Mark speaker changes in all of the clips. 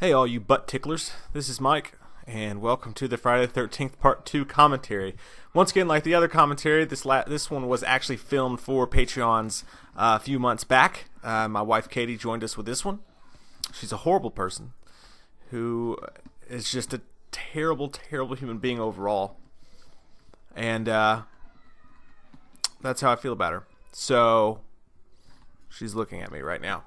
Speaker 1: Hey, all you butt ticklers. This is Mike, and welcome to the Friday the 13th Part 2 commentary. Once again, like the other commentary, this la- this one was actually filmed for Patreons uh, a few months back. Uh, my wife Katie joined us with this one. She's a horrible person who is just a terrible, terrible human being overall. And uh, that's how I feel about her. So she's looking at me right now.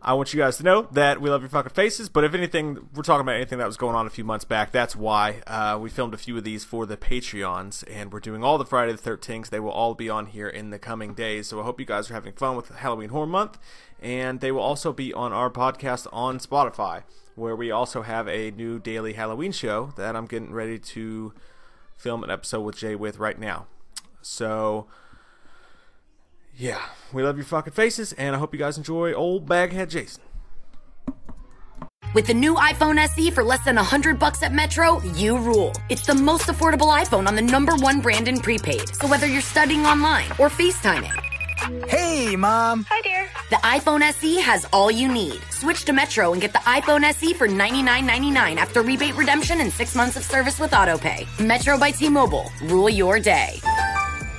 Speaker 1: I want you guys to know that we love your fucking faces. But if anything, we're talking about anything that was going on a few months back. That's why uh, we filmed a few of these for the Patreons, and we're doing all the Friday the 13th. They will all be on here in the coming days. So I hope you guys are having fun with Halloween Horror Month, and they will also be on our podcast on Spotify, where we also have a new daily Halloween show that I'm getting ready to film an episode with Jay with right now. So. Yeah, we love your fucking faces, and I hope you guys enjoy old baghead Jason.
Speaker 2: With the new iPhone SE for less than 100 bucks at Metro, you rule. It's the most affordable iPhone on the number one brand in prepaid. So whether you're studying online or FaceTiming,
Speaker 3: Hey, Mom.
Speaker 4: Hi, dear.
Speaker 2: the iPhone SE has all you need. Switch to Metro and get the iPhone SE for $99.99 after rebate redemption and six months of service with AutoPay. Metro by T-Mobile. Rule your day.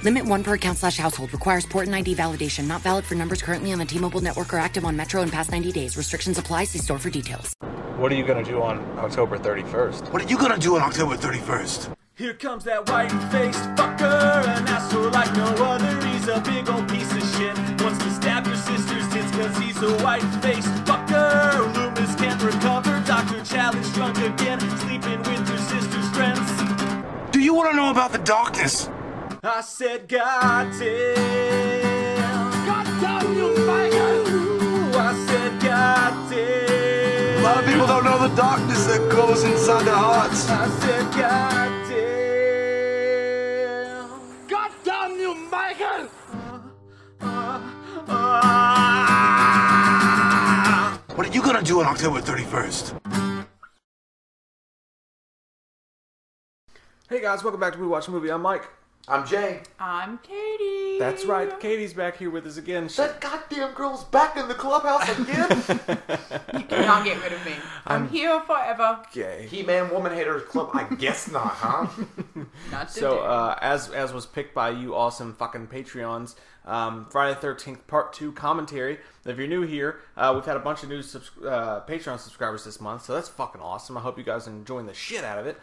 Speaker 2: Limit one per account slash household. Requires port and ID validation. Not valid for numbers currently on the T-Mobile network or active on Metro in past 90 days. Restrictions apply. See store for details.
Speaker 5: What are you going to do on October 31st?
Speaker 6: What are you gonna do on October 31st?
Speaker 1: Here comes that white faced fucker, an asshole like no other. He's a big old piece of shit. Wants to stab your sister's tits cause he's a white faced fucker. Loomis can't recover. Dr. Challenge drunk again, sleeping with your sister's friends.
Speaker 6: Do you wanna know about the darkness?
Speaker 1: I said, God damn.
Speaker 6: Goddamn you, faggot!
Speaker 1: Ooh, I said, God
Speaker 6: A
Speaker 1: damn.
Speaker 6: lot of people don't know the darkness that goes inside their hearts.
Speaker 1: I said, God damn.
Speaker 6: Goddamn you, Michael! What are you gonna do on October 31st?
Speaker 1: Hey guys, welcome back to We Watch a Movie. I'm Mike.
Speaker 5: I'm Jay.
Speaker 4: I'm Katie.
Speaker 1: That's right, Katie's back here with us again. She-
Speaker 5: That goddamn girl's back in the clubhouse again.
Speaker 4: You cannot get rid of me. I'm, here forever.
Speaker 1: Okay.
Speaker 5: he man, woman hater club. I guess not, huh?
Speaker 4: Not today.
Speaker 1: So, uh, as as was picked by you, awesome fucking Patreons, um, Friday Thirteenth Part Two commentary. If you're new here, uh, we've had a bunch of new subs- uh, Patreon subscribers this month, so that's fucking awesome. I hope you guys are enjoying the shit out of it.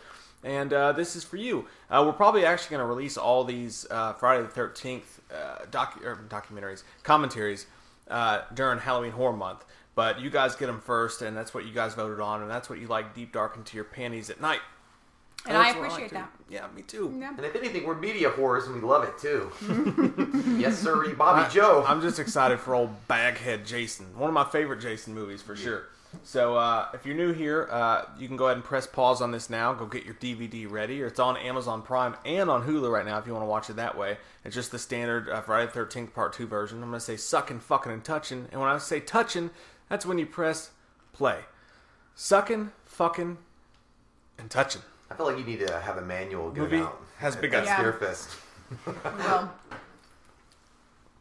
Speaker 1: And uh, this is for you. Uh, we're probably actually going to release all these uh, Friday the Thirteenth uh, docu- er, documentaries, commentaries uh, during Halloween Horror Month. But you guys get them first, and that's what you guys voted on, and that's what you like deep dark into your panties at night.
Speaker 4: and I
Speaker 1: That's what
Speaker 4: appreciate
Speaker 1: like
Speaker 4: that.
Speaker 1: to- Yeah, me Oh, too.
Speaker 5: and if anything, we're media whores and we love it too. yes, sir, Bobby
Speaker 1: I-
Speaker 5: Joe.
Speaker 1: I'm just excited for old Baghead Jason. One of my favorite Jason movies for sure. So uh, if you're new here, uh, you can go ahead and press pause on this now. Go get your DVD ready. Or it's on Amazon Prime and on Hulu right now if you want to watch it that way. It's just the standard uh, Friday the 13th Part 2 version. I'm going to say sucking, fucking, and touching. And when I say touching, that's when you press play. Sucking, fucking, and touching.
Speaker 5: I feel like you need to have a manual get
Speaker 1: Movie
Speaker 5: out.
Speaker 1: has
Speaker 5: At-
Speaker 1: begun.
Speaker 5: at
Speaker 4: Yeah.
Speaker 5: Scarefest. uh,
Speaker 4: Well,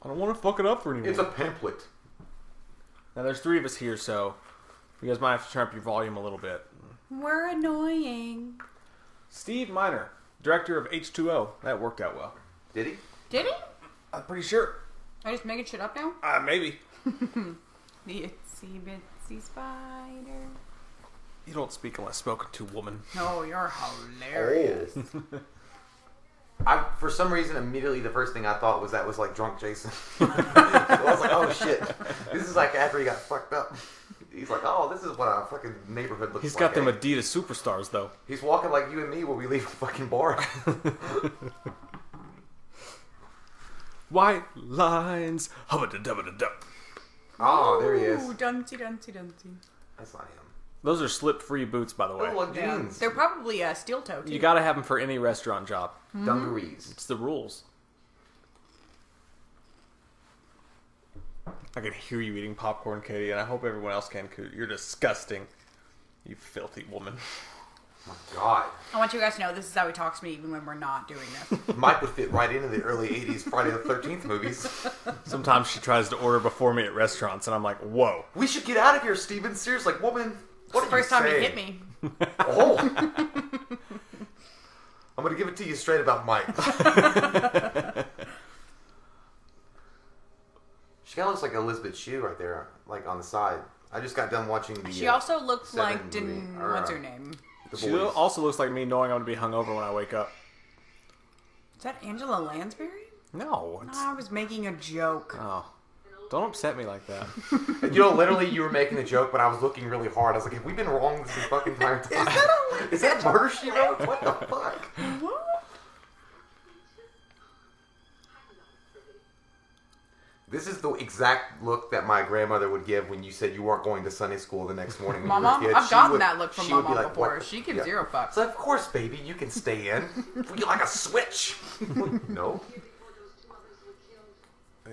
Speaker 1: I don't want to fuck it up for anyone.
Speaker 5: It's a pamphlet.
Speaker 1: now there's three of us here, so you guys might have to turn up your volume a little bit.
Speaker 4: we're annoying.
Speaker 1: Steve Miner, director of H2O. That worked out well.
Speaker 5: Did he?
Speaker 4: Did he?
Speaker 1: I'm pretty sure.
Speaker 4: Are you just making shit up now?
Speaker 1: Uh, maybe.
Speaker 4: The itsy bitsy spider.
Speaker 1: You don't speak unless spoken to, woman.
Speaker 4: No, you're hilarious.
Speaker 5: I, for some reason, immediately the first thing I thought was that was like drunk Jason. I was like, oh shit, this is like after he got fucked up. He's like, oh, this is what our fucking neighborhood looks
Speaker 1: He's
Speaker 5: like.
Speaker 1: got them
Speaker 5: eh?"
Speaker 1: Adidas superstars, though.
Speaker 5: He's walking like you and me when we leave a fucking bar.
Speaker 1: White lines. Hubba-da-dubba-da-dub.
Speaker 5: oh, there he is.
Speaker 4: Ooh, dumpty dumpty dumpty.
Speaker 5: That's not him.
Speaker 1: Those are slip-free boots, by the way.
Speaker 5: Oh, look,
Speaker 4: Yeah.
Speaker 5: jeans.
Speaker 4: They're probably uh, steel toe too.
Speaker 1: You gotta have them for any restaurant job.
Speaker 5: Dungarees.
Speaker 1: It's the rules. I can hear you eating popcorn, Katie, and I hope everyone else can. too. You're disgusting. You filthy woman.
Speaker 5: God.
Speaker 4: I want you guys to know this is how he talks to me even when we're not doing this.
Speaker 5: Mike would fit right into the early 80s Friday the 13th movies.
Speaker 1: Sometimes she tries to order before me at restaurants, and I'm like, whoa.
Speaker 5: We should get out of here, Steven. Seriously, like, woman. What
Speaker 4: the
Speaker 5: did you
Speaker 4: first time he
Speaker 5: say?
Speaker 4: hit me.
Speaker 5: Oh. I'm gonna give it to you straight about Mike. she kind of looks like Elizabeth Shue right there, like on the side. I just got done watching the.
Speaker 4: She
Speaker 5: uh,
Speaker 4: also looked
Speaker 5: Seven
Speaker 4: like
Speaker 5: movie,
Speaker 4: didn't
Speaker 5: or,
Speaker 4: what's
Speaker 5: uh,
Speaker 4: her name?
Speaker 5: The
Speaker 1: She
Speaker 5: boys.
Speaker 1: also looks like me, knowing I'm gonna be hungover when I wake up.
Speaker 4: Is that Angela Lansbury?
Speaker 1: No,
Speaker 4: No,
Speaker 1: it's,
Speaker 4: I was making a joke.
Speaker 1: oh, don't upset me like that.
Speaker 5: you know, literally, you were making a joke, but I was looking really hard. I was like, "Have we been wrong this fucking entire time? Is that, murder she wrote? What the fuck?"
Speaker 4: What?
Speaker 5: This is the exact look that my grandmother would give when you said you weren't going to Sunday school the next morning. When
Speaker 4: My
Speaker 5: you were a
Speaker 4: mom-
Speaker 5: kid.
Speaker 4: I've
Speaker 5: She
Speaker 4: gotten
Speaker 5: would-
Speaker 4: that look from
Speaker 5: she
Speaker 4: my
Speaker 5: would be
Speaker 4: mom
Speaker 5: like,
Speaker 4: before.
Speaker 5: "What the-
Speaker 4: She gives zero fucks.
Speaker 5: So of course, baby, you can stay in. you like a switch. no.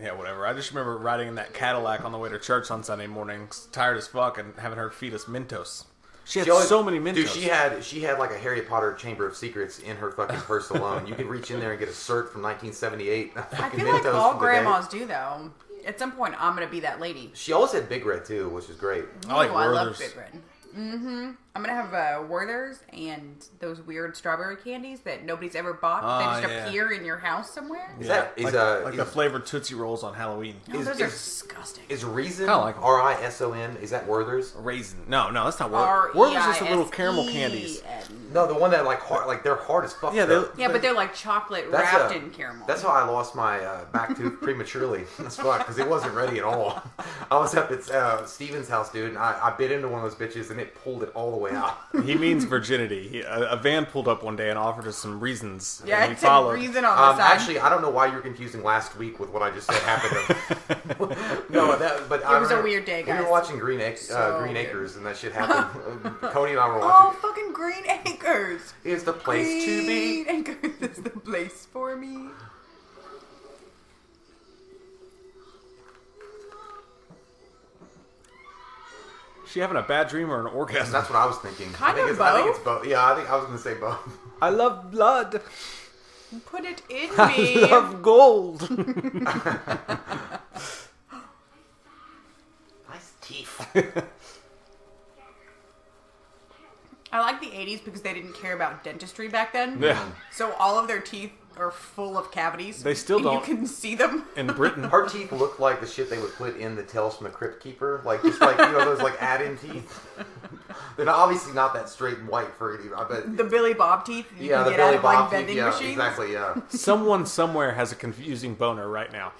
Speaker 1: Yeah, whatever. I just remember riding in that Cadillac on the way to church on Sunday mornings, tired as fuck, and having her feed us Mentos. She had
Speaker 5: She always-
Speaker 1: so many Mentos.
Speaker 5: Dude, she had she had like a Harry Potter Chamber of Secrets in her fucking purse alone. you could reach in there and get a cert from 1978.
Speaker 4: I feel like all grandmas do though. At some point, I'm gonna be that lady.
Speaker 5: She always had Big Red too, which is great.
Speaker 1: I like
Speaker 4: Ooh, Oh, I love
Speaker 1: Werther's.
Speaker 4: Big Red. Mm-hmm. I'm gonna have uh, Werther's and those weird strawberry candies that nobody's ever bought.
Speaker 1: Ah,
Speaker 4: they just
Speaker 1: yeah.
Speaker 4: appear in your house somewhere.
Speaker 5: Is
Speaker 1: Yeah,
Speaker 5: that is
Speaker 1: like,
Speaker 5: uh,
Speaker 1: like
Speaker 5: is,
Speaker 1: the flavored Tootsie Rolls on Halloween.
Speaker 4: Oh,
Speaker 5: is-
Speaker 4: those are
Speaker 5: is-
Speaker 4: disgusting.
Speaker 5: is Reason
Speaker 1: Kinda like 'em.
Speaker 5: R I S O N? Is that Werther's?
Speaker 1: Raisin? No, no, that's not
Speaker 4: R
Speaker 1: Werther's. Werther's is the
Speaker 4: E I
Speaker 1: little
Speaker 4: S
Speaker 1: caramel
Speaker 4: E
Speaker 1: candies.
Speaker 4: N.
Speaker 5: No, the one that like hard, like they're hard as fuck.
Speaker 1: Yeah, they-
Speaker 5: though.
Speaker 4: Yeah, but they're like chocolate
Speaker 5: That's
Speaker 4: wrapped
Speaker 5: a-
Speaker 4: in caramel.
Speaker 5: That's how I lost my uh, back tooth prematurely. That's fuck because it wasn't ready at all. I was up at uh, Steven's house, dude, and I, I bit into one of those bitches and it pulled it all the way out.
Speaker 1: he means virginity. He, a, a van pulled up one day and offered us some raisins.
Speaker 4: yeah,
Speaker 1: and we
Speaker 4: it's a
Speaker 1: followed.
Speaker 4: reason on the
Speaker 5: Um,
Speaker 4: side.
Speaker 5: actually, I don't know why you're confusing last week with what I just said happened. no, that but it
Speaker 4: was a weird day,
Speaker 5: We
Speaker 4: guys.
Speaker 5: were watching Green, Ac-
Speaker 4: So
Speaker 5: uh, Green
Speaker 4: weird.
Speaker 5: Acres, and that shit happened. Cody and I were
Speaker 4: oh,
Speaker 5: watching.
Speaker 4: fucking Green Acres.
Speaker 5: It's the place to be.
Speaker 4: Green Acres is the place for me.
Speaker 1: she having a bad dream or an orgasm?
Speaker 5: That's what I was thinking. I
Speaker 4: Kind
Speaker 5: think
Speaker 4: of
Speaker 5: it's, I think
Speaker 4: both.
Speaker 5: it's both. Yeah, I think I was gonna say both.
Speaker 1: I love blood.
Speaker 4: Put it in me.
Speaker 1: gold.
Speaker 5: Nice teeth.
Speaker 4: I like the 80s because they didn't care about dentistry back then.
Speaker 1: Yeah.
Speaker 4: So all of their teeth are full of cavities.
Speaker 1: They still
Speaker 4: and
Speaker 1: don't.
Speaker 4: You can see them.
Speaker 1: In Britain,
Speaker 5: Her teeth looked like the shit they would put in the Tales from the Crypt Keeper, like just like you know those like add-in teeth. They're not, obviously not that straight and white for any. I bet.
Speaker 4: The Billy Bob teeth you
Speaker 5: yeah,
Speaker 4: can
Speaker 5: the
Speaker 4: get
Speaker 5: Billy
Speaker 4: out of like
Speaker 5: Bob teeth.
Speaker 4: vending
Speaker 5: Yeah,
Speaker 4: machines.
Speaker 5: exactly. Yeah.
Speaker 1: someone somewhere has a confusing boner right now.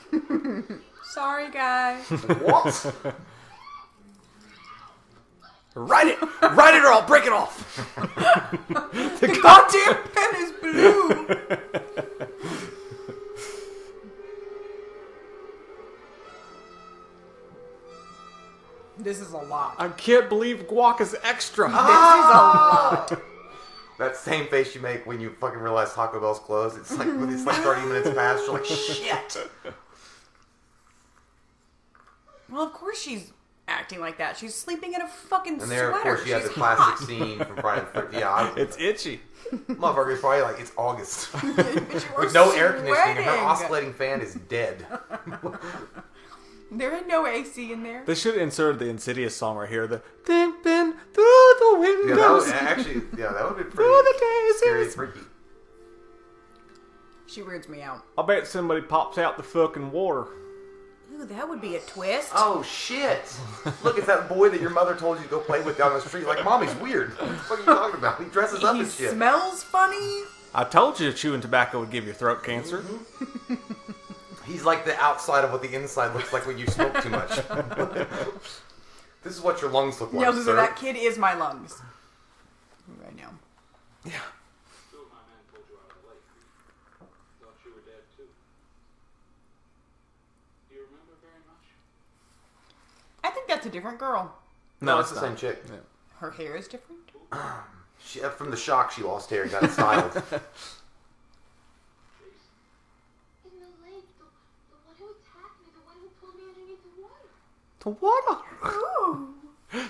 Speaker 4: Sorry, guys.
Speaker 5: what?
Speaker 1: Write it, write it, or I'll break it off. the
Speaker 4: Goddamn pen is blue. this is a lot.
Speaker 1: I can't believe guac is extra.
Speaker 5: That same face you make when you fucking realize Taco Bell's closed. It's like when it's like 30 minutes past. You're like, shit.
Speaker 4: Well, of course she's acting like that. She's sleeping in a fucking
Speaker 5: And there,
Speaker 4: sweater.
Speaker 5: of course, you have the
Speaker 4: She's
Speaker 5: classic scene from Friday the 13th. Yeah, I,
Speaker 1: It's itchy.
Speaker 5: motherfucker's probably like, it's August.
Speaker 4: But you
Speaker 5: With
Speaker 4: are
Speaker 5: no air conditioning, and her
Speaker 4: sweating.
Speaker 5: oscillating fan is dead.
Speaker 4: There ain't no AC in there.
Speaker 1: They should insert the Insidious song right here. The dipping through the
Speaker 5: Yeah, that would
Speaker 1: windows
Speaker 5: actually, yeah, that would be pretty
Speaker 1: through
Speaker 5: scary
Speaker 1: the
Speaker 5: and
Speaker 1: daisies.
Speaker 5: freaky.
Speaker 4: She weirds me out.
Speaker 1: I bet somebody pops out the fucking water.
Speaker 4: Ooh, that would be a twist.
Speaker 5: Oh, shit. Look, it's that boy that your mother told you to go play with down the street. Like, mommy's weird. What the fuck are you talking about? He dresses up
Speaker 4: he
Speaker 5: and shit.
Speaker 4: smells funny.
Speaker 1: I told you chewing tobacco would give you throat cancer.
Speaker 5: Mm-hmm. He's like the outside of what the inside looks like when you smoke too much. this is what your lungs look like.
Speaker 4: Yeah, so
Speaker 5: sir.
Speaker 4: that kid is my lungs. Right now.
Speaker 7: Two of my men told you I was late. Thought you were dead too. Do you remember very much?
Speaker 4: I think that's a different girl.
Speaker 5: no, it's,
Speaker 1: it's
Speaker 5: the
Speaker 1: not.
Speaker 5: same chick.
Speaker 4: Her hair is different.
Speaker 5: She, uh, from the shock, she lost hair and got it styled.
Speaker 8: In the lake, the, the one who attacked me, the one who pulled me underneath the water.
Speaker 1: The water.
Speaker 4: Ooh.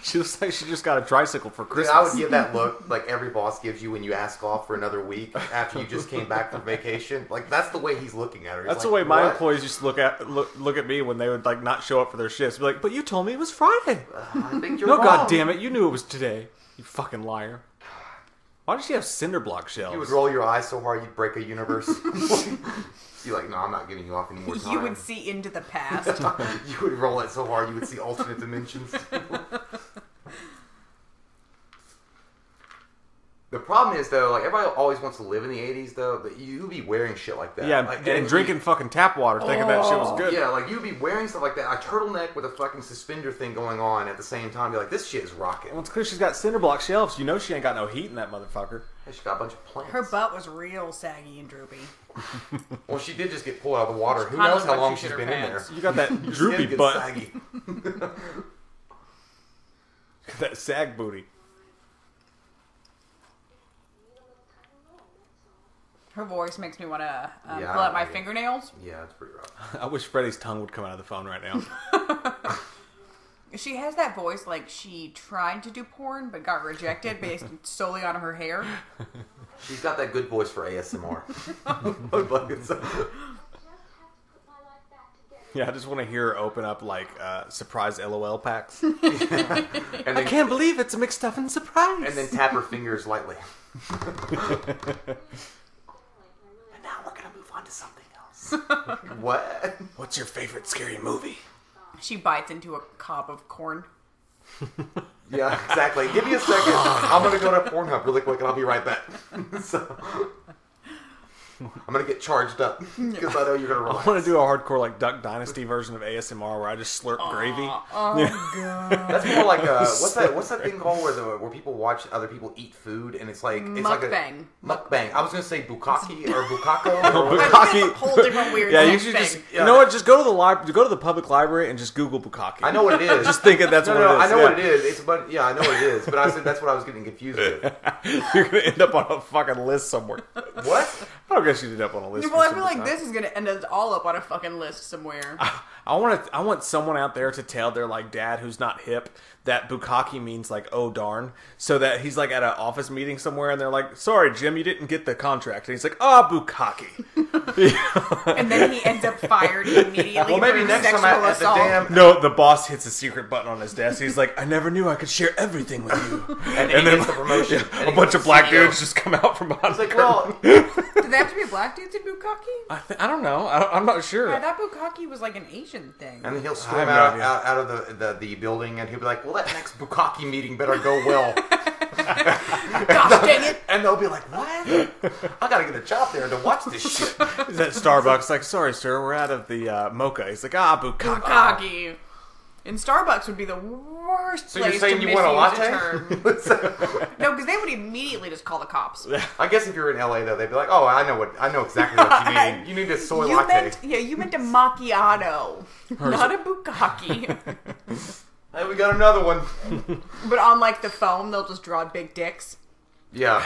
Speaker 1: She looks like she just got a tricycle for
Speaker 5: Dude, I
Speaker 1: Christmas.
Speaker 5: would give that look like every boss gives you when you ask off for another week after you just came back from vacation. Like that's the way he's looking at her. He's
Speaker 1: That's the
Speaker 5: like,
Speaker 1: way my
Speaker 5: "What?"
Speaker 1: employees used to look at look, look at me when they would like not show up for their shifts. Be like, "But you told me it was Friday."
Speaker 5: I think you're
Speaker 1: No,
Speaker 5: wrong.
Speaker 1: god damn Oh, it, you knew it was today. You fucking liar. Why does she have cinder block shells?
Speaker 5: You would roll your eyes so hard you'd break a universe. You're like, no, I'm not giving you off any more time.
Speaker 4: You would see into the past.
Speaker 5: you would roll it so hard you would see alternate dimensions. the problem is though, like everybody always wants to live in the '80s though, but you'd be wearing shit like that.
Speaker 1: Uh, yeah, Oh,
Speaker 5: like,
Speaker 1: and, drinking fucking tap water, thinking that shit was good.
Speaker 5: Yeah, like you'd be wearing stuff like that, a turtleneck with a fucking suspender thing going on at the same time. You're like, this shit is rocking.
Speaker 1: Well, it's clear she's got cinder block shelves. You know she ain't got no heat in that motherfucker.
Speaker 5: Hey, she got a bunch of plants.
Speaker 4: Her butt was real saggy and droopy.
Speaker 5: well, she did just get pulled out of the water. Who
Speaker 4: Hot
Speaker 5: knows
Speaker 4: as
Speaker 5: how
Speaker 4: fuck
Speaker 5: long
Speaker 4: she
Speaker 5: she's
Speaker 4: shit
Speaker 5: been
Speaker 4: her
Speaker 5: in there?
Speaker 4: pants.
Speaker 1: You got that
Speaker 5: Her skin
Speaker 1: droopy
Speaker 5: gets
Speaker 1: butt,
Speaker 5: saggy.
Speaker 1: that sag booty.
Speaker 4: Her voice makes me want to um,
Speaker 5: Yeah, I
Speaker 4: pull out
Speaker 5: don't
Speaker 4: my
Speaker 5: like it.
Speaker 4: fingernails.
Speaker 5: Yeah, it's pretty rough.
Speaker 1: I wish Freddy's tongue would come out of the phone right now.
Speaker 4: She has that voice like she tried to do porn but got rejected based solely on her hair.
Speaker 5: She's got that good voice for ASMR. Like it's-
Speaker 8: just have to put my life back together.
Speaker 1: yeah, I just want to hear her open up like uh, surprise LOL packs.
Speaker 5: and, then,
Speaker 1: Can't believe it's McStuffin surprise.
Speaker 5: and then tap her fingers lightly.
Speaker 8: Really,
Speaker 5: Now we're gonna move on to something else. what?
Speaker 1: What's your favorite scary movie?
Speaker 4: She bites into a cob of corn.
Speaker 5: Yeah, exactly. Give me a second. I'm gonna go to Pornhub really quick, and I'll be right back. so, I'm gonna get charged up because I know you're gonna
Speaker 1: I
Speaker 5: relax.
Speaker 1: want to do a hardcore like Duck Dynasty version of ASMR where I just slurp gravy.
Speaker 5: That's more like a what's that? What's that thing called where the where people watch other people eat food and it's like it's like
Speaker 4: Mukbang.
Speaker 5: a mukbang. I was gonna say bukkake or bukkako. or whatever.
Speaker 4: That's a whole different weird
Speaker 1: Yeah, you
Speaker 4: sex
Speaker 1: should
Speaker 4: thing.
Speaker 1: just you know what? Just go to the library, go to the public library, and just Google Bukaki.
Speaker 5: I know what it is.
Speaker 1: Just thinking that's
Speaker 5: no,
Speaker 1: what it
Speaker 5: no,
Speaker 1: is.
Speaker 5: I know
Speaker 1: yeah.
Speaker 5: what it is. It's but yeah, I know what it is. But I said that's what I was getting confused with.
Speaker 1: You're gonna end up on a fucking list somewhere.
Speaker 5: What?
Speaker 1: I don't guess you'd end up on a list.
Speaker 4: Well, I
Speaker 1: for
Speaker 4: feel
Speaker 1: some
Speaker 4: like
Speaker 1: reason.
Speaker 4: this is gonna end us all up on a fucking list somewhere.
Speaker 1: I want to. I want someone out there to tell their like dad who's not hip that Bukaki means like oh darn, so that he's like at an office meeting somewhere and they're like, sorry Jim, you didn't get the contract, and he's like, ah Bukaki.
Speaker 4: and then he ends up fired immediately.
Speaker 5: Well, maybe
Speaker 4: for
Speaker 5: next
Speaker 4: sexual
Speaker 5: time I, at the
Speaker 4: assault.
Speaker 5: damn.
Speaker 1: No, the boss hits a secret button on his desk. He's like, I never knew I could share everything with you.
Speaker 5: And, then he gets the promotion. And
Speaker 1: a
Speaker 5: he
Speaker 1: bunch
Speaker 5: goes,
Speaker 1: of black
Speaker 5: "CEO."
Speaker 1: dudes just come out from behind.
Speaker 5: E It's like, well,
Speaker 4: Did they have to be black dudes in bukkake?
Speaker 1: I, th- I don't know. I don't, I'm not sure.
Speaker 4: I thought bukkake was like an Asian thing.
Speaker 5: And then he'll
Speaker 1: I have
Speaker 5: swim
Speaker 1: no
Speaker 5: out,
Speaker 1: idea.
Speaker 5: out, out of the, the, the building and he'll be like, well, that next Bukaki meeting better go well.
Speaker 4: Gosh dang it!
Speaker 5: and they'll be like, what? I gotta get a job there to watch this shit.
Speaker 1: He's at Starbucks. Like, sorry, sir, we're out of the uh, mocha. He's like, ah, bukkake.
Speaker 4: Bukkake. And Starbucks would be the worst
Speaker 5: So you're
Speaker 4: place
Speaker 5: saying
Speaker 4: to
Speaker 5: you
Speaker 4: misuse
Speaker 5: want a latte?
Speaker 4: term. no, because they would immediately just call the cops.
Speaker 5: I guess if you're in LA though, they'd be like, oh, I know what, I know exactly what you mean. You need a soy
Speaker 4: You
Speaker 5: latte.
Speaker 4: meant yeah, you meant a macchiato, not a bukkake.
Speaker 5: Hey, we got another one.
Speaker 4: but on like the foam, they'll just draw big dicks.
Speaker 5: Yeah.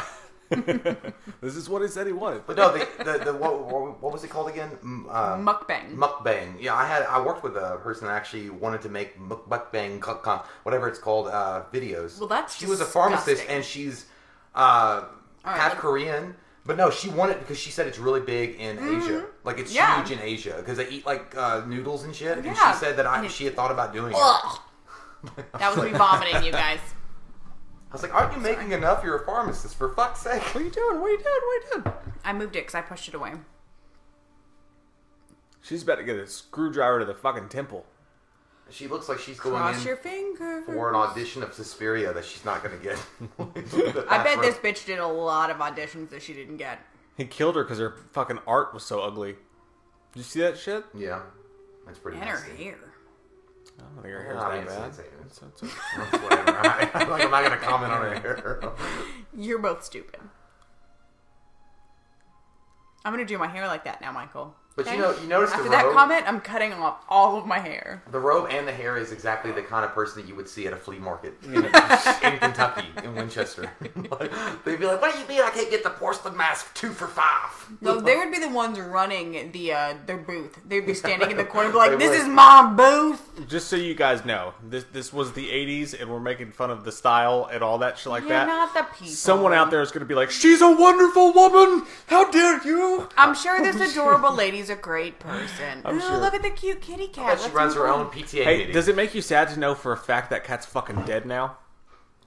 Speaker 1: This is what he said he wanted.
Speaker 5: But no, the, the, the what, what, what was it called again? M- Uh,
Speaker 4: Mukbang.
Speaker 5: Mukbang. Yeah, I had I worked with a person that actually wanted to make muk- mukbang, cu- cu- whatever it's called, uh, videos.
Speaker 4: Well, that's
Speaker 5: she was a pharmacist
Speaker 4: disgusting.
Speaker 5: and she's uh,
Speaker 4: right,
Speaker 5: half
Speaker 4: let-
Speaker 5: Korean. But no, she wanted because she said it's really big in Asia. Like it's
Speaker 4: Mm-hmm. Yeah.
Speaker 5: huge in Asia because they eat like uh, noodles and shit. And
Speaker 4: Yeah.
Speaker 5: she said that
Speaker 4: And
Speaker 5: I,
Speaker 4: it-
Speaker 5: she had thought about doing it. I
Speaker 4: Ugh. That was me vomiting, you guys.
Speaker 5: was like, "Aren't you making enough? You're a pharmacist, for fuck's sake."
Speaker 1: What are you doing? What are you doing? What are you doing?
Speaker 4: I moved it because I pushed it away.
Speaker 1: She's about to get a screwdriver to the fucking temple.
Speaker 5: She looks like she's going
Speaker 4: Cross
Speaker 5: in
Speaker 4: your finger.
Speaker 5: for an audition of Suspiria that she's not going to get.
Speaker 4: I bet this bitch did a lot of auditions that she didn't get.
Speaker 1: He killed her because her fucking art was so ugly. Did you see that shit?
Speaker 5: Yeah, that's pretty.
Speaker 4: And her
Speaker 5: nasty.
Speaker 4: hair.
Speaker 1: I don't think her hair's
Speaker 5: I
Speaker 1: that
Speaker 5: didn't see
Speaker 1: bad.
Speaker 5: it,
Speaker 1: Oh,
Speaker 5: Satan.
Speaker 1: It's- it's okay.
Speaker 5: Whatever. I, am not gonna comment on her hair.
Speaker 4: You're both stupid. I'm gonna do my hair like that now, Michael.
Speaker 5: But you know, you notice
Speaker 4: After
Speaker 5: the
Speaker 4: that
Speaker 5: robe.
Speaker 4: comment, I'm cutting off all of my hair.
Speaker 5: The robe and the hair is exactly the kind of person that you would see at a flea market in, in Kentucky in Winchester. Chester. Like, they'd be like, "What do you mean I can't get the porcelain mask two for five?
Speaker 4: No, they would be the ones running the uh, their booth. They'd be standing in the corner, and be
Speaker 5: They
Speaker 4: like, "This is
Speaker 5: would.
Speaker 4: my booth."
Speaker 1: Just so you guys know, this this was the '80s, and we're making fun of the style and all that shit like
Speaker 4: You're
Speaker 1: that.
Speaker 4: not the people.
Speaker 1: Someone out there is going to be like, "She's a wonderful woman. How dare you?"
Speaker 4: I'm sure
Speaker 5: Oh,
Speaker 4: this adorable lady's a great person. Ooh,
Speaker 1: sure.
Speaker 4: look at the cute kitty cat.
Speaker 5: But she
Speaker 4: Let's
Speaker 5: runs her
Speaker 4: move
Speaker 5: own
Speaker 4: on.
Speaker 5: PTA
Speaker 1: Hey,
Speaker 5: meeting.
Speaker 1: does it make you sad to know for a fact that cat's fucking dead now?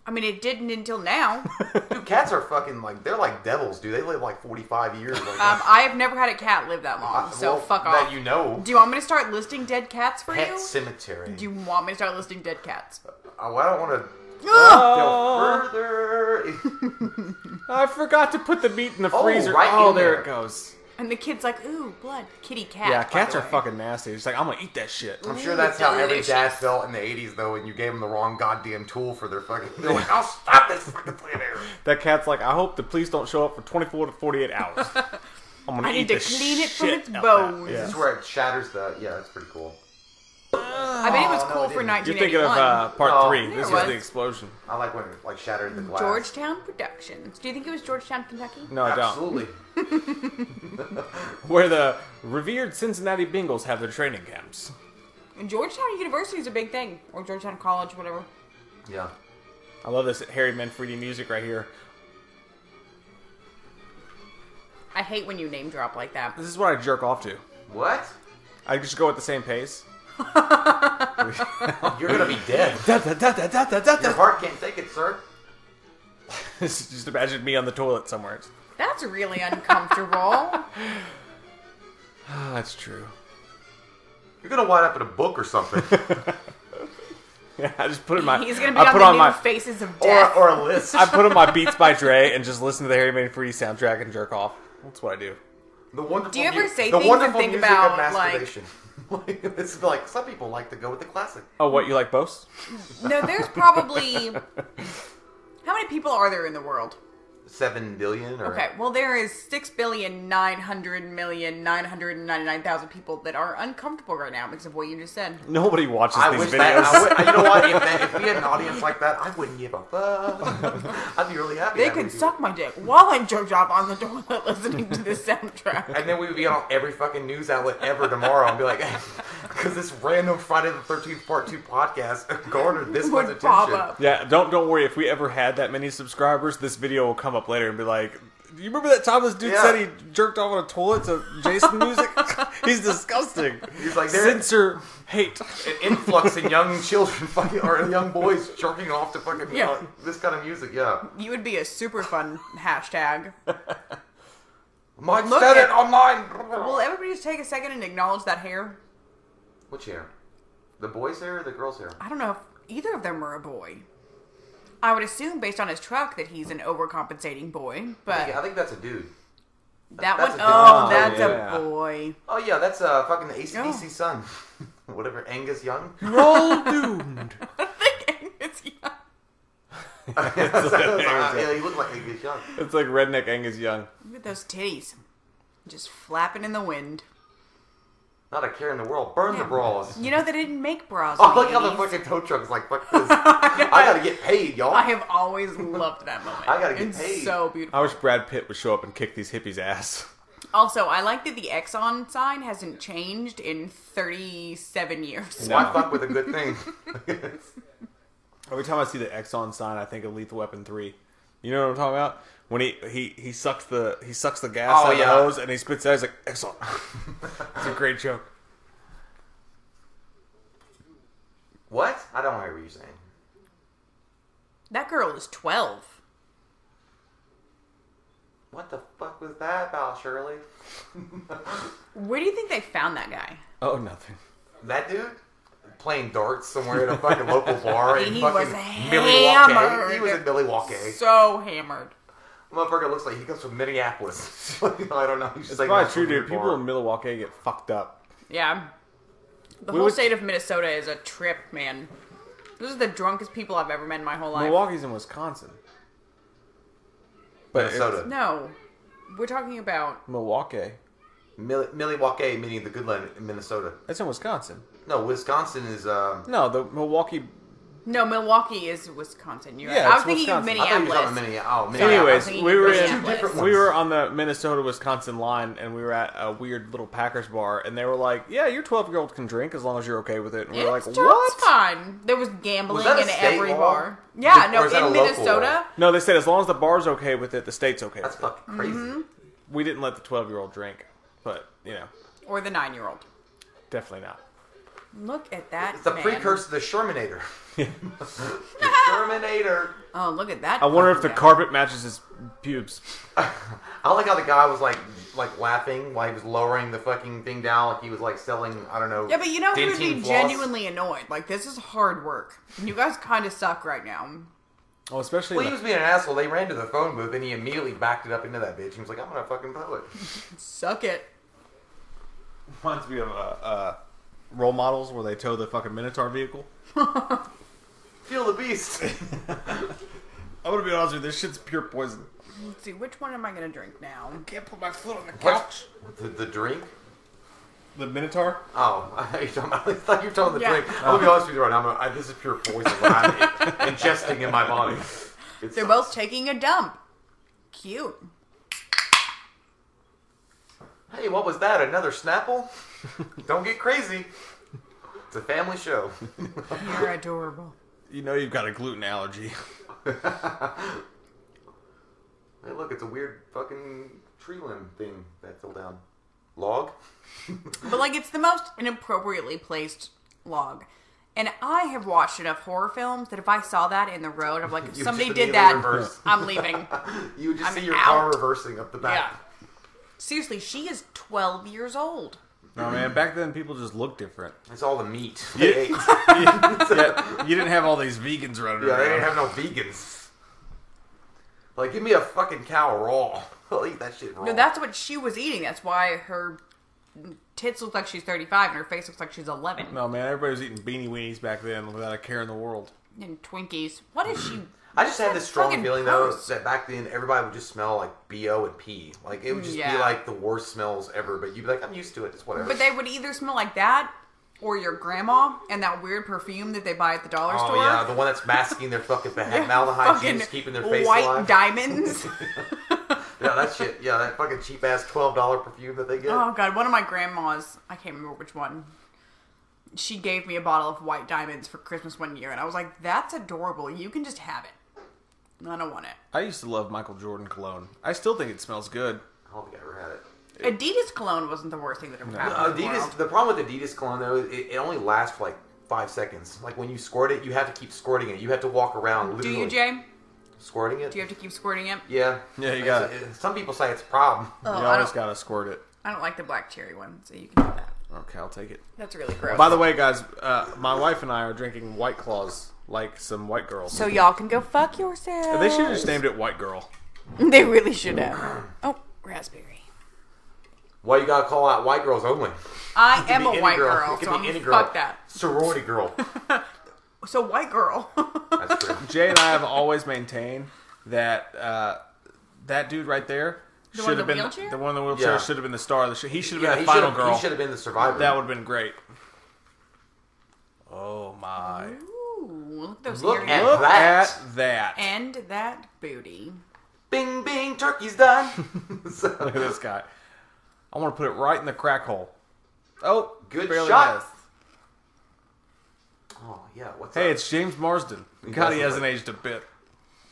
Speaker 4: I mean, it didn't until now.
Speaker 5: Dude, cats are fucking like they're like devils, dude. They live like forty five years. Like,
Speaker 4: Um, I have never had a cat live that long,
Speaker 5: I-
Speaker 4: so
Speaker 5: Uh, well,
Speaker 4: fuck
Speaker 5: that
Speaker 4: off.
Speaker 5: you know.
Speaker 4: Do you want me to start listing dead cats for
Speaker 5: Pet
Speaker 4: you?
Speaker 5: cemetery.
Speaker 4: Do you want me to start listing dead cats?
Speaker 5: Oh, I don't want to
Speaker 4: Ah!
Speaker 5: go further.
Speaker 1: I forgot to put the meat in the
Speaker 5: Oh,
Speaker 1: freezer.
Speaker 5: right
Speaker 1: oh,
Speaker 5: in
Speaker 1: there
Speaker 5: there.
Speaker 1: it goes.
Speaker 4: And the kid's like, "Ooh, blood, kitty cat."
Speaker 1: Yeah,
Speaker 4: by
Speaker 1: cats
Speaker 4: the
Speaker 1: are
Speaker 4: way.
Speaker 1: fucking nasty. It's like I'm gonna eat that shit.
Speaker 5: I'm sure that's how every
Speaker 4: Delicious.
Speaker 5: dad felt in the '80s, though, when you gave them the wrong goddamn tool for their fucking. They're like, "I'll stop this fucking planet."
Speaker 1: That cat's like, I hope the police don't show up for 24 to 48 hours. I'm gonna
Speaker 4: I
Speaker 1: eat
Speaker 4: need to
Speaker 1: the
Speaker 4: clean it from
Speaker 1: shit
Speaker 4: its
Speaker 1: out that.
Speaker 4: bones.
Speaker 1: Yeah.
Speaker 5: This is where it shatters the. Yeah, that's pretty cool.
Speaker 4: I mean, it was
Speaker 5: Oh, no,
Speaker 4: cool
Speaker 5: it
Speaker 4: for
Speaker 5: didn't.
Speaker 4: 1981.
Speaker 1: You're thinking of uh, part
Speaker 5: No.
Speaker 1: three.
Speaker 5: There
Speaker 1: This
Speaker 4: it
Speaker 1: was
Speaker 4: was.
Speaker 1: the explosion.
Speaker 5: I like when it like shatters the glass.
Speaker 4: Georgetown Productions. Do you think it was Georgetown, Kentucky?
Speaker 1: No, I don't.
Speaker 5: Absolutely.
Speaker 1: Where the revered Cincinnati Bengals have their training camps.
Speaker 4: Georgetown University is a big thing, or Georgetown College, whatever.
Speaker 5: Yeah.
Speaker 1: I love this Harry Manfredi music right here.
Speaker 4: I hate when you name drop like that.
Speaker 1: This is what I jerk off to.
Speaker 5: What?
Speaker 1: I just go at the same pace.
Speaker 5: You're gonna be dead.
Speaker 1: Da, da, da, da, da, da, da,
Speaker 5: Your
Speaker 1: da.
Speaker 5: heart can't take it, sir.
Speaker 1: just imagine me on the toilet somewhere.
Speaker 4: That's really uncomfortable.
Speaker 1: Ah, that's true.
Speaker 5: You're gonna wind up in a book or something,
Speaker 1: Yeah, I just put in my.
Speaker 4: He's gonna be
Speaker 1: I
Speaker 4: on
Speaker 1: put
Speaker 4: the
Speaker 1: on
Speaker 4: new
Speaker 1: my.
Speaker 4: Faces of
Speaker 5: or,
Speaker 4: Death.
Speaker 5: or a list.
Speaker 1: I put on my Beats by Dre and just listen to the Harry Manfredi soundtrack and jerk off. That's what I do.
Speaker 5: The wonderful.
Speaker 4: Do you ever
Speaker 5: mu-
Speaker 4: say
Speaker 5: the
Speaker 4: things and
Speaker 5: wonderful
Speaker 4: think
Speaker 5: music
Speaker 4: about,
Speaker 5: of
Speaker 4: like-
Speaker 5: masturbation? Like, this is like some people like to go with the classic.
Speaker 1: Oh, what you like both?
Speaker 4: no, there's probably how many people are there in the world?
Speaker 5: Seven billion or
Speaker 4: Okay, well there is six billion nine hundred million nine hundred ninety nine thousand people that are uncomfortable right now because of what you just said.
Speaker 1: Nobody watches
Speaker 5: I
Speaker 1: these
Speaker 5: wish
Speaker 1: videos.
Speaker 5: that. I would, you know what? If, that, if we had an audience like that, I wouldn't give a fuck. I'd be really happy.
Speaker 4: They
Speaker 5: that
Speaker 4: could
Speaker 5: we'd be-
Speaker 4: suck my dick while I'm jerked off on the toilet listening to this soundtrack.
Speaker 5: And then we would be on every fucking news outlet ever tomorrow and be like, because this random Friday the Thirteenth Part Two podcast garnered this much
Speaker 4: Would
Speaker 5: attention.
Speaker 4: pop up.
Speaker 1: Yeah, don't don't worry. If we ever had that many subscribers, this video will come up later and be like, "You remember that time this dude
Speaker 5: Yeah.
Speaker 1: said he jerked off on a toilet to Jason music? He's disgusting.
Speaker 5: He's like, "There-
Speaker 1: censor hate."
Speaker 5: An influx in young children, fucking, or young boys jerking off to fucking
Speaker 4: Yeah.
Speaker 5: uh, this kind of music. Yeah,
Speaker 4: You would be a super fun hashtag.
Speaker 5: Mike
Speaker 4: Look
Speaker 5: said
Speaker 4: at-
Speaker 5: it online.
Speaker 4: Will everybody just take a second and acknowledge that hair?
Speaker 5: Which hair? The boy's hair or the girl's hair?
Speaker 4: I don't know if either of them are a boy. I would assume based on his truck that he's an overcompensating boy, but
Speaker 5: Yeah, I think that's a dude.
Speaker 4: that
Speaker 5: that's
Speaker 4: one,
Speaker 5: a
Speaker 4: oh,
Speaker 5: different-
Speaker 4: that's
Speaker 1: yeah.
Speaker 4: a boy.
Speaker 5: Oh yeah, that's uh fucking the ACDC
Speaker 4: Yeah.
Speaker 5: son, whatever Angus Young.
Speaker 1: Roll doomed.
Speaker 4: It's- yeah.
Speaker 5: yeah, he looked like Angus Young.
Speaker 1: It's like redneck Angus Young.
Speaker 4: Look at those titties, just flapping in the wind.
Speaker 5: Not a care in the world. Burn the bras.
Speaker 4: You know they didn't make bras.
Speaker 5: Oh,
Speaker 4: in
Speaker 5: look how the
Speaker 4: 80s.
Speaker 5: fucking tow truck's like, fuck this. I gotta get paid, y'all.
Speaker 4: I have always loved that moment.
Speaker 5: I gotta get
Speaker 4: it's
Speaker 5: paid.
Speaker 4: So beautiful.
Speaker 1: I wish Brad Pitt would show up and kick these hippies' ass.
Speaker 4: Also, I like that the Exxon sign hasn't changed in 37 years.
Speaker 5: Why fuck with a good thing?
Speaker 1: Every time I see the Exxon sign, I think of Lethal Weapon three. You know what I'm talking about? When he he, he sucks the he sucks the gas
Speaker 5: Oh,
Speaker 1: out of the
Speaker 5: yeah.
Speaker 1: hose and he spits it out. He's like Exxon. it's a great joke.
Speaker 5: what? I don't hear what you're saying.
Speaker 4: That girl is 12.
Speaker 5: What the fuck was that about, Shirley?
Speaker 4: Where do you think they found that guy?
Speaker 1: Oh, nothing.
Speaker 5: That dude? Playing darts somewhere at a fucking local bar in
Speaker 4: He was
Speaker 5: fucking
Speaker 4: hammered.
Speaker 5: Milwaukee. He was in Milwaukee.
Speaker 4: So hammered.
Speaker 5: Motherfucker looks like he comes from Minneapolis. I don't know. He's just
Speaker 1: It's
Speaker 5: like
Speaker 1: probably
Speaker 5: that's
Speaker 1: true,
Speaker 5: a weird
Speaker 1: dude. People
Speaker 5: bar.
Speaker 1: in Milwaukee get fucked up.
Speaker 4: Yeah. The
Speaker 1: We
Speaker 4: whole
Speaker 1: would-
Speaker 4: state of Minnesota is a trip, man. This is the drunkest people I've ever met in my whole life.
Speaker 1: Milwaukee's in Wisconsin, but it's-
Speaker 5: Minnesota.
Speaker 4: No. We're talking about.
Speaker 1: Milwaukee.
Speaker 5: Mil- Milwaukee, meaning the good land in Minnesota.
Speaker 1: That's in Wisconsin.
Speaker 5: No, Wisconsin is um,
Speaker 1: No, the Milwaukee
Speaker 4: No, Milwaukee is Wisconsin. You're right.
Speaker 1: Yeah,
Speaker 4: I was
Speaker 1: it's
Speaker 4: thinking of
Speaker 1: Wisconsin.
Speaker 5: I thought you were
Speaker 4: Minneapolis.
Speaker 5: talking Minneapolis. Oh,
Speaker 1: Anyways,
Speaker 5: Minneapolis.
Speaker 4: I think
Speaker 1: we were
Speaker 4: it's
Speaker 1: in,
Speaker 4: two different
Speaker 1: we were on the Minnesota Wisconsin line, and we were at a weird little Packers bar, and they were like, "Yeah, your twelve year old can drink as long as you're okay with it." And we
Speaker 4: It
Speaker 1: were
Speaker 4: was
Speaker 1: like,
Speaker 4: just
Speaker 1: "What?"
Speaker 4: fine. There was gambling
Speaker 5: Was that a
Speaker 4: in
Speaker 5: state
Speaker 4: every
Speaker 5: law?
Speaker 4: bar. Yeah,
Speaker 5: Or
Speaker 4: no,
Speaker 5: is that a
Speaker 4: in
Speaker 5: local
Speaker 4: Minnesota.
Speaker 5: law?
Speaker 1: No, they said as long as the bar's okay with it, the state's okay.
Speaker 5: That's
Speaker 1: with it.
Speaker 5: fucking crazy.
Speaker 4: Mm-hmm.
Speaker 1: We didn't let the twelve year old drink, but you know,
Speaker 4: Or the nine year old.
Speaker 1: definitely not.
Speaker 4: Look at that.
Speaker 5: It's the
Speaker 4: man.
Speaker 5: precursor to the Shermanator. the Shermanator.
Speaker 4: Oh, look at that.
Speaker 1: I wonder if the
Speaker 4: fucking guy.
Speaker 1: carpet matches his pubes.
Speaker 5: I like how the guy was like, like laughing while he was lowering the fucking thing down, like he was like selling, I don't know.
Speaker 4: Yeah, but you know who would be
Speaker 5: dentine floss.
Speaker 4: genuinely annoyed? Like, this is hard work. And You guys kind of suck right now.
Speaker 1: Oh, especially
Speaker 5: Well,
Speaker 1: in
Speaker 5: he
Speaker 1: the-
Speaker 5: was being an asshole. They ran to the phone booth and he immediately backed it up into that bitch. He was like, "I'm gonna fucking poet."
Speaker 4: Suck it.
Speaker 1: reminds me of uh, uh, role models where they tow the fucking Minotaur vehicle.
Speaker 5: Feel the beast.
Speaker 1: I'm gonna be honest with you, this shit's pure poison.
Speaker 4: Let's see, which one am I going to drink now?
Speaker 1: Can't put my foot on the
Speaker 5: couch. the, the drink.
Speaker 1: The Minotaur.
Speaker 5: Oh, I thought you were talking about- I thought you were talking about the
Speaker 4: Yeah.
Speaker 5: drink. I'll be honest with you right now. I'm, I, this is pure poison that I'm in- ingesting in my body. It's,
Speaker 4: They're both taking a dump. Cute.
Speaker 5: hey, what was that? Another Snapple? Don't get crazy. It's a family show.
Speaker 4: You're adorable.
Speaker 1: You know you've got a gluten allergy.
Speaker 5: Hey, look, it's a weird fucking tree limb thing that fell down. Log?
Speaker 4: But like, it's the most inappropriately placed log. And I have watched enough horror films that if I saw that in the road, I'm like, if
Speaker 5: You
Speaker 4: somebody
Speaker 5: just
Speaker 4: did
Speaker 5: immediately
Speaker 4: that,
Speaker 5: reverse.
Speaker 4: I'm leaving.
Speaker 5: You would just
Speaker 4: I'm
Speaker 5: see your
Speaker 4: out.
Speaker 5: car reversing up the
Speaker 4: yeah.
Speaker 5: back.
Speaker 4: Seriously, she is 12 years old.
Speaker 1: No man, back then people just looked different.
Speaker 5: It's all the meat. They ate.
Speaker 1: yeah, you didn't have all these vegans running
Speaker 5: Yeah, they
Speaker 1: around.
Speaker 5: didn't have no vegans. Like, give me a fucking cow raw. I'll eat that shit raw.
Speaker 4: No, that's what she was eating. That's why her tits look like she's 35 and her face looks like she's 11.
Speaker 1: no man, everybody was eating beanie weenies back then without a care in the world.
Speaker 4: And Twinkies. What is she?
Speaker 5: I just had this strong
Speaker 4: Fucking
Speaker 5: feeling
Speaker 4: gross.
Speaker 5: though that back then everybody would just smell like bo and pee. Like it would just be
Speaker 4: Yeah.
Speaker 5: like the worst smells ever. But you'd be like, I'm used to it. It's whatever.
Speaker 4: But they would either smell like that or your grandma and that weird perfume that they buy at the dollar
Speaker 5: oh
Speaker 4: store.
Speaker 5: yeah, the one that's masking their fucking
Speaker 4: They're
Speaker 5: formaldehyde juice, keeping their face
Speaker 4: white
Speaker 5: alive.
Speaker 4: diamonds.
Speaker 5: yeah, that shit. Yeah, that fucking cheap ass twelve dollar perfume that they get.
Speaker 4: oh god, one of my grandmas, I can't remember which one. She gave me a bottle of white diamonds for Christmas one year, and I was like, "That's adorable. You can just have it. I don't want it."
Speaker 1: I used to love Michael Jordan cologne. I still think it smells good.
Speaker 5: I don't think I ever had it. Uh,
Speaker 4: Adidas cologne wasn't the worst thing that ever happened. in the world.
Speaker 5: Adidas. The problem with Adidas cologne though, it, it only lasts for like five seconds. Like when you squirt it, you have to keep squirting it. You have to walk around.
Speaker 4: Do
Speaker 5: Literally
Speaker 4: you, Jay?
Speaker 5: Squirting it.
Speaker 4: Do you have to keep squirting it? Oh,
Speaker 5: yeah.
Speaker 1: Yeah, you got
Speaker 5: It's- Some people say it's a problem.
Speaker 1: you
Speaker 4: I
Speaker 1: always
Speaker 4: don't,
Speaker 1: gotta squirt it.
Speaker 4: I don't like the black cherry one, so you can do that.
Speaker 1: Okay, I'll take it.
Speaker 4: That's really gross.
Speaker 1: By the way, guys, uh, my wife and I are drinking White Claws like some white girls.
Speaker 4: so y'all can go fuck yourselves.
Speaker 1: they should have just named it White Girl.
Speaker 4: They really should have. Oh, raspberry.
Speaker 5: Why you gotta call out white girls only?
Speaker 4: I
Speaker 5: It
Speaker 4: am
Speaker 5: could
Speaker 4: a
Speaker 5: be any
Speaker 4: white girl,
Speaker 5: It could
Speaker 4: so
Speaker 5: be
Speaker 4: I'm
Speaker 5: any
Speaker 4: gonna
Speaker 5: girl.
Speaker 4: fuck that.
Speaker 5: Sorority girl.
Speaker 4: So white girl.
Speaker 5: That's true.
Speaker 1: Jay and I have always maintained that uh, that dude right there
Speaker 4: one
Speaker 1: should
Speaker 4: in
Speaker 1: have
Speaker 4: the
Speaker 1: been
Speaker 4: wheelchair?
Speaker 1: the one in the wheelchair
Speaker 5: Yeah.
Speaker 1: should have been the star of the show. He should have
Speaker 5: yeah,
Speaker 1: been
Speaker 5: he
Speaker 1: the final
Speaker 5: should've-
Speaker 1: girl.
Speaker 5: He should have been the survivor.
Speaker 1: That would have been great. Oh my!
Speaker 4: Ooh, look at those
Speaker 5: Look
Speaker 4: earrings.
Speaker 5: at-
Speaker 1: Look
Speaker 5: That.
Speaker 1: at that!
Speaker 4: and that booty.
Speaker 5: Bing, bing, turkey's done.
Speaker 1: Look at this guy. I want to put it right in the crack hole. Oh,
Speaker 5: Good
Speaker 1: barely
Speaker 5: shot.
Speaker 1: missed.
Speaker 5: oh yeah, what's
Speaker 1: Hey,
Speaker 5: up?
Speaker 1: it's James Marsden. God, he
Speaker 5: does look
Speaker 1: hasn't
Speaker 5: like-
Speaker 1: aged a bit.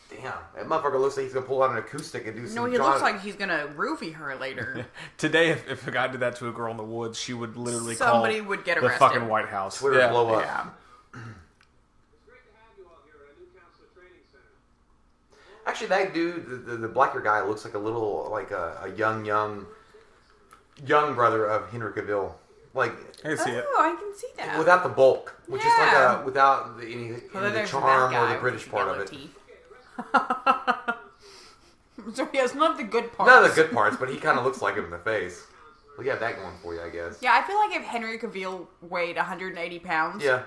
Speaker 5: damn that motherfucker looks like he's gonna pull out an acoustic and do some.
Speaker 4: No, he
Speaker 5: John-
Speaker 4: looks like he's gonna roofie her later.
Speaker 1: Today, if, if a guy did that to a girl in the woods, she would literally
Speaker 4: Somebody
Speaker 1: call
Speaker 4: would get
Speaker 1: the
Speaker 4: arrested.
Speaker 1: fucking White House.
Speaker 5: Twitter
Speaker 1: yeah.
Speaker 5: blow up.
Speaker 4: yeah.
Speaker 7: It's great to have you all here at our new counselor training center.
Speaker 5: Actually, that dude, the, the, the blacker guy, looks like a little like a, a young, young, young brother of Henry Cavill. Like
Speaker 1: I can see it.
Speaker 4: Oh, I can see that.
Speaker 5: without the bulk, which is like
Speaker 4: Yeah.
Speaker 5: a without the, any,
Speaker 4: Although
Speaker 5: any the
Speaker 4: there's that
Speaker 5: charm
Speaker 4: guy
Speaker 5: or the
Speaker 4: with
Speaker 5: British
Speaker 4: the
Speaker 5: part of
Speaker 4: yellow
Speaker 5: it.
Speaker 4: teeth. so he has none of the good parts.
Speaker 5: None of the good parts, but he kind of looks like him in the face. Well, you have that going for you, I guess.
Speaker 4: Yeah, I feel like if Henry Cavill weighed 180 pounds
Speaker 5: Yeah.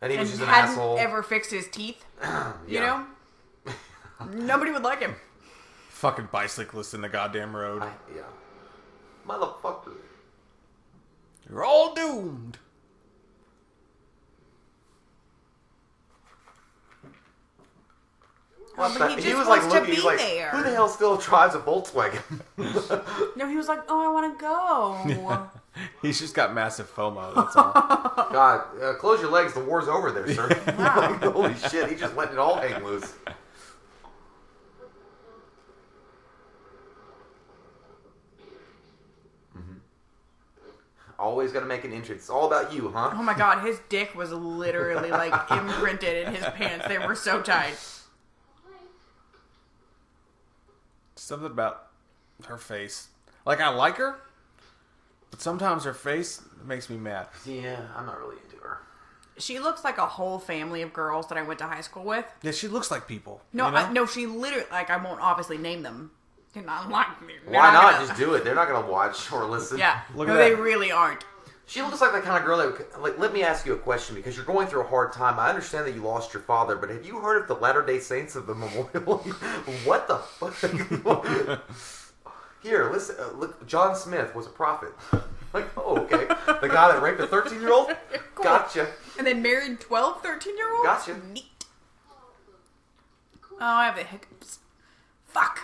Speaker 5: And he
Speaker 4: and
Speaker 5: was just an
Speaker 4: hadn't
Speaker 5: asshole.
Speaker 4: ever fixed his teeth, you
Speaker 5: Yeah.
Speaker 4: know, nobody would like him.
Speaker 1: Fucking bicyclist in the goddamn road.
Speaker 5: I, yeah. Motherfucker.
Speaker 1: You're all doomed.
Speaker 4: Well, but he
Speaker 5: And
Speaker 4: just
Speaker 5: was
Speaker 4: wants
Speaker 5: like
Speaker 4: to
Speaker 5: looking,
Speaker 4: be
Speaker 5: he's like,
Speaker 4: there.
Speaker 5: who the hell still drives a Volkswagen?
Speaker 4: No, he was like, "Oh, I want to go."
Speaker 1: He's just got massive FOMO. That's all.
Speaker 5: God, uh, close your legs. The war's over there, sir. Like, holy shit, he just let it all hang loose. Mhm. Always got to make an entrance. It's all about you, huh?
Speaker 4: oh my god, his dick was literally like imprinted in his pants. They were so tight.
Speaker 1: Something about her face. Like I like her, but sometimes her face makes me mad.
Speaker 5: Yeah, I'm not really into her.
Speaker 4: She looks like a whole family of girls that I went to high school with.
Speaker 1: Yeah, she looks like people.
Speaker 4: No,
Speaker 1: you know?
Speaker 4: I, no, she literally like I won't obviously name them. They're not like me. They're
Speaker 5: Why not?
Speaker 4: gonna-
Speaker 5: Just do it. They're not gonna watch or listen.
Speaker 4: yeah.
Speaker 1: Look
Speaker 4: no,
Speaker 1: at
Speaker 4: they
Speaker 1: that.
Speaker 4: really aren't.
Speaker 5: She looks like the kind of girl that. would- Like, let me ask you a question because you're going through a hard time. I understand that you lost your father, but have you heard of the Latter Day Saints of the Memorial? what the fuck? Here, listen. Uh, look, John Smith was a prophet. Like, oh, okay. The guy that raped a 13 year old. Gotcha.
Speaker 4: And then married 12, 13 year olds.
Speaker 5: Gotcha.
Speaker 4: Neat. Oh, I have the hiccups. Fuck.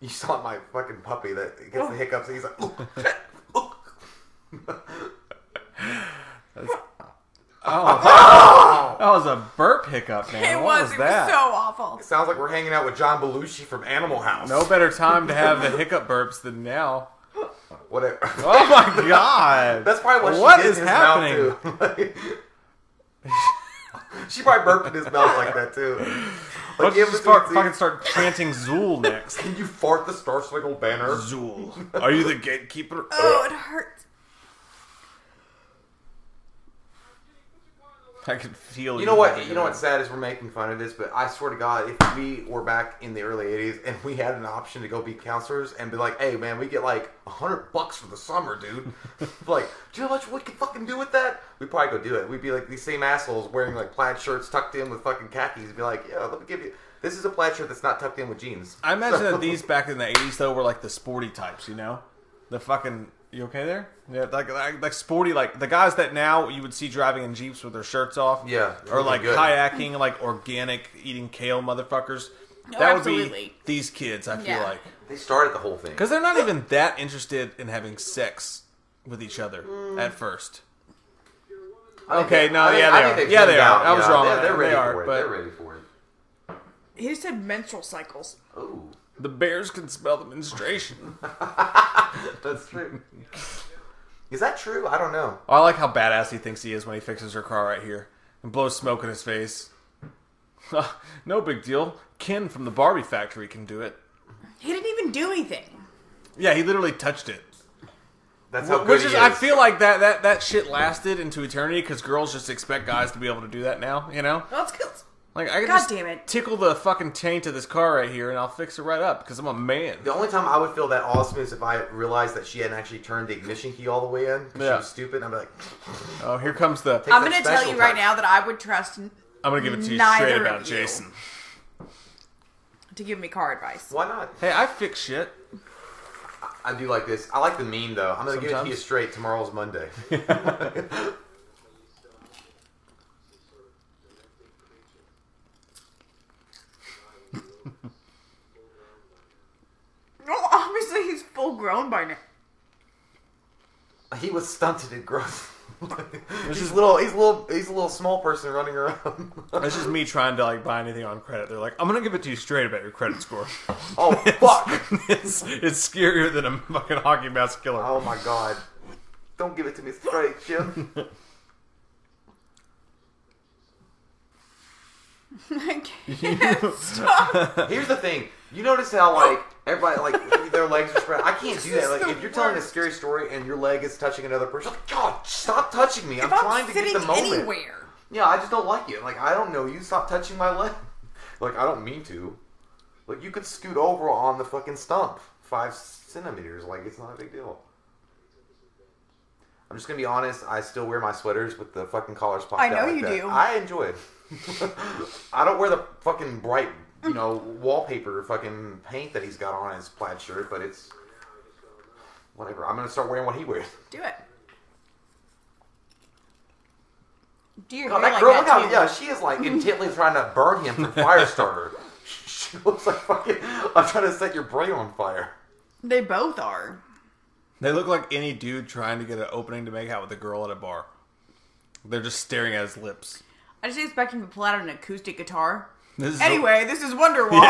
Speaker 5: You saw my fucking puppy that gets the hiccups, and he's like, ooh, shit, ooh.
Speaker 1: That was a burp hiccup, man.
Speaker 4: It
Speaker 1: what
Speaker 4: was.
Speaker 1: was,
Speaker 4: it
Speaker 1: that?
Speaker 4: was so awful.
Speaker 5: Sounds like we're hanging out with John Belushi from Animal House.
Speaker 1: no better time to have the hiccup burps than now.
Speaker 5: Whatever.
Speaker 1: Oh my god!
Speaker 5: That's probably what,
Speaker 1: What
Speaker 5: she did
Speaker 1: is
Speaker 5: in his
Speaker 1: happening?
Speaker 5: Mouth too. she probably burped in his mouth like that too.
Speaker 1: Why
Speaker 5: Like,
Speaker 1: don't you
Speaker 5: if
Speaker 1: just
Speaker 5: it's
Speaker 1: start,
Speaker 5: fucking
Speaker 1: fucking start chanting Zool next?
Speaker 5: Can you fart the Star Spangled Banner?
Speaker 1: Zool, are you the gatekeeper?
Speaker 5: Uh,
Speaker 4: Oh, it hurts.
Speaker 1: I can feel you.
Speaker 5: You know what? You know what's sad is we're making fun of this, but I swear to God, if we were back in the early '80s and we had an option to go be counselors and be like, "Hey, man, we get like a hundred bucks for the summer, dude." like, do you know how much we could fucking do with that? We'd probably go do it. We'd be like these same assholes wearing like plaid shirts tucked in with fucking khakis. Be like, "Yeah, let me give you." This is a plaid shirt that's not tucked in with jeans.
Speaker 1: I imagine that these back in the '80s though were like the sporty types, you know, the fucking. You okay there? Yeah, like, like like sporty, like the guys that now you would see driving in jeeps with their shirts off.
Speaker 5: Yeah,
Speaker 1: or like
Speaker 5: good.
Speaker 1: kayaking, like organic eating kale, motherfuckers.
Speaker 4: No,
Speaker 1: that would be
Speaker 4: absolutely.
Speaker 1: these kids. I feel
Speaker 4: Yeah.
Speaker 1: like
Speaker 5: They started the whole thing.
Speaker 1: because they're not even that interested in having sex with each
Speaker 4: Mm.
Speaker 1: other at first. Okay, no, yeah, they are. Yeah, they are. I was wrong on
Speaker 5: They're,
Speaker 1: that.
Speaker 5: they're
Speaker 1: They
Speaker 5: ready
Speaker 1: are,
Speaker 5: for it.
Speaker 1: but-
Speaker 5: They're ready for it.
Speaker 4: He just said menstrual cycles.
Speaker 5: Oh,
Speaker 1: The bears can smell the menstruation.
Speaker 5: that's true. Is that true? I don't know.
Speaker 1: Oh, I like how badass he thinks he is when he fixes her car right here and blows smoke in his face. no big deal. Ken from the Barbie factory can do it.
Speaker 4: He didn't even do anything.
Speaker 1: Yeah, he literally touched it.
Speaker 5: That's how good
Speaker 1: Which
Speaker 5: he
Speaker 1: is,
Speaker 5: is.
Speaker 1: I feel like that that that shit lasted into eternity because girls just expect guys to be able to do that now. You know,
Speaker 4: That's good.
Speaker 1: like I can
Speaker 4: God
Speaker 1: just
Speaker 4: damn it.
Speaker 1: tickle the fucking taint of this car right here and I'll fix it right up because I'm a man.
Speaker 5: The only time I would feel that awesome is if I realized that she hadn't actually turned the ignition key all the way in. 'cause
Speaker 1: Yeah.
Speaker 5: She was stupid. And I'm like,
Speaker 1: Oh, here comes the.
Speaker 4: I'm
Speaker 5: that
Speaker 4: gonna tell
Speaker 5: special
Speaker 4: you right
Speaker 5: type.
Speaker 4: now that I would trust n-
Speaker 1: I'm gonna give it to you
Speaker 4: Neither
Speaker 1: straight
Speaker 4: of
Speaker 1: about
Speaker 4: you.
Speaker 1: Jason.
Speaker 4: to give me car advice.
Speaker 5: why not?
Speaker 1: Hey, I fix shit.
Speaker 5: I do like this. I like the meme though. I'm gonna give it to
Speaker 1: Sometimes.
Speaker 5: you straight. Tomorrow's Monday.
Speaker 4: Well, obviously he's full grown by now.
Speaker 5: he was stunted and gross. he's little. He's little. He's a little small person running around.
Speaker 1: This is me trying to like buy anything on credit. They're like, I'm gonna give it to you straight about your credit score.
Speaker 5: oh fuck.
Speaker 1: it's, it's scarier than a fucking hockey mask killer.
Speaker 5: Oh my god. Don't give it to me straight, Jim.
Speaker 4: I can't stop.
Speaker 5: Here's the thing. You notice how like everybody like their legs are spread. I can't do that. Like if you're telling a scary story and your leg is touching another person, like, God, stop touching me. I'm
Speaker 4: If
Speaker 5: trying
Speaker 4: I'm
Speaker 5: to get
Speaker 4: sitting
Speaker 5: the moment.
Speaker 4: anywhere.
Speaker 5: Yeah, I just don't like you. Like I don't know you. Stop touching my leg. Like I don't mean to. Like you could scoot over on the fucking stump five centimeters. Like it's not a big deal. I'm just gonna be honest. I still wear my sweaters with the fucking collars popped
Speaker 4: I know
Speaker 5: out like
Speaker 4: you
Speaker 5: that.
Speaker 4: do.
Speaker 5: I enjoy it. I don't wear the fucking bright, you know, wallpaper fucking paint that he's got on his plaid shirt, but it's whatever. I'm gonna start wearing what he wears.
Speaker 4: Do it. Do you
Speaker 5: God,
Speaker 4: hair
Speaker 5: that
Speaker 4: like
Speaker 5: girl,
Speaker 4: that
Speaker 5: look how,
Speaker 4: too?
Speaker 5: yeah, she is like intently trying to burn him for Firestarter. she looks like fucking, I'm trying to set your brain on fire.
Speaker 4: They both are.
Speaker 1: They look like any dude trying to get an opening to make out with a girl at a bar. They're just staring at his lips.
Speaker 4: I just expect him to pull out an acoustic guitar.
Speaker 1: This is
Speaker 4: Anyway, this is Wonderwall.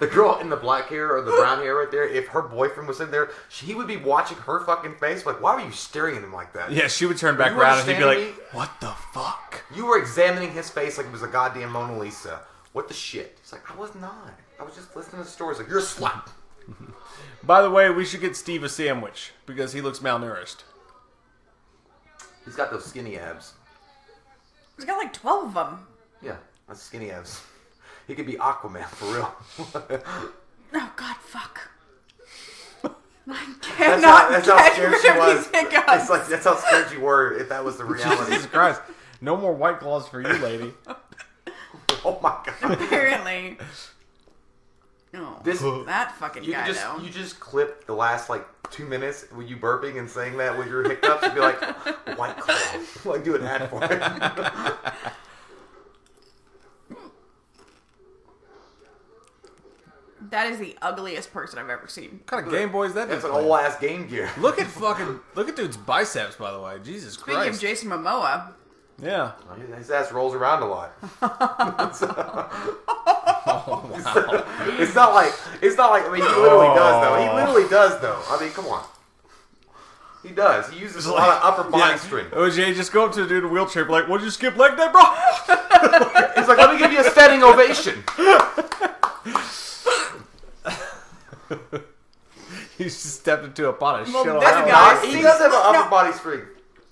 Speaker 5: The girl in the black hair or the brown hair right there, if her boyfriend was in there, she would be watching her fucking face like, why were you staring at him like that?
Speaker 1: yeah, she would turn back
Speaker 5: You
Speaker 1: around and he'd be like,
Speaker 5: understand
Speaker 1: "What the fuck?"
Speaker 5: You were examining his face like it was a goddamn Mona Lisa. What the shit? He's like, I was not. I was just listening to stories like, you're a slut.
Speaker 1: By the way, we should get Steve a sandwich because he looks malnourished.
Speaker 5: He's got those skinny abs.
Speaker 4: He's got like 12 of them.
Speaker 5: Yeah, that's skinny abs. He could be Aquaman for real.
Speaker 4: Oh, God, fuck. I
Speaker 5: That's
Speaker 4: cannot
Speaker 5: how, that's how
Speaker 4: get
Speaker 5: scared she
Speaker 4: rid
Speaker 5: was.
Speaker 4: of these
Speaker 5: It's
Speaker 4: hiccups.
Speaker 5: like that's how scared you were if that was the reality.
Speaker 1: Jesus Christ, no more white claws for you, lady.
Speaker 5: oh my god!
Speaker 4: Apparently. Oh,
Speaker 5: This
Speaker 4: that fucking
Speaker 5: you
Speaker 4: guy,
Speaker 5: could just
Speaker 4: though.
Speaker 5: you just clip the last like two minutes with you burping and saying that with your hiccups and be like white claw, like do an ad for it.
Speaker 4: That is the ugliest person I've ever seen.
Speaker 1: What kind of Game Boy is that?
Speaker 5: That's
Speaker 1: dude
Speaker 5: an
Speaker 1: playing?
Speaker 5: old ass Game Gear.
Speaker 1: Look at fucking look at dude's biceps. By the way, Jesus
Speaker 4: Speaking
Speaker 1: Christ.
Speaker 4: of Jason Momoa,
Speaker 1: yeah.
Speaker 5: His ass rolls around a lot. it's not like it's not like I mean he literally does though. He literally does though. I mean come on. He does. He uses a lot of upper body strength.
Speaker 1: OJ, just go up to the dude in a wheelchair, be like, "What did you skip leg day, bro?"
Speaker 5: He's like, let me give you a standing ovation.
Speaker 1: he just stepped into a pot of shit.
Speaker 4: Well,
Speaker 1: all
Speaker 4: that's
Speaker 1: around.
Speaker 4: a guy.
Speaker 5: he does have an upper body strength.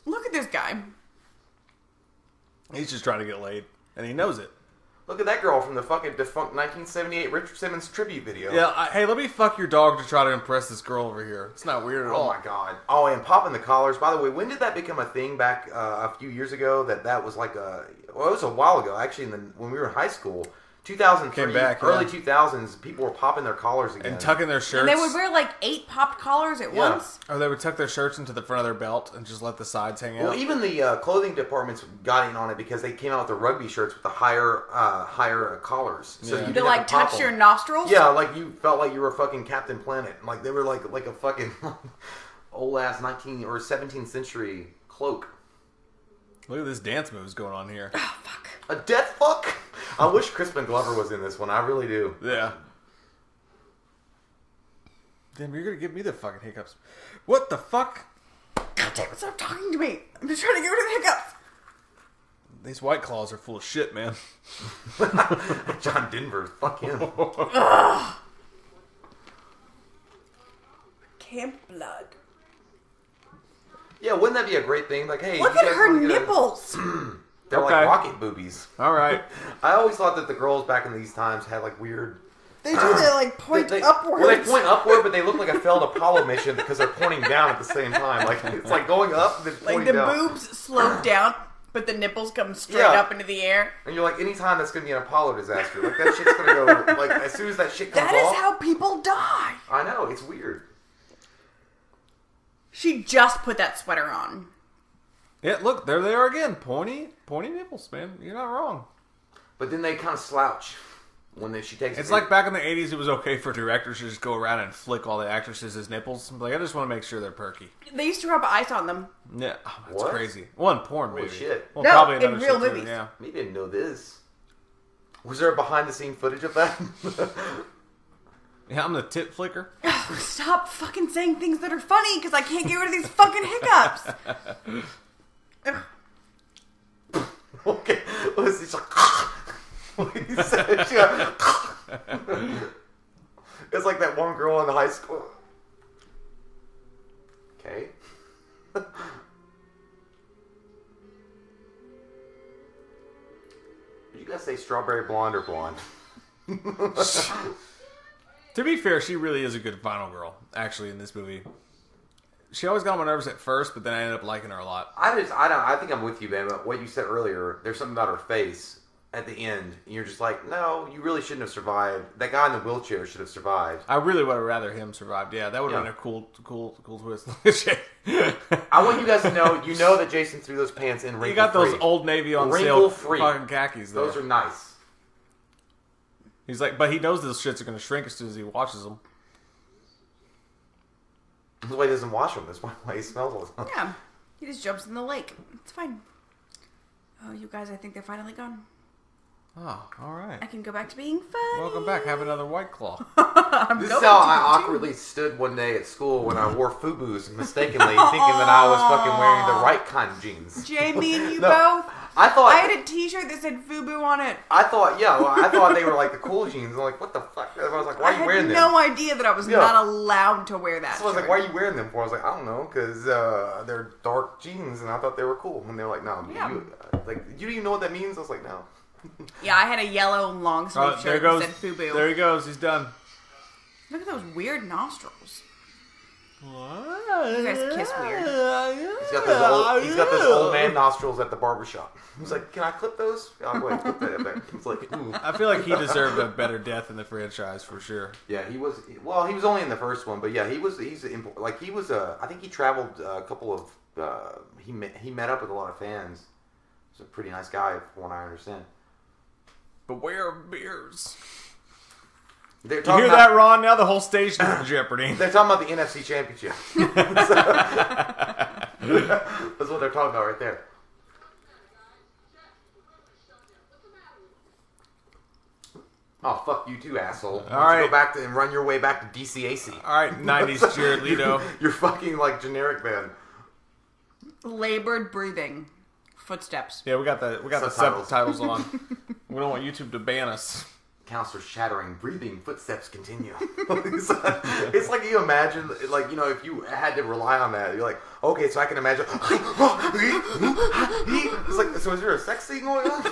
Speaker 4: look at this guy.
Speaker 1: He's just trying to get laid, and he knows it.
Speaker 5: Look at that girl from the fucking defunct 1978 Richard Simmons tribute video.
Speaker 1: Yeah. I, hey, let me fuck your dog to try to impress this girl over here. It's not weird at
Speaker 5: Oh
Speaker 1: all.
Speaker 5: my god. Oh, and popping the collars. By the way, when did that become a thing? Back uh, a few years ago. That that was like a. Well, it was a while ago. Actually, in the, when we were in high school, 2003,
Speaker 1: Came back,
Speaker 5: early
Speaker 1: yeah.
Speaker 5: 2000s, people were popping their collars again.
Speaker 1: And tucking their shirts.
Speaker 4: They would wear like eight popped collars at
Speaker 5: Yeah.
Speaker 4: once.
Speaker 1: Or they would tuck their shirts into the front of their belt and just let the sides hang out.
Speaker 5: Well, even the uh, clothing departments got in on it because they came out with the rugby shirts with the higher, uh, higher uh, collars.
Speaker 1: Yeah.
Speaker 5: So you
Speaker 1: To,
Speaker 4: To
Speaker 5: didn't
Speaker 4: like
Speaker 5: have to pop
Speaker 4: touch your
Speaker 5: them.
Speaker 4: nostrils.
Speaker 5: Yeah, like you felt like you were fucking Captain Planet. Like they were like like a fucking old ass nineteen or seventeenth century cloak.
Speaker 1: Look at this dance moves going on here.
Speaker 5: A death fuck. I wish Crispin Glover was in this one. I really do.
Speaker 1: yeah. Damn, you're gonna give me the fucking hiccups. What the fuck?
Speaker 4: God damn it, stop talking to me. I'm just trying to get rid of the hiccups.
Speaker 1: These white claws are full of shit, man.
Speaker 5: John Denver. Fuck him.
Speaker 4: Camp blood.
Speaker 5: yeah, wouldn't that be a great thing? Like, hey,
Speaker 4: Look
Speaker 5: you
Speaker 4: at
Speaker 5: guys wanna
Speaker 4: her
Speaker 5: get a-
Speaker 4: nipples.
Speaker 5: They're
Speaker 1: Okay.
Speaker 5: like rocket boobies.
Speaker 1: All right.
Speaker 5: I always thought that the girls back in these times had like weird.
Speaker 4: They do. They like point
Speaker 5: they, they-
Speaker 4: upwards.
Speaker 5: Well, they point upward, but they look like a failed Apollo mission because they're pointing down at the same time. Like it's like going up, and then pointing
Speaker 4: like the
Speaker 5: down.
Speaker 4: boobs slope down, but the nipples come straight
Speaker 5: Yeah.
Speaker 4: up into the air.
Speaker 5: And you're like, anytime that's gonna be an Apollo disaster. Like that shit's gonna go. Like as soon as that shit comes
Speaker 4: That is
Speaker 5: off.
Speaker 4: how people die.
Speaker 5: I know it's weird.
Speaker 4: She just put that sweater on.
Speaker 1: Yeah, look, there they are again. Pointy, pointy nipples, man. You're not wrong.
Speaker 5: But then they kind of slouch when they, she takes.
Speaker 1: It's like back in the '80s, it was okay for directors to just go around and flick all the actresses' nipples. I'm like, I just want to make sure they're perky.
Speaker 4: They used to rub ice on them.
Speaker 1: Yeah, oh, that's
Speaker 5: What?
Speaker 1: crazy. One porn movie.
Speaker 5: shit.
Speaker 1: Well,
Speaker 4: No,
Speaker 1: probably
Speaker 4: in
Speaker 1: another
Speaker 4: real
Speaker 1: shit too,
Speaker 4: movies.
Speaker 1: Yeah.
Speaker 5: We didn't know this. Was there behind the scene footage of that?
Speaker 1: Yeah, I'm the tit flicker.
Speaker 4: Stop fucking saying things that are funny because I can't get rid of these fucking hiccups. Ugh.
Speaker 5: okay. Listen, she's like. what did you say? She went, it's like that one girl in high school. Okay. Did you guys say strawberry blonde or blonde?
Speaker 1: To be fair, she really is a good final girl. Actually, in this movie, she always got on my nerves at first, but then I ended up liking her a lot.
Speaker 5: I just, I don't, I think I'm with you, man. But what you said earlier, there's something about her face at the end, and you're just like, no, you really shouldn't have survived. That guy in the wheelchair should have survived.
Speaker 1: I really would have rather him survived. Yeah, that would have
Speaker 5: Yeah.
Speaker 1: been a cool, cool, cool twist.
Speaker 5: I want you guys to know, you know that Jason threw those pants in wrinkle
Speaker 1: you got those
Speaker 5: free.
Speaker 1: old Navy on sale
Speaker 5: Wrinkle free.
Speaker 1: fucking khakis. There.
Speaker 5: Those are nice.
Speaker 1: He's like, but he knows those shits are gonna shrink as soon as he washes them.
Speaker 5: That's why he doesn't wash them. That's why why he smells all the time.
Speaker 4: Yeah. He just jumps in the lake. It's fine. Oh, you guys, I think they're finally gone.
Speaker 1: Oh, all
Speaker 4: I
Speaker 1: right.
Speaker 4: can go back to being funny.
Speaker 1: Welcome back. Have another white claw.
Speaker 5: This is how I awkwardly stood one day at school when I wore FUBUs mistakenly, thinking that I was fucking wearing the right kind of jeans.
Speaker 4: Jamie and you
Speaker 5: No.
Speaker 4: both.
Speaker 5: I thought
Speaker 4: I had a T-shirt that said FUBU on it.
Speaker 5: I thought, yeah, well, I thought they were like the cool jeans. I'm like, what the fuck? I was like, why
Speaker 4: I
Speaker 5: are you
Speaker 4: had
Speaker 5: wearing
Speaker 4: no
Speaker 5: them?
Speaker 4: idea that I was
Speaker 5: Yeah.
Speaker 4: not allowed to wear that.
Speaker 5: So I was like,
Speaker 4: shirt.
Speaker 5: why are you wearing them for? I was like, I don't know, because uh, they're dark jeans, and I thought they were cool. And they're like, no,
Speaker 4: Yeah.
Speaker 5: you, uh, like you don't even know what that means. I was like, no.
Speaker 4: Yeah, I had a yellow long sleeve
Speaker 1: Uh, there
Speaker 4: shirt
Speaker 1: goes.
Speaker 4: that said FUBU.
Speaker 1: There he goes. He's done.
Speaker 4: Look at those weird nostrils.
Speaker 1: You
Speaker 4: guys kiss weird.
Speaker 5: He's got those old, he's got those old man nostrils at the barber shop. He's like, can I clip those? I'm like, clip that up there. He's like, ooh.
Speaker 1: I feel like he deserved a better death in the franchise for sure.
Speaker 5: Yeah, he was. Well, he was only in the first one, but yeah, he was. He's an impor- like he was. Uh, I think he traveled uh, a couple of. Uh, he met, he met up with a lot of fans. He's a pretty nice guy, from what I understand.
Speaker 1: Beware of beers.
Speaker 5: They're
Speaker 1: You
Speaker 5: talking
Speaker 1: hear
Speaker 5: about,
Speaker 1: that, Ron? Now the whole station is in jeopardy.
Speaker 5: They're talking about the NFC Championship. That's what they're talking about right there. Oh fuck you too, asshole! All
Speaker 1: right.
Speaker 5: go back to and run your way back to DCAC.
Speaker 1: All right, '90s Jared Leto.
Speaker 5: You're fucking like generic man.
Speaker 4: Labored breathing, footsteps.
Speaker 1: Yeah, we got the we got
Speaker 5: Subtitles.
Speaker 1: the subtitles on. we don't want YouTube to ban us.
Speaker 5: Counts are shattering, breathing, footsteps continue. it's, like, it's like you imagine, like, you know, if you had to rely on that, you're like, okay, so I can imagine. it's like, so is there a sex scene going on?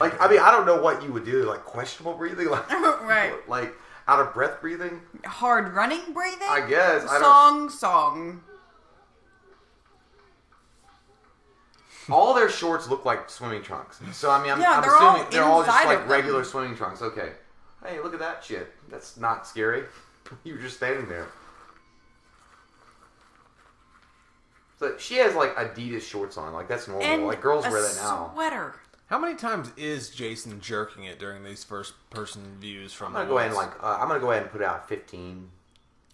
Speaker 5: like, I mean, I don't know what you would do, like, questionable breathing, like,
Speaker 4: Right.
Speaker 5: like out of breath breathing.
Speaker 4: Hard running breathing.
Speaker 5: I guess. I
Speaker 4: Song,
Speaker 5: don't,
Speaker 4: song.
Speaker 5: All their shorts look like swimming trunks. So I mean, I'm,
Speaker 4: Yeah,
Speaker 5: I'm
Speaker 4: they're all
Speaker 5: assuming they're all just
Speaker 4: inside
Speaker 5: like
Speaker 4: of them.
Speaker 5: regular swimming trunks. Okay. Hey, look at that shit. That's not scary. you were just standing there. So she has like Adidas shorts on. Like that's normal.
Speaker 4: And
Speaker 5: like Oh, girls
Speaker 4: a
Speaker 5: wear that now.
Speaker 4: Sweater.
Speaker 1: How many times is Jason jerking it during these first person views from?
Speaker 5: I'm gonna go ahead and like uh, I'm gonna go ahead and put out 15.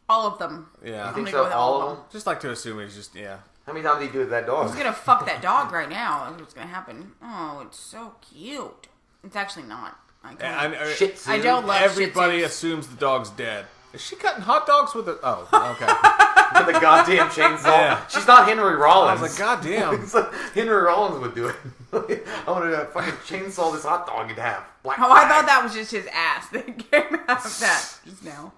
Speaker 4: All of them.
Speaker 1: yeah.
Speaker 5: You think
Speaker 4: gonna
Speaker 5: so?
Speaker 4: go with
Speaker 5: all
Speaker 4: all
Speaker 5: of
Speaker 4: of
Speaker 5: them?
Speaker 1: Just like to assume he's just yeah.
Speaker 5: How many times do you do it to that dog?
Speaker 4: I'm gonna fuck that dog right now. That's what's gonna happen. Oh, it's so cute. It's actually not. I, can't-
Speaker 1: And, and-
Speaker 5: Shit,
Speaker 4: I don't love
Speaker 1: everybody
Speaker 4: Shih Tzus.
Speaker 1: assumes the dog's dead. Is she cutting hot dogs with a? Oh, okay.
Speaker 5: with the goddamn chainsaw.
Speaker 1: Yeah.
Speaker 5: She's not Henry
Speaker 1: I
Speaker 5: Rollins.
Speaker 1: was like, God damn.
Speaker 5: It's like Henry Rollins would do it. I'm gonna uh, fucking chainsaw this hot dog in half. Black
Speaker 4: Oh, I
Speaker 5: flag.
Speaker 4: thought that was just his ass that came out of that just now.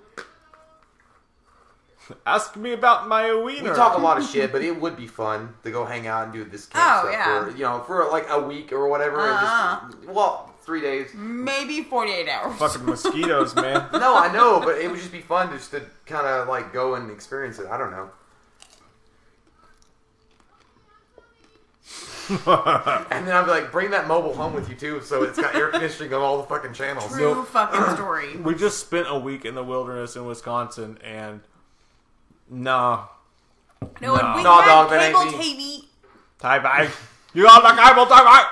Speaker 1: Ask me about my
Speaker 5: We
Speaker 1: wiener.
Speaker 5: talk a lot of shit, but it would be fun to go hang out and do this kind
Speaker 4: Oh,
Speaker 5: of stuff
Speaker 4: yeah. Uh-huh.
Speaker 5: for you know for like a week or whatever. and Just, well, three days.
Speaker 4: Maybe 48 hours.
Speaker 1: fucking mosquitoes, man.
Speaker 5: No, I know, but it would just be fun just to kind of like go and experience it. I don't know. and then I'd be like, bring that mobile home with you too, so it's got air conditioning on all the fucking channels.
Speaker 4: True fucking story.
Speaker 1: We just spent a week in the wilderness in Wisconsin, and no,
Speaker 4: No, and we
Speaker 5: No,
Speaker 4: had
Speaker 5: dog, that
Speaker 4: cable
Speaker 5: ain't
Speaker 4: TV.
Speaker 1: tie bye. You on the cable tie bye.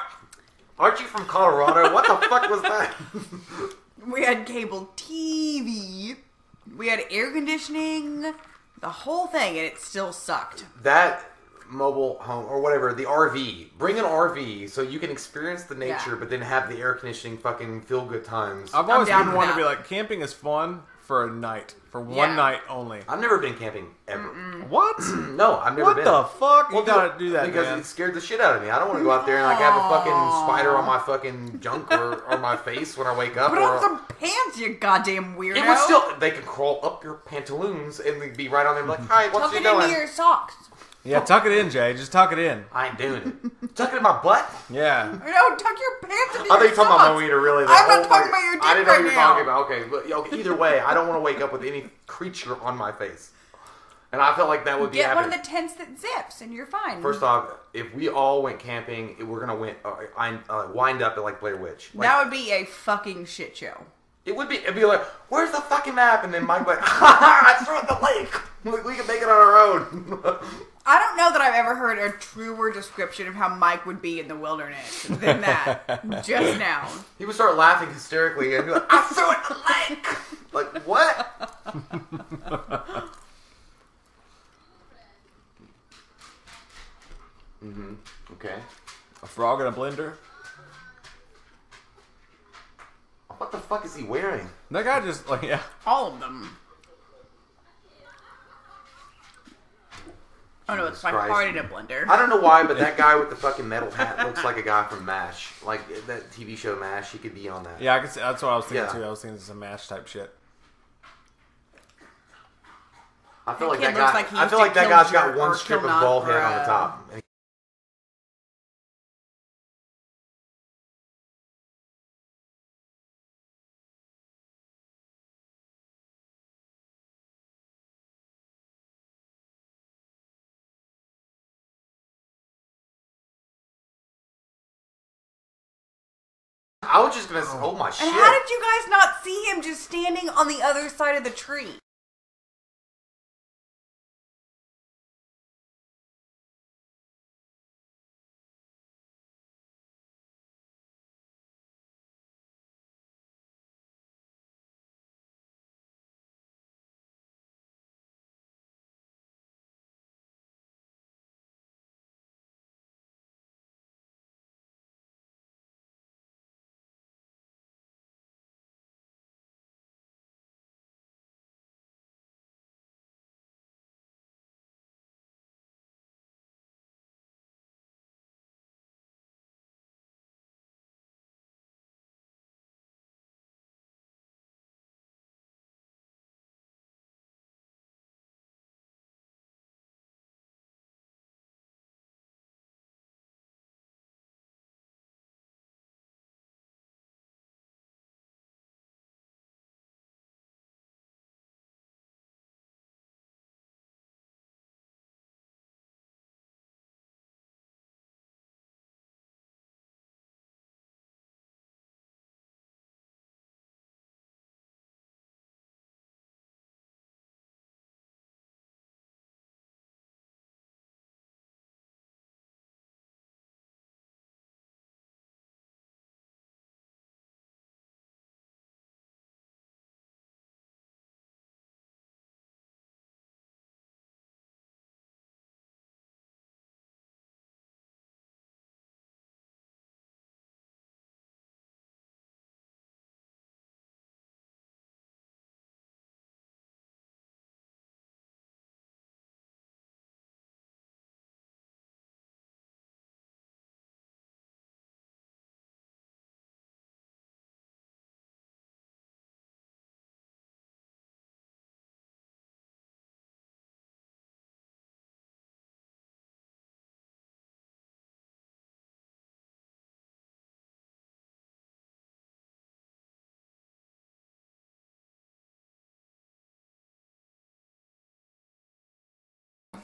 Speaker 5: Aren't you from Colorado? What the fuck was that?
Speaker 4: We had cable TV. We had air conditioning. The whole thing, and it still sucked.
Speaker 5: that mobile home or whatever the rv bring an rv so you can experience the nature
Speaker 4: Yeah.
Speaker 5: but then have the air conditioning fucking feel good times I've,
Speaker 1: I've always
Speaker 4: down
Speaker 1: been
Speaker 4: for
Speaker 1: one to
Speaker 4: that.
Speaker 1: be like, camping is fun for a night, for
Speaker 4: Yeah.
Speaker 1: one night only.
Speaker 5: never been camping ever
Speaker 1: What?
Speaker 5: no i've never
Speaker 1: What
Speaker 5: been
Speaker 1: the fuck? You
Speaker 5: Well,
Speaker 1: gotta do that,
Speaker 5: because
Speaker 1: man.
Speaker 5: it scared the shit out of me i don't want to go out there and like have a fucking spider on my fucking junk or, or my face when i wake up
Speaker 4: Put
Speaker 5: or
Speaker 4: on some pants, you goddamn weirdo.
Speaker 5: it would still they can crawl up your pantaloons and they'd be right on there like hi what's
Speaker 4: Tuck
Speaker 5: you
Speaker 4: it
Speaker 5: doing
Speaker 4: into your socks.
Speaker 1: Yeah, tuck it in, Jay. Just tuck it in.
Speaker 5: i ain't doing it tuck it in my butt
Speaker 1: Yeah.
Speaker 4: No, tuck your pants into your
Speaker 5: I thought you were
Speaker 4: socks.
Speaker 5: talking about my wiener, really. the
Speaker 4: I'm not
Speaker 5: whole-
Speaker 4: talking about your dick
Speaker 5: I didn't know
Speaker 4: right
Speaker 5: you were
Speaker 4: now.
Speaker 5: talking about. Okay, but okay, either way, I don't want to wake up with any creature on my face. And I felt like that would be
Speaker 4: Get one of
Speaker 5: happening.
Speaker 4: the tents that zips, and you're fine.
Speaker 5: First off, if we all went camping, we're gonna win, uh, I- uh, wind up at like Blair Witch. Like,
Speaker 4: that would be a fucking shit show.
Speaker 5: it would be. It'd be like, where's the fucking map? And then Mike would, ha ha! I threw it in the lake. We, we can make it on our own.
Speaker 4: I don't know that I've ever heard a truer description of how Mike would be in the wilderness than that just now.
Speaker 5: he would start laughing hysterically and be like, I threw it in the lake. Like what? hmm Okay.
Speaker 1: A frog in a blender.
Speaker 5: What the fuck is he wearing?
Speaker 1: That guy just like yeah.
Speaker 4: All of them. Oh no, it's my
Speaker 5: Christ. Ah,
Speaker 4: heart in a blender.
Speaker 5: I don't know why, but that guy with the fucking metal hat looks like a guy from MASH. Like that TV show MASH, he could be on that.
Speaker 1: Yeah, I can see. That's what I was thinking
Speaker 5: Yeah.
Speaker 1: too. I was thinking some mash type shit.
Speaker 5: I
Speaker 4: That
Speaker 5: feel like
Speaker 4: kid
Speaker 5: that
Speaker 4: looks
Speaker 5: guy.
Speaker 4: like he
Speaker 5: I
Speaker 4: used
Speaker 5: feel
Speaker 4: to
Speaker 5: like that
Speaker 4: kill
Speaker 5: guy's got
Speaker 4: Jerk
Speaker 5: one
Speaker 4: or
Speaker 5: strip of
Speaker 4: kill
Speaker 5: bald head
Speaker 4: Natra.
Speaker 5: on the top. And I was just gonna. Oh my shit!
Speaker 4: And how did you guys not see him just standing on the other side of the tree?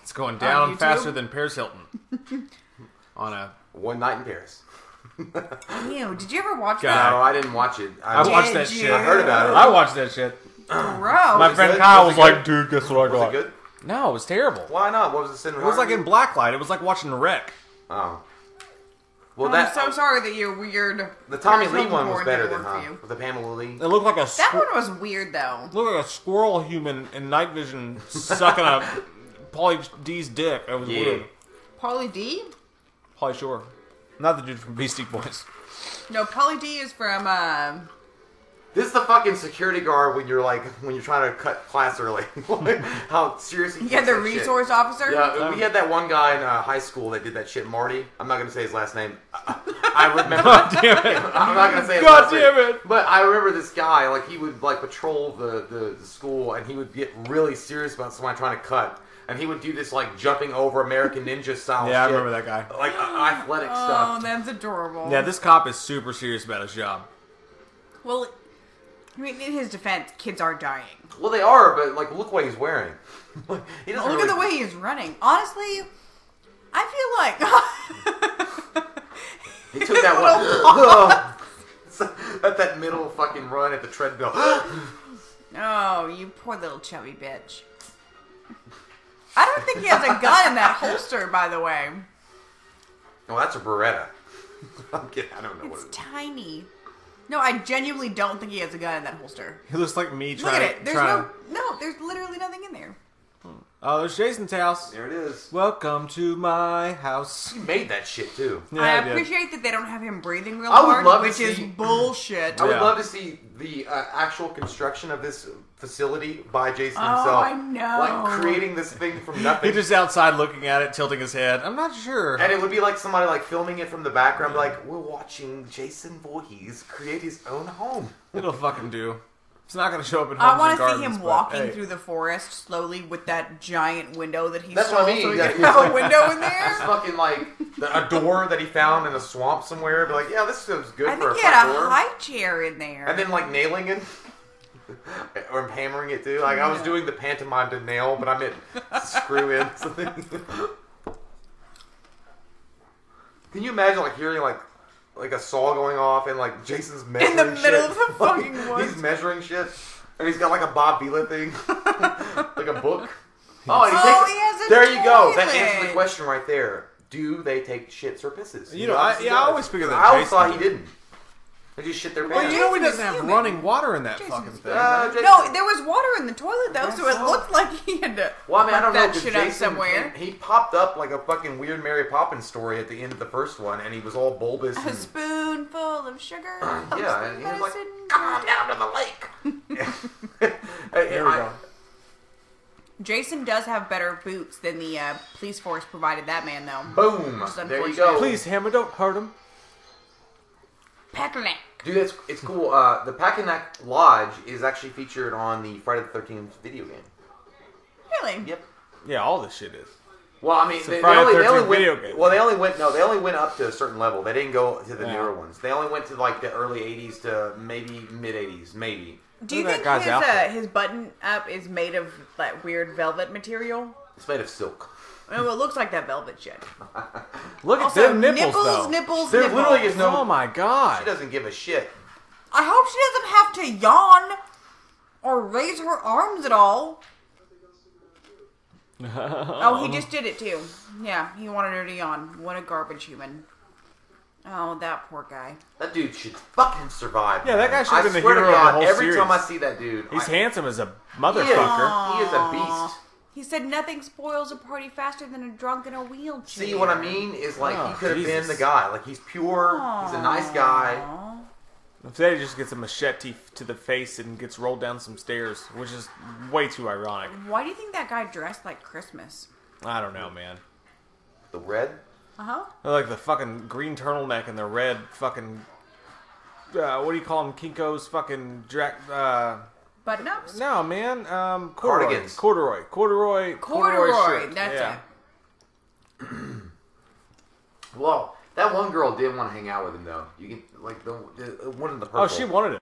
Speaker 1: It's going down
Speaker 4: YouTube?
Speaker 1: faster than Paris Hilton. On a,
Speaker 5: One night in Paris.
Speaker 4: Ew, did you ever watch
Speaker 1: God.
Speaker 5: No, I didn't watch it.
Speaker 1: I
Speaker 5: watched
Speaker 1: watched
Speaker 4: Did
Speaker 1: that
Speaker 4: you?
Speaker 1: shit.
Speaker 5: I heard about it.
Speaker 1: I watched that shit.
Speaker 4: that? Gross.
Speaker 1: My friend
Speaker 5: good?
Speaker 1: Kyle
Speaker 5: Was
Speaker 1: was,
Speaker 5: it
Speaker 1: like, "Dude, guess what I
Speaker 5: Was it
Speaker 1: got?"
Speaker 5: good?
Speaker 1: No, it was terrible.
Speaker 5: Why not? What was the sin?
Speaker 1: It was like in blacklight. It was like watching Wreck.
Speaker 5: Oh. Well,
Speaker 4: I'm
Speaker 5: that
Speaker 4: so sorry that your weird.
Speaker 5: the Tommy
Speaker 4: Paris
Speaker 5: Lee
Speaker 4: Hilton
Speaker 5: one was
Speaker 4: porn
Speaker 5: better
Speaker 4: didn't
Speaker 5: than
Speaker 4: work
Speaker 5: huh?
Speaker 4: for you.
Speaker 5: The Pamela Lee.
Speaker 1: It looked like a
Speaker 4: That
Speaker 1: squ-
Speaker 4: one was weird though.
Speaker 1: looked like a squirrel human in night vision sucking a Polly D's dick. It was
Speaker 5: Yeah.
Speaker 1: weird.
Speaker 4: Polly D?
Speaker 1: Polly Shore, not the dude from Beastie Boys.
Speaker 4: No, Polly D is from. Uh,
Speaker 5: This is the fucking security guard when you're like when you're trying to cut class early. Like, How seriously?
Speaker 4: yeah, the resource officer.
Speaker 5: Yeah, we had that one guy in uh, high school that did that shit, Marty. I'm not gonna say his last name. I, I remember.
Speaker 1: Damn it.
Speaker 5: I'm not gonna say. his
Speaker 1: God
Speaker 5: last
Speaker 1: damn
Speaker 5: name.
Speaker 1: it.
Speaker 5: But I remember this guy. Like he would like patrol the, the the school, and he would get really serious about someone trying to cut, and he would do this like jumping over American Ninja style.
Speaker 1: Yeah, I
Speaker 5: shit.
Speaker 1: remember that guy.
Speaker 5: Like uh, athletic
Speaker 4: Oh,
Speaker 5: stuff.
Speaker 4: that's adorable.
Speaker 1: Yeah, this cop is super serious about his job.
Speaker 4: well, I mean, in his defense, kids are dying.
Speaker 5: Well, they are, but like, look what he's wearing. he doesn't
Speaker 4: Look at
Speaker 5: really-
Speaker 4: the way he's running. Honestly, I feel like
Speaker 5: he took that one. at that middle fucking run at the treadmill.
Speaker 4: Oh, you poor little chubby bitch. I don't think he has a gun in that holster, by the way.
Speaker 5: well, that's a Beretta. I'm kidding. I don't know
Speaker 4: It's
Speaker 5: what it is.
Speaker 4: tiny. No, I genuinely don't think he has a gun in that holster.
Speaker 1: He looks like me
Speaker 4: Look
Speaker 1: trying.
Speaker 4: at it. There's
Speaker 1: trying-
Speaker 4: no, no, there's literally nothing in there.
Speaker 1: Oh, there's Jason's house.
Speaker 5: There it is.
Speaker 1: Welcome to my house.
Speaker 5: He made that shit too.
Speaker 1: Yeah,
Speaker 4: I
Speaker 1: I did.
Speaker 4: appreciate that they don't have him breathing real
Speaker 5: I would
Speaker 4: hard,
Speaker 5: love to
Speaker 4: which is
Speaker 5: see-
Speaker 4: bullshit.
Speaker 5: I would
Speaker 1: Yeah.
Speaker 5: love to see the uh, actual construction of this facility by Jason
Speaker 4: Oh,
Speaker 5: himself.
Speaker 4: I know.
Speaker 5: Like creating this thing from
Speaker 1: He's
Speaker 5: nothing.
Speaker 1: just outside looking at it, tilting his head. I'm not sure.
Speaker 5: And it would be like somebody like filming it from the background, like we're watching Jason Voorhees create his own home.
Speaker 1: It'll fucking do. It's not gonna show up in.
Speaker 4: I
Speaker 1: want to
Speaker 4: see him walking through the forest slowly with that giant window that he
Speaker 5: That's
Speaker 4: stole,
Speaker 5: what I mean.
Speaker 4: so he
Speaker 5: Yeah,
Speaker 4: can
Speaker 5: he's
Speaker 4: have a
Speaker 5: like-
Speaker 4: window in
Speaker 5: It's
Speaker 4: there.
Speaker 5: fucking like the, a door that he found in a swamp somewhere. Be like, yeah, this seems good
Speaker 4: I
Speaker 5: for
Speaker 4: think
Speaker 5: a
Speaker 4: he
Speaker 5: front
Speaker 4: had a
Speaker 5: door.
Speaker 4: high chair in there.
Speaker 5: and then like nailing it, or hammering it too. Like I was doing the pantomime to nail, but I meant screw in something. Can you imagine like hearing like like a saw going off and like Jason's measuring
Speaker 4: middle
Speaker 5: shit.
Speaker 4: of the fucking woods.
Speaker 5: He's measuring shit, and he's got like a Bob Vila thing, like a book. Oh, and he
Speaker 4: Oh,
Speaker 5: takes,
Speaker 4: he has a
Speaker 5: there you go. That
Speaker 4: toilet.
Speaker 5: answers the question right there. Do they take shits or pisses?
Speaker 1: You know, I-
Speaker 5: obviously
Speaker 1: yeah, I
Speaker 5: does.
Speaker 1: always figured that
Speaker 5: I always
Speaker 1: Jason
Speaker 5: thought he
Speaker 1: did.
Speaker 5: didn't. They just shit their pants.
Speaker 1: Well, you know he
Speaker 4: Jason's
Speaker 1: doesn't have
Speaker 4: human.
Speaker 1: running water in that
Speaker 4: Jason's
Speaker 1: fucking thing.
Speaker 5: Uh, Jason-
Speaker 4: No, there was water in the toilet though, so it
Speaker 5: so.
Speaker 4: looked like he had to
Speaker 5: Well, I mean, I don't
Speaker 4: put
Speaker 5: know.
Speaker 4: that
Speaker 5: 'cause
Speaker 4: shit
Speaker 5: Jason,
Speaker 4: out somewhere.
Speaker 5: He, he popped up like a fucking weird Mary Poppins story at the end of the first one, and he was all bulbous.
Speaker 4: A
Speaker 5: And,
Speaker 4: spoonful of sugar. a
Speaker 5: yeah, and he
Speaker 4: spoon
Speaker 5: was like,
Speaker 4: medicine.
Speaker 5: "Come on down to the lake." Yeah.
Speaker 1: There we go.
Speaker 4: Jason does have better boots than the uh, police force provided that man though.
Speaker 5: Boom!
Speaker 4: is
Speaker 5: There you
Speaker 4: unfortunate.
Speaker 5: go.
Speaker 1: Please, Hammer, don't hurt him.
Speaker 4: Peckling.
Speaker 5: dude, it's it's cool. Uh, the Packinac Lodge is actually featured on the Friday the Thirteenth video game.
Speaker 4: Really?
Speaker 5: Yep.
Speaker 1: Yeah, all this shit is.
Speaker 5: Well, I mean,
Speaker 1: a
Speaker 5: they, they
Speaker 1: Friday
Speaker 5: only, they
Speaker 1: 13
Speaker 5: only went.
Speaker 1: video game.
Speaker 5: Well, they only went. No, they only went up to a certain level. They didn't go to the
Speaker 1: Yeah.
Speaker 5: newer ones. They only went to like the early '80s to maybe mid '80s, maybe.
Speaker 4: Do you
Speaker 1: Look at
Speaker 4: think
Speaker 1: that
Speaker 4: his
Speaker 1: guy's
Speaker 4: uh,
Speaker 1: outfit.
Speaker 4: his button up is made of that weird velvet material?
Speaker 5: It's made of silk.
Speaker 4: Oh, it looks like that velvet shit.
Speaker 1: Look at
Speaker 4: Also,
Speaker 1: them nipples,
Speaker 4: nipples,
Speaker 1: though.
Speaker 4: nipples,
Speaker 5: There
Speaker 4: nipples.
Speaker 5: literally is no.
Speaker 1: Oh my
Speaker 5: She
Speaker 1: god.
Speaker 5: doesn't give a shit.
Speaker 4: I hope she doesn't have to yawn or raise her arms at all. oh, he just did it too. Yeah, he wanted her to yawn. What a garbage human. Oh, that poor guy.
Speaker 5: That dude should fucking survive.
Speaker 1: Yeah, that guy
Speaker 5: man.
Speaker 1: should've
Speaker 5: I
Speaker 1: been the
Speaker 5: swear to
Speaker 1: hero of the
Speaker 5: God,
Speaker 1: whole
Speaker 5: every
Speaker 1: series.
Speaker 5: time I see that dude,
Speaker 1: He's
Speaker 5: I,
Speaker 1: handsome as a
Speaker 5: He is,
Speaker 1: motherfucker.
Speaker 5: he is a beast.
Speaker 4: He said nothing spoils a party faster than a drunk in a wheelchair.
Speaker 5: See what I mean? Is like he
Speaker 1: Oh,
Speaker 5: could have been
Speaker 1: Jesus.
Speaker 5: the guy. Like he's pure. He's a nice guy.
Speaker 1: If Today he just gets a machete to the face and gets rolled down some stairs, which is way too ironic.
Speaker 4: Why do you think that guy dressed like Christmas?
Speaker 1: I don't know, man.
Speaker 5: The red.
Speaker 4: Uh huh.
Speaker 1: They're like the fucking green turtleneck and the red fucking. Uh, what do you call them? Kinko's fucking drac. Uh,
Speaker 4: Button ups?
Speaker 1: no, man. Um, corduroy.
Speaker 5: Cardigans.
Speaker 1: Corduroy. Corduroy.
Speaker 4: Corduroy.
Speaker 1: shirt.
Speaker 4: That's
Speaker 1: yeah.
Speaker 4: it.
Speaker 5: Well, that one girl did want to hang out with him though. You can like the, the one in the purple.
Speaker 1: Oh, she wanted it.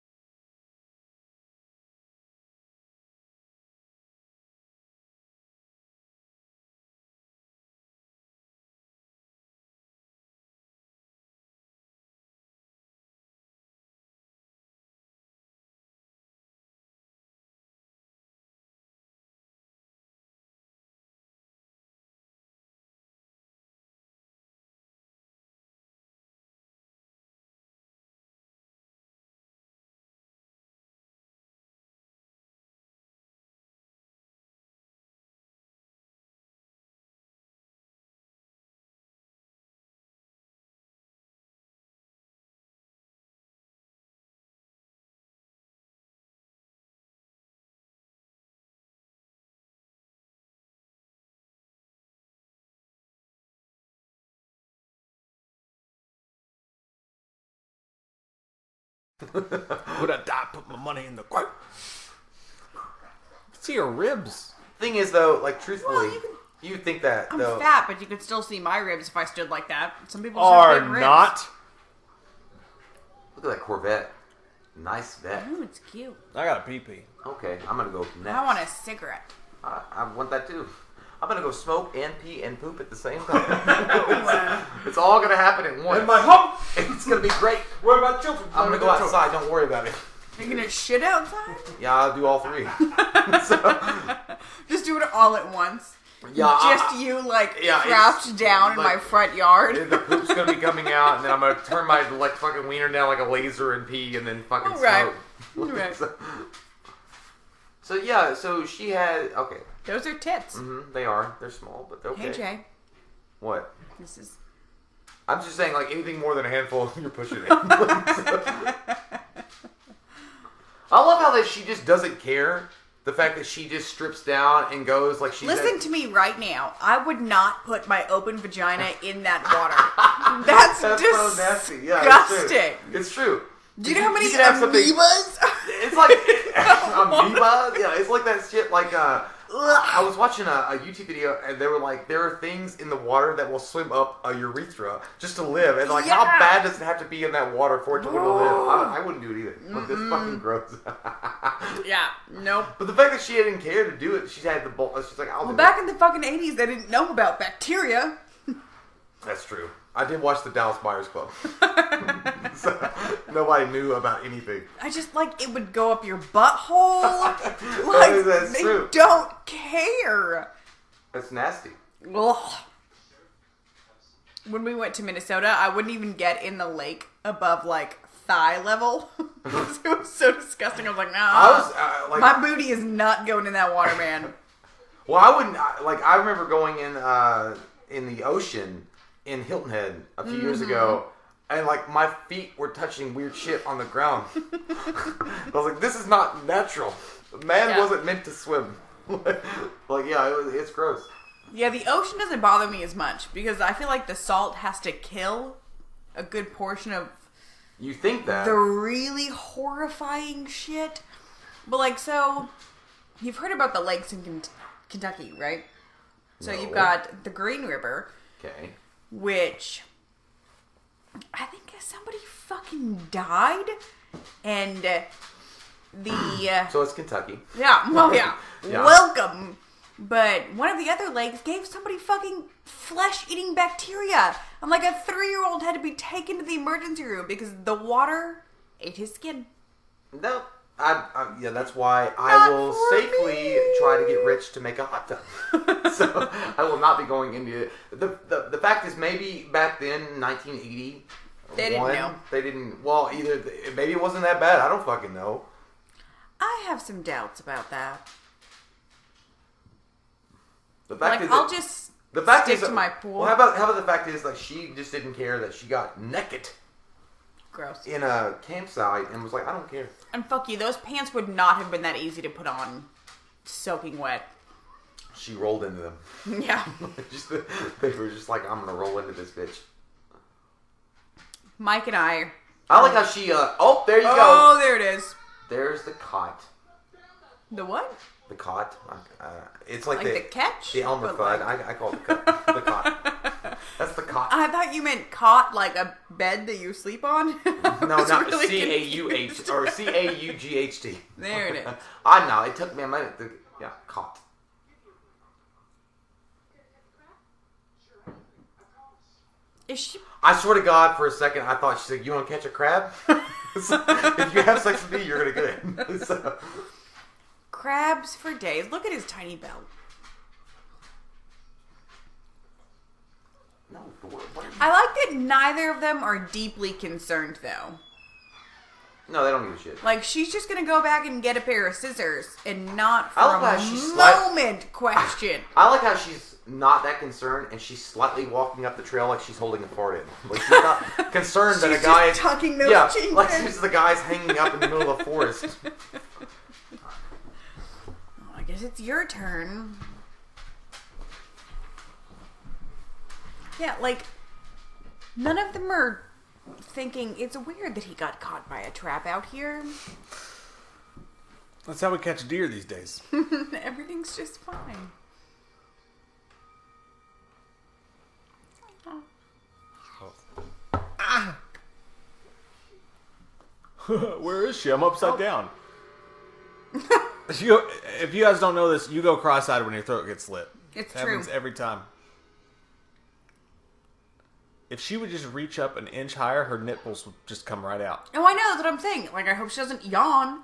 Speaker 1: Would I die? Put my money in the quote. See her ribs.
Speaker 5: Thing is though, like truthfully,
Speaker 4: Well, you
Speaker 5: you,
Speaker 4: can-
Speaker 5: think that
Speaker 4: I'm
Speaker 5: though.
Speaker 4: fat, but you could still see my ribs if I stood like that. Some people still have
Speaker 1: Are
Speaker 4: big ribs.
Speaker 1: not.
Speaker 5: Look at that Corvette. Nice vet.
Speaker 4: Ooh, it's cute.
Speaker 1: I got a pee pee.
Speaker 5: Okay, I'm gonna go next.
Speaker 4: Mm-hmm. I want a cigarette.
Speaker 5: I, I want that too. I'm gonna go smoke and pee and poop at the same time.
Speaker 4: Oh,
Speaker 5: it's all gonna happen at once.
Speaker 9: In my home,
Speaker 5: it's gonna be great.
Speaker 9: where my children?
Speaker 5: I'm gonna go
Speaker 9: Where my
Speaker 5: outside. Don't worry about it.
Speaker 4: You're gonna shit outside?
Speaker 5: Yeah, I'll do all three.
Speaker 4: Just do it all at once.
Speaker 5: Yeah,
Speaker 4: Just
Speaker 5: I-
Speaker 4: you, like,
Speaker 5: Yeah,
Speaker 4: crouched
Speaker 5: it's
Speaker 4: down in my
Speaker 5: like-
Speaker 4: front yard.
Speaker 5: the poop's gonna be coming out, and then I'm gonna turn my like fucking wiener down like a laser and pee, and then fucking
Speaker 4: All right.
Speaker 5: smoke.
Speaker 4: All right.
Speaker 5: so, so, yeah, so she had okay.
Speaker 4: Those are tits.
Speaker 5: mhm, They are they're small, but they're okay.
Speaker 4: Hey, Jay.
Speaker 5: What?
Speaker 4: This is.
Speaker 5: I'm just saying, like anything more than a handful, you're pushing it. I love how that she just doesn't care. The fact that she just strips down and goes like she.
Speaker 4: Listen to me right now. I would not put my open vagina in that water. That's,
Speaker 5: That's so
Speaker 4: disgusting.
Speaker 5: nasty. Yeah, it's true.
Speaker 4: disgusting.
Speaker 5: It's true.
Speaker 4: Do you know how many
Speaker 5: You could have something-
Speaker 4: amoebas?
Speaker 5: It's like amoeba. Yeah, it's like that shit. Like uh, I was watching a, a YouTube video and they were like, there are things in the water that will swim up a urethra just to live. And like, how
Speaker 4: Yeah.
Speaker 5: bad does it have to be in that water for it to want to live? I, I wouldn't do it either. Like, this fucking gross.
Speaker 4: yeah. Nope.
Speaker 5: but the fact that she didn't care to do it, she had the ball. She's like, I'll
Speaker 4: Well,
Speaker 5: do
Speaker 4: back in the fucking 80s, they didn't know about bacteria.
Speaker 5: it. That's true. I did watch the Dallas Buyers Club. so, nobody knew about anything.
Speaker 4: I just like it would go up your butthole.
Speaker 5: is-
Speaker 4: like
Speaker 5: that's
Speaker 4: they
Speaker 5: true.
Speaker 4: don't care.
Speaker 5: That's nasty.
Speaker 4: Ugh. When we went to Minnesota, I wouldn't even get in the lake above like thigh level. 'Cause it was so disgusting. I was like, nah.
Speaker 5: I was uh, like,
Speaker 4: my booty is not going in that water, man.
Speaker 5: Well, I wouldn't I- like. I remember going in uh, in the ocean in Hilton Head a few years ago,
Speaker 4: Mm-hmm.
Speaker 5: and like my feet were touching weird shit on the ground. I was like, this is not natural. Man
Speaker 4: Yeah.
Speaker 5: wasn't meant to swim. like, yeah, it was, it's gross.
Speaker 4: Yeah, the ocean doesn't bother me as much because I feel like the salt has to kill a good portion of
Speaker 5: You think that?
Speaker 4: the really horrifying shit. But like, so you've heard about the lakes in Ken- Kentucky, right? So
Speaker 5: No.
Speaker 4: you've got the Green River,
Speaker 5: okay.
Speaker 4: which I think somebody fucking died, and uh, the uh,
Speaker 5: So it's Kentucky.
Speaker 4: yeah, well, yeah,
Speaker 5: Yeah.
Speaker 4: welcome. But one of the other lakes gave somebody fucking flesh-eating bacteria, and like a three-year-old had to be taken to the emergency room because the water ate his skin.
Speaker 5: No. I, I, yeah, that's why I
Speaker 4: Not
Speaker 5: will
Speaker 4: for
Speaker 5: safely
Speaker 4: me.
Speaker 5: try to get rich to make a hot tub. so I will not be going into it. The, the, the fact is, maybe back then, 1980,
Speaker 4: They didn't
Speaker 5: one,
Speaker 4: know.
Speaker 5: They didn't. Well, either th- maybe it wasn't that bad. I don't fucking know.
Speaker 4: I have some doubts about that.
Speaker 5: The fact
Speaker 4: like
Speaker 5: is,
Speaker 4: I'll
Speaker 5: that-
Speaker 4: just
Speaker 5: the fact
Speaker 4: stick
Speaker 5: is,
Speaker 4: to my pool.
Speaker 5: Well, how about how about the fact is, like she just didn't care that she got naked
Speaker 4: gross.
Speaker 5: in a campsite and was like, I don't care.
Speaker 4: And fuck you, those pants would not have been that easy to put on, soaking wet.
Speaker 5: She rolled into them.
Speaker 4: Yeah,
Speaker 5: just, they were just like, I'm gonna roll into this bitch.
Speaker 4: Mike and I.
Speaker 5: I like how she. Uh, oh, there you go.
Speaker 4: Oh, there it is.
Speaker 5: There's the cot.
Speaker 4: The what?
Speaker 5: The cot. Uh, it's like,
Speaker 4: Like
Speaker 5: the,
Speaker 4: the catch?
Speaker 5: The Elmer
Speaker 4: But
Speaker 5: Fudd. I, I call it the cot. the cot. That's the cot.
Speaker 4: I thought you meant cot, like a bed that you sleep on. I
Speaker 5: no,
Speaker 4: was
Speaker 5: not
Speaker 4: really
Speaker 5: C A U H
Speaker 4: confused.
Speaker 5: or C A U G H T.
Speaker 4: There it is.
Speaker 5: I know. It took me a minute. To, yeah, cot.
Speaker 4: Is she?
Speaker 5: I swear to God, for a second, I thought she said, "You want to catch a crab? So, if you have sex with me, you're gonna get it." So,
Speaker 4: Crabs for days. Look at his tiny belt.
Speaker 5: no, what- what-
Speaker 4: I like that neither of them are deeply concerned, though.
Speaker 5: no, they don't give a shit.
Speaker 4: Like she's just gonna go back and get a pair of scissors and not for
Speaker 5: I love
Speaker 4: a
Speaker 5: how she sli-
Speaker 4: moment question.
Speaker 5: I like how she's not that concerned, and she's slightly walking up the trail like she's holding a fart in. Like she's not concerned that a
Speaker 4: She's
Speaker 5: guy
Speaker 4: just tucking those
Speaker 5: yeah,
Speaker 4: jeans
Speaker 5: like
Speaker 4: in.
Speaker 5: she's the guy's hanging up in the middle of the forest.
Speaker 4: I guess it's your turn. Yeah, like none of them are thinking it's weird that he got caught by a trap out here.
Speaker 1: That's how we catch deer these days.
Speaker 4: Everything's just fine.
Speaker 1: Where is she? I'm upside down. If you, if you guys don't know this, you go cross-eyed when your throat gets lit.
Speaker 4: It's
Speaker 1: That
Speaker 4: true.
Speaker 1: happens every time. If she would just reach up an inch higher, her nipples would just come right out.
Speaker 4: Oh, I know. That's what I'm saying. Like, I hope she doesn't yawn.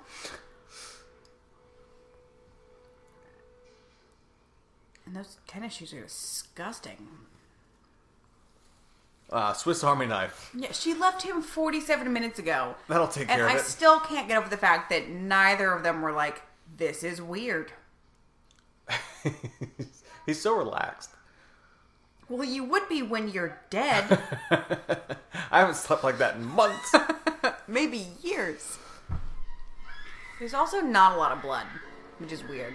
Speaker 4: And those tennis shoes are disgusting.
Speaker 1: Uh, Swiss Army knife.
Speaker 4: Yeah, she left him 47 minutes ago.
Speaker 1: That'll take
Speaker 4: And
Speaker 1: care of
Speaker 4: I
Speaker 1: it.
Speaker 4: still can't get over the fact that neither of them were like, this is weird.
Speaker 1: He's so relaxed.
Speaker 4: Well, you would be when you're dead.
Speaker 1: I haven't slept like that in months.
Speaker 4: Maybe years. There's also not a lot of blood, which is weird.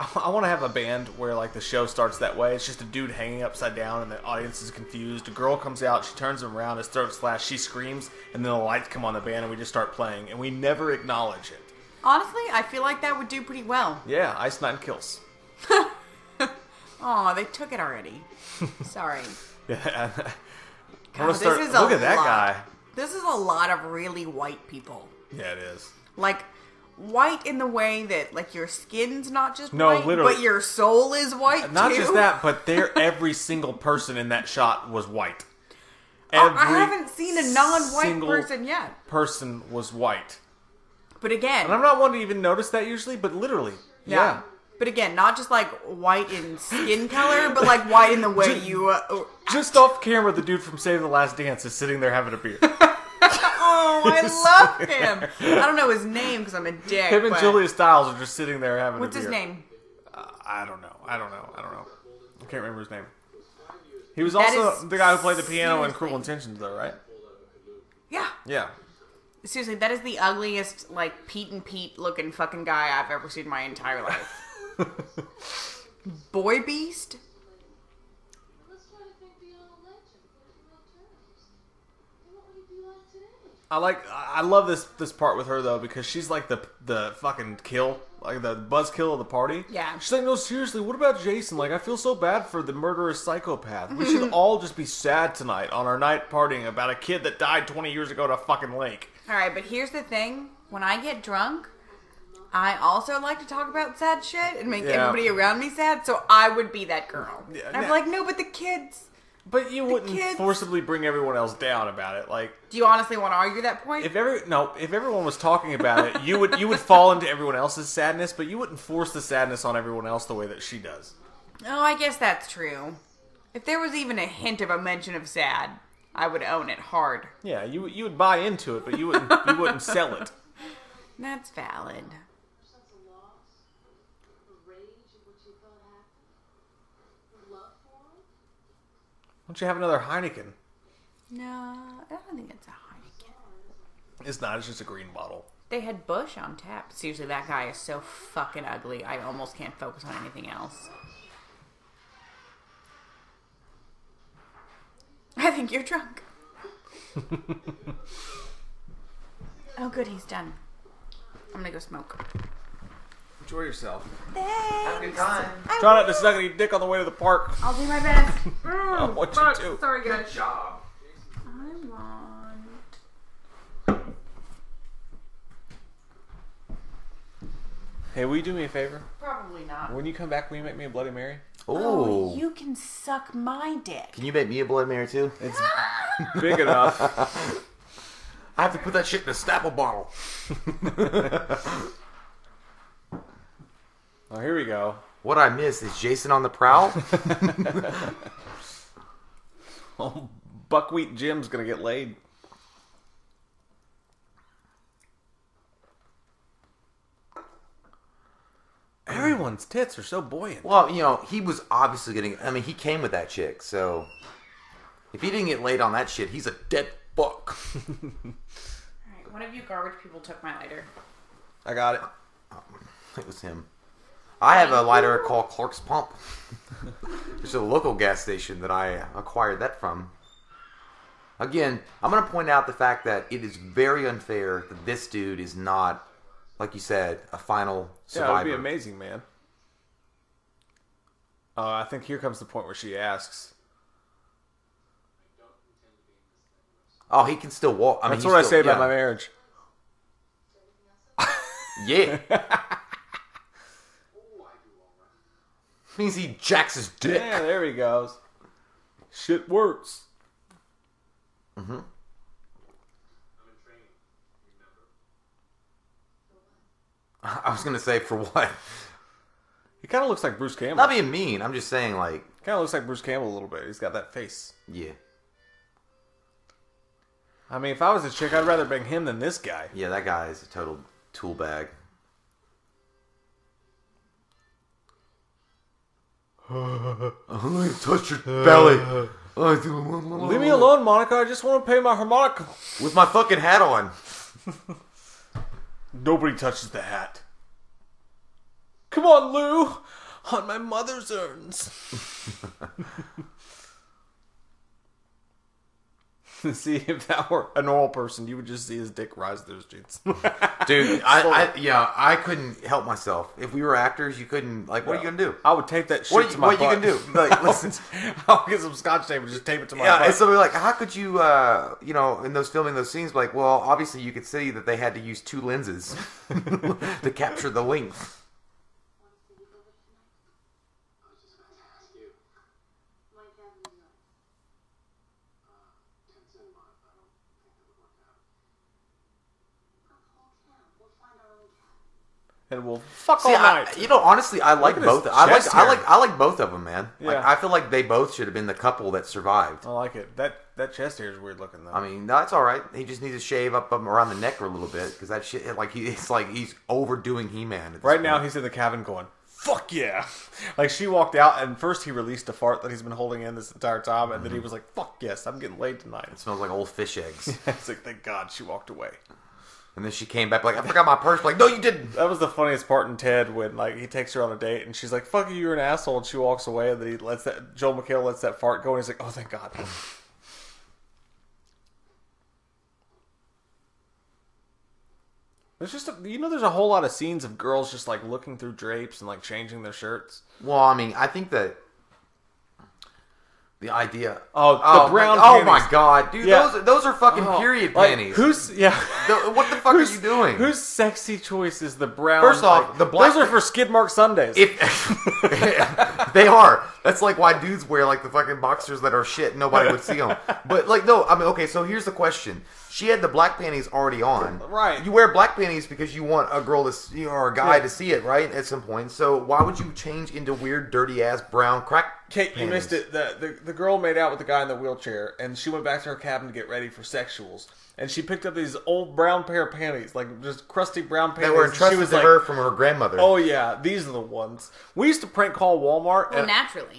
Speaker 1: I want to have a band where like the show starts that way. It's just a dude hanging upside down, and the audience is confused. A girl comes out, she turns him around, his throat slashed, she screams, and then the lights come on the band, and we just start playing, and we never acknowledge it.
Speaker 4: Honestly, I feel like that would do pretty well.
Speaker 1: Yeah, Ice Nine Kills.
Speaker 4: Oh, they took it already. Sorry.
Speaker 1: Yeah,
Speaker 4: God, this
Speaker 1: start-
Speaker 4: is a
Speaker 1: look at that
Speaker 4: lot.
Speaker 1: guy.
Speaker 4: This is a lot of really white people.
Speaker 1: yeah, it is.
Speaker 4: Like white in the way that like your skin's not just
Speaker 1: No,
Speaker 4: white,
Speaker 1: literally.
Speaker 4: but your soul is white.
Speaker 1: Not
Speaker 4: too.
Speaker 1: just that, but there every single person in that shot was white.
Speaker 4: Oh, I-
Speaker 1: Every
Speaker 4: I haven't seen a non-white
Speaker 1: single
Speaker 4: person yet.
Speaker 1: Person was white,
Speaker 4: But again,
Speaker 1: and I'm not one to even notice that usually, but literally,
Speaker 4: Yeah.
Speaker 1: yeah.
Speaker 4: But again, not just like white in skin color, but like white in the way
Speaker 1: Ju-
Speaker 4: you. Uh,
Speaker 1: Just off camera, the dude from Save the Last Dance is sitting there having a beer.
Speaker 4: oh, I love him. I don't know his name because I'm a dick.
Speaker 1: Him and
Speaker 4: but-
Speaker 1: Julia Stiles are just sitting there having
Speaker 4: What's
Speaker 1: a beer.
Speaker 4: his name?
Speaker 1: I don't know. I don't know. I don't know. I can't remember his name. He was
Speaker 4: That
Speaker 1: also
Speaker 4: is
Speaker 1: the guy who played the piano in
Speaker 4: seriously-
Speaker 1: Cruel Intentions, though, right?
Speaker 4: Yeah.
Speaker 1: Yeah.
Speaker 4: Seriously, that is the ugliest, like Pete and Pete looking fucking guy I've ever seen in my entire life. Boy Beast?
Speaker 8: Let's try to think beyond the legend. What are the alternatives? And what would it be like today?
Speaker 1: I like. I I love this this part with her though because she's like the the fucking kill, like the buzzkill of the party.
Speaker 4: Yeah.
Speaker 1: She's like, no, seriously, what about Jason? Like, I feel so bad for the murderous psychopath. We should
Speaker 4: Mm-hmm.
Speaker 1: all just be sad tonight on our night partying about a kid that died 20 years ago at a fucking lake.
Speaker 4: All right, but here's the thing when I get drunk, I also like to talk about sad shit and make
Speaker 1: Yeah.
Speaker 4: everybody around me sad, so I would be that girl.
Speaker 1: Yeah,
Speaker 4: And I'm
Speaker 1: nah.
Speaker 4: like, no, but the kids.
Speaker 1: But you wouldn't
Speaker 4: kids-
Speaker 1: forcibly bring everyone else down about it. Like
Speaker 4: Do you honestly want to argue that point?
Speaker 1: if every no, if everyone was talking about it, you would you would fall into everyone else's sadness, but you wouldn't force the sadness on everyone else the way that she does.
Speaker 4: oh, I guess that's true. If there was even a hint of a mention of sad, I would own it hard.
Speaker 1: Yeah, you you would buy into it, but you wouldn't you wouldn't sell it.
Speaker 4: That's valid.
Speaker 8: sense of loss, the rage of what you thought happened, the love for him.
Speaker 1: Why don't you have another Heineken?
Speaker 4: No, I don't think it's a Heineken.
Speaker 1: It's not. It's just a green bottle.
Speaker 4: They had Bush on tap. Seriously, that guy is so fucking ugly. I almost can't focus on anything else. I think you're drunk. oh, good, he's done. I'm gonna go smoke.
Speaker 1: Enjoy yourself.
Speaker 5: Have a good time.
Speaker 1: Try not to suck any dick on the way to the park.
Speaker 4: I'll do my best.
Speaker 1: I want you to.
Speaker 4: Sorry, guys.
Speaker 5: job.
Speaker 4: I want.
Speaker 1: Hey, will you do me a favor?
Speaker 4: Probably not.
Speaker 1: When you come back, will you make me a Bloody Mary?
Speaker 4: Oh,
Speaker 5: Ooh.
Speaker 4: you can suck my dick.
Speaker 5: Can you make me a Bloody Mary too?
Speaker 1: It's big enough.
Speaker 5: I have to put that shit in a Snapple bottle.
Speaker 1: Oh, here we go.
Speaker 5: What I miss is Jason on the prowl.
Speaker 1: Oh, Buckwheat Jim's gonna get laid. Everyone's tits are so buoyant.
Speaker 5: well, you know, he was obviously getting. I mean, he came with that chick, so if he didn't get laid on that shit, he's a dead buck.
Speaker 4: Alright, one of you garbage people took my lighter.
Speaker 1: I got it.
Speaker 5: it was him. I have a lighter called Clark's Pump. There's a local gas station that I acquired that from. Again, I'm going to point out the fact that it is very unfair that this dude is not, like you said, a final
Speaker 1: Yeah, it would
Speaker 5: survivor.
Speaker 1: be amazing, man. Oh, I think here comes the point where she asks.
Speaker 5: Oh, he can still walk. I mean,
Speaker 1: That's
Speaker 5: he's
Speaker 1: what I say
Speaker 5: still-
Speaker 1: about my
Speaker 5: yeah.
Speaker 1: marriage.
Speaker 5: Yeah. Means he jacks his dick.
Speaker 1: Yeah, there he goes. Shit works.
Speaker 5: I was gonna say for what?
Speaker 1: He kind of looks like Bruce Campbell.
Speaker 5: Not being mean. I'm just saying like
Speaker 1: Kind of looks like Bruce Campbell a little bit. He's got that face.
Speaker 5: yeah,
Speaker 1: I mean, if I was a chick, I'd rather bang him than this guy.
Speaker 5: yeah. That guy is a total tool bag. I'm gonna touch your belly.
Speaker 1: Leave me alone, Monica. I just want to play my harmonica.
Speaker 5: With my fucking hat on.
Speaker 1: Nobody touches the hat. Come on, Lou. On my mother's urns. see if that were a normal person, you would just see his dick rise through his jeans.
Speaker 5: Dude, I, I yeah, I couldn't help myself. If we were actors, you couldn't like. What are you gonna do?
Speaker 1: I would tape that shit
Speaker 5: What you-
Speaker 1: to my
Speaker 5: what you
Speaker 1: butt.
Speaker 5: can do? Like, listen.
Speaker 1: I'll get some scotch tape and just tape it to my
Speaker 5: Yeah,
Speaker 1: butt.
Speaker 5: and somebody like, how could you, uh, you know, in those filming those scenes, like, well, obviously you could see that they had to use two lenses to capture the length.
Speaker 7: I was just about to ask you.
Speaker 8: My cabin is nice.
Speaker 7: Ten's in my, I don't think it would work out.
Speaker 8: A whole camp. We'll find our own camp.
Speaker 1: and we'll fuck
Speaker 5: See,
Speaker 1: all
Speaker 5: I,
Speaker 1: night.
Speaker 5: you know, honestly, I like
Speaker 1: at his
Speaker 5: both. I
Speaker 1: chest
Speaker 5: like, I
Speaker 1: hair.
Speaker 5: like, I like both of them, man. Like,
Speaker 1: Yeah.
Speaker 5: I feel like they both should have been the couple that survived.
Speaker 1: I like it. That that chest hair is weird looking though.
Speaker 5: I mean, that's all right. He just needs to shave up um, around the neck a little bit because that shit, like, he, it's like he's overdoing He-Man at this
Speaker 1: right now
Speaker 5: point.
Speaker 1: he's in the cabin going, "Fuck yeah!" Like she walked out, and first he released a fart that he's been holding in this entire time, and then he was like, "Fuck yes, I'm getting laid tonight."
Speaker 5: Mm-hmm. It smells like old fish eggs.
Speaker 1: It's like, thank God she walked away.
Speaker 5: and then she came back like, I forgot my purse. Like, no, you didn't.
Speaker 1: That was the funniest part in Ted when like he takes her on a date and she's like, "Fuck you, you're an asshole," and she walks away, and then he lets that Joel McHale lets that fart go, and he's like, "Oh, thank God." There's just a, you know there's a whole lot of scenes of girls just like looking through drapes and like changing their shirts.
Speaker 5: Well, I mean, I think that the idea.
Speaker 1: Oh, the
Speaker 5: my-
Speaker 1: brown
Speaker 5: Oh my
Speaker 1: panties.
Speaker 5: god, dude,
Speaker 1: Yeah. Oh,
Speaker 5: those those are fucking period
Speaker 1: Like,
Speaker 5: panties.
Speaker 1: Who's yeah?
Speaker 5: The- what the fuck are
Speaker 1: Whose-
Speaker 5: you doing?
Speaker 1: Whose sexy choice is the brown?
Speaker 5: First off, the black-
Speaker 1: Those are for skid mark Sundays.
Speaker 5: if they are. That's like why dudes wear like the fucking boxers that are shit. Nobody would see them. But like, no, I mean, okay. So here's the question: She had the black panties already on,
Speaker 1: Right.
Speaker 5: You wear black panties because you want a girl to see, or a guy
Speaker 1: Yeah.
Speaker 5: to see it, right? At some point. So why would you change into weird, dirty ass brown crack?
Speaker 1: Kate, you
Speaker 5: panties?
Speaker 1: missed it. The, the the girl made out with the guy in the wheelchair, and she went back to her cabin to get ready for sexuals. And she picked up these old brown pair of panties, like just crusty brown panties.
Speaker 5: That were
Speaker 1: and
Speaker 5: entrusted
Speaker 1: she was
Speaker 5: to
Speaker 1: like,
Speaker 5: her from her grandmother.
Speaker 1: "Oh yeah, these are the ones." We used to prank call Walmart.
Speaker 5: Uh,
Speaker 4: Well,
Speaker 1: and-
Speaker 4: naturally.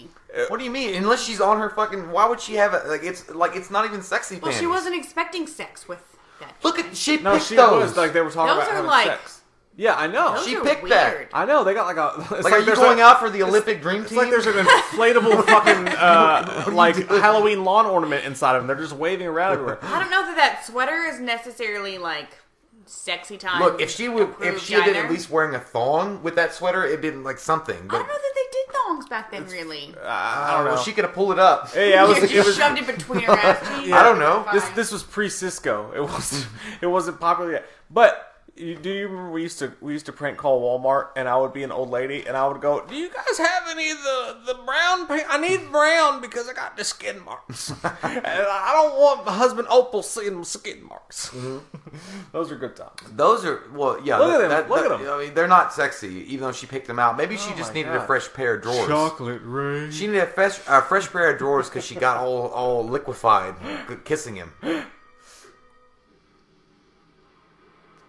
Speaker 5: What do you mean? Unless she's on her fucking, why would she have a, like it's like it's not even sexy.
Speaker 4: Well, she
Speaker 5: panties.
Speaker 4: wasn't expecting sex with that.
Speaker 5: Look at she
Speaker 1: no,
Speaker 5: picked
Speaker 1: she
Speaker 5: those.
Speaker 1: was like they were talking
Speaker 4: Those
Speaker 1: about
Speaker 4: are
Speaker 1: having
Speaker 4: like-
Speaker 1: sex. Yeah, I know.
Speaker 4: Those
Speaker 5: she
Speaker 4: are
Speaker 5: picked
Speaker 4: weird.
Speaker 5: that.
Speaker 1: I know they got like a. It's
Speaker 5: like, are you
Speaker 1: there's
Speaker 5: going
Speaker 1: a-
Speaker 5: out for the Olympic dream
Speaker 1: It's
Speaker 5: team?
Speaker 1: like there's an inflatable fucking uh, like Halloween lawn ornament inside of them. They're just waving around everywhere.
Speaker 4: I don't know that that sweater is necessarily like sexy time.
Speaker 5: Look, if she would, if
Speaker 4: approved
Speaker 5: she had been
Speaker 4: either.
Speaker 5: at least wearing a thong with that sweater, it'd been like something.
Speaker 4: I
Speaker 5: But
Speaker 4: don't know that they did thongs back then, really.
Speaker 1: I don't know.
Speaker 5: well, she could have pulled it up.
Speaker 1: hey, I was.
Speaker 4: she
Speaker 1: It was
Speaker 4: shoved it between her ass cheeks.
Speaker 5: I don't know.
Speaker 1: this, this was pre Cisco. It was. It wasn't popular yet. But you, do you remember we used to we used to prank call Walmart, and I would be an old lady, and I would go, "Do you guys have any of the the brown? Pa- I need brown because I got the skin marks, and I don't want my husband Opal seeing my skin marks."
Speaker 5: Mm-hmm.
Speaker 1: Those are good times.
Speaker 5: Those are well, yeah.
Speaker 1: Look at them,
Speaker 5: that, that-
Speaker 1: look at
Speaker 5: that-
Speaker 1: them.
Speaker 5: I mean, they're not sexy, even though she picked them out. Maybe she just
Speaker 1: Oh my
Speaker 5: needed
Speaker 1: God.
Speaker 5: a fresh pair of drawers.
Speaker 1: ring.
Speaker 5: She needed a fresh, a fresh pair of drawers because she got all all liquefied kissing him.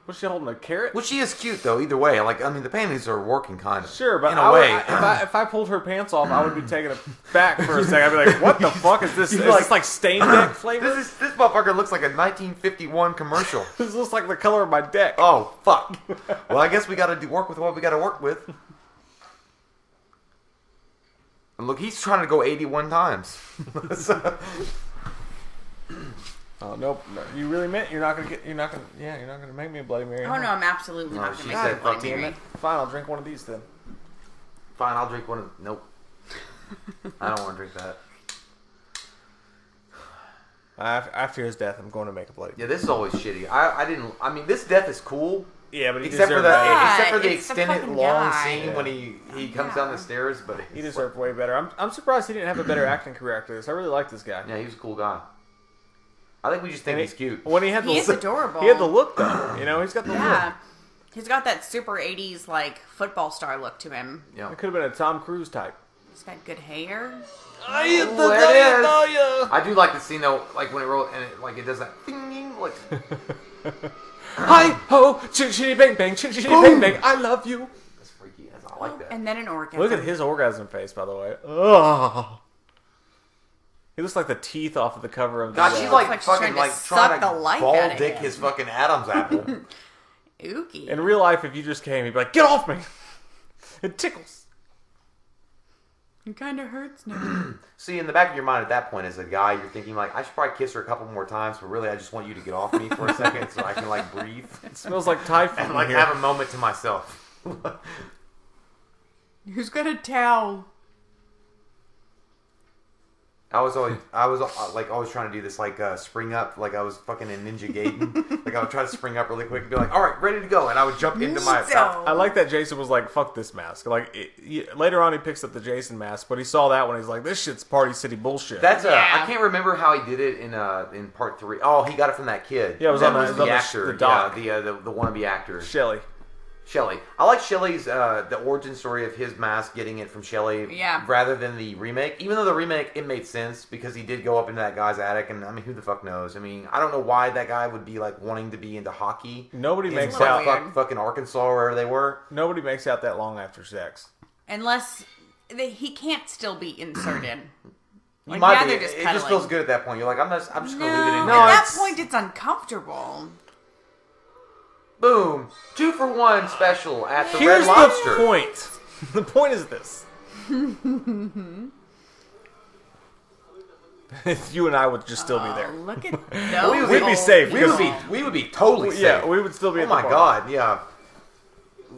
Speaker 1: Was she holding a carrot?
Speaker 5: Well, she is cute though. Either way, like I mean, the panties are working kind of.
Speaker 1: Sure, but
Speaker 5: in a
Speaker 1: I would-
Speaker 5: way,
Speaker 1: I- if, I, if I pulled her pants off, I would be taking it back for a second. I'd be like, "What the fuck is this? Is
Speaker 5: You'd be
Speaker 1: like,
Speaker 5: like-
Speaker 1: this like stain deck flavor?
Speaker 5: this is this motherfucker looks like a 1951 commercial.
Speaker 1: this looks like the color of my deck."
Speaker 5: oh fuck. Well, I guess we got to do work with what we got to work with. And look, he's trying to go 81 times. So-
Speaker 1: Oh nope, no, you really meant you're not gonna get, you're not gonna, yeah, you're not gonna make me a Bloody Mary.
Speaker 4: Oh no, I'm absolutely
Speaker 5: Oh,
Speaker 4: not
Speaker 5: she
Speaker 4: gonna make
Speaker 5: said
Speaker 4: that Bloody
Speaker 5: fucking
Speaker 4: Mary.
Speaker 1: Fine, I'll drink one of these then.
Speaker 5: Fine, I'll drink one of. Nope. I don't want to drink that.
Speaker 1: I, I fear his death. I'm going to make a bloody.
Speaker 5: Yeah, this is always shitty. I, I didn't. I mean, this death is cool.
Speaker 1: Yeah, but he
Speaker 5: Except for
Speaker 1: deserved
Speaker 5: the
Speaker 1: way-
Speaker 4: Yeah,
Speaker 5: except for the
Speaker 4: it's the
Speaker 5: extended
Speaker 4: fucking
Speaker 5: long
Speaker 4: guy.
Speaker 5: scene when he he comes down the stairs, but
Speaker 1: He deserved way better. I'm, I'm surprised he didn't have a better acting career after this. I really like this guy.
Speaker 5: yeah, he was a cool guy. I think we just think
Speaker 1: And
Speaker 5: he's
Speaker 1: he-
Speaker 5: cute.
Speaker 1: When he had the
Speaker 4: He is
Speaker 1: look-
Speaker 4: adorable.
Speaker 1: He had the look though. You know, he's got the
Speaker 4: Yeah.
Speaker 1: look.
Speaker 4: Uh, He's got that super 80s, like, football star look to him.
Speaker 5: Yeah.
Speaker 1: It could have been a Tom Cruise type.
Speaker 4: He's got good hair.
Speaker 5: Ooh, there it is. I do like the scene though, like when it rolls and it like it does that ding ding, like
Speaker 1: Hi ho, chitty chitty bang bang, chitty chitty bang
Speaker 5: Boom.
Speaker 1: bang. I love you.
Speaker 5: that's freaky. That's, I like that.
Speaker 4: And then an orgasm.
Speaker 1: Look at his orgasm face, by the way. Oh. He looks like the teeth off of the cover of the.
Speaker 5: God,
Speaker 1: uh,
Speaker 5: she's like
Speaker 4: Like she's
Speaker 5: fucking
Speaker 4: trying to
Speaker 5: like
Speaker 4: suck
Speaker 5: trying to
Speaker 4: the life
Speaker 5: ball
Speaker 4: out of
Speaker 5: dick
Speaker 4: him.
Speaker 5: his fucking Adam's apple.
Speaker 4: Oogie.
Speaker 1: In real life, if you just came, he'd be like, "Get off me!" It tickles.
Speaker 4: It kind of hurts now.
Speaker 5: See, in the back of your mind at that point, as a guy, you're thinking like, I should probably kiss her a couple more times, but really, I just want you to get off me for a second so I can like breathe
Speaker 1: It smells like typhoon
Speaker 5: and like
Speaker 1: here.
Speaker 5: have a moment to myself.
Speaker 4: Who's got a towel?
Speaker 5: I was always, I was uh, like always trying to do this, like uh, spring up, like I was fucking in Ninja Gaiden. like I would try to spring up really quick and be like, "All right, ready to go," and I would jump into my.
Speaker 1: I like that Jason was like, "Fuck this mask." Like it, he, later on, he picks up the Jason mask, but he saw that one. He's like, "This shit's Party City bullshit."
Speaker 5: That's uh, I
Speaker 4: Yeah.
Speaker 5: can't remember how he did it in uh in part three. Oh, he got it from that kid.
Speaker 1: Yeah, it was on
Speaker 5: that
Speaker 1: the- it was on the- the doc.
Speaker 5: Yeah, the, uh, the the wannabe actor.
Speaker 1: Shelly.
Speaker 5: Shelley. I like Shelley's uh, the origin story of his mask getting it from Shelley
Speaker 4: Yeah.
Speaker 5: rather than the remake. Even though the remake it made sense because he did go up into that guy's attic and I mean who the fuck knows? I mean, I don't know why that guy would be like wanting to be into hockey.
Speaker 1: Nobody
Speaker 5: in
Speaker 1: makes
Speaker 5: fuck-
Speaker 1: out.
Speaker 5: fuck- fucking Arkansas or wherever they were.
Speaker 1: Nobody makes out that long after sex.
Speaker 4: Unless they, he can't still be inserted.
Speaker 5: You
Speaker 4: Like,
Speaker 5: might
Speaker 4: now
Speaker 5: be,
Speaker 4: they're just
Speaker 5: it just
Speaker 4: cuddling.
Speaker 5: feels good at that point. You're like, I'm not I'm just
Speaker 4: No,
Speaker 5: gonna leave it in
Speaker 4: at
Speaker 5: there.
Speaker 4: that
Speaker 1: it's-
Speaker 4: point it's uncomfortable.
Speaker 5: Boom. Two for one special at the
Speaker 1: Here's
Speaker 5: Red Lobster.
Speaker 1: the point. The point is this. you and I would just still be there.
Speaker 4: Look at those.
Speaker 5: We would
Speaker 1: We'd be
Speaker 4: old
Speaker 1: safe.
Speaker 5: We would be
Speaker 4: people.
Speaker 5: we would be totally safe.
Speaker 1: Yeah, we would still be.
Speaker 5: Oh
Speaker 1: at the
Speaker 5: my
Speaker 1: bar.
Speaker 5: god, yeah.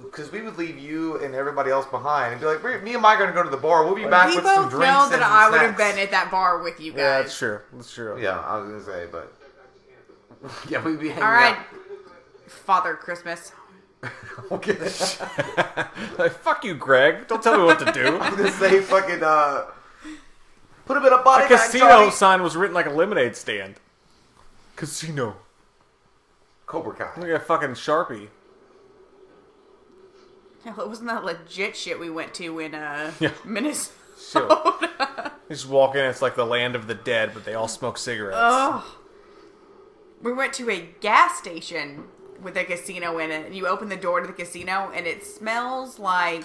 Speaker 5: Because we would leave you and everybody else behind and be like, "We're- me and Mike are going to go to the bar. We'll be back
Speaker 4: We
Speaker 5: with some
Speaker 4: both
Speaker 5: drinks.
Speaker 4: know
Speaker 5: and
Speaker 4: that I would
Speaker 5: snacks.
Speaker 4: have been at that bar with you guys.
Speaker 1: Yeah, that's true. That's true.
Speaker 5: Yeah, I was going to say, but. Yeah, we'd be hanging
Speaker 4: All right,
Speaker 5: out.
Speaker 4: Father Christmas.
Speaker 5: Okay. I was
Speaker 1: Like, fuck you, Greg. Don't tell me what to do.
Speaker 5: going to say, fucking, uh. Put a bit of body
Speaker 1: The
Speaker 5: back,
Speaker 1: casino
Speaker 5: Charlie.
Speaker 1: sign was written like a lemonade stand. Casino.
Speaker 5: Cobra Kai.
Speaker 1: Look at a fucking sharpie.
Speaker 4: Hell, it wasn't that legit shit we went to in uh,
Speaker 1: Yeah.
Speaker 4: Minnesota.
Speaker 1: Shit. You just walk in, it's like the land of the dead, but they all smoke cigarettes.
Speaker 4: We went to a gas station with a casino in it, and you open the door to the casino, and it smells like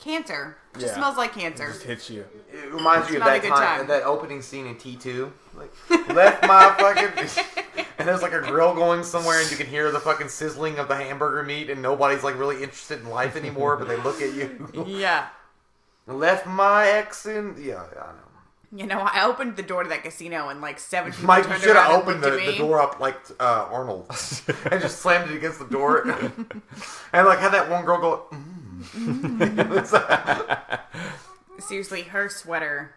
Speaker 4: cancer. It just
Speaker 1: Yeah.
Speaker 4: smells like cancer.
Speaker 1: Just hits you.
Speaker 5: It reminds you of
Speaker 4: not a
Speaker 5: that
Speaker 4: good
Speaker 5: time,
Speaker 4: time.
Speaker 5: that opening scene in T2. Like, left my fucking. And there's like a grill going somewhere, and you can hear the fucking sizzling of the hamburger meat, and nobody's like really interested in life anymore, but they look at you.
Speaker 4: Yeah.
Speaker 5: Left my ex in. Yeah, I know.
Speaker 4: You know, I opened the door to that casino, and like seven people
Speaker 5: Mike, you
Speaker 4: turned
Speaker 5: should
Speaker 4: around
Speaker 5: have
Speaker 4: and
Speaker 5: opened the,
Speaker 4: looked at
Speaker 5: the
Speaker 4: me.
Speaker 5: door up like uh, Arnold and just slammed it against the door. and like had that one girl go, mm. It's like-
Speaker 4: Seriously, her sweater.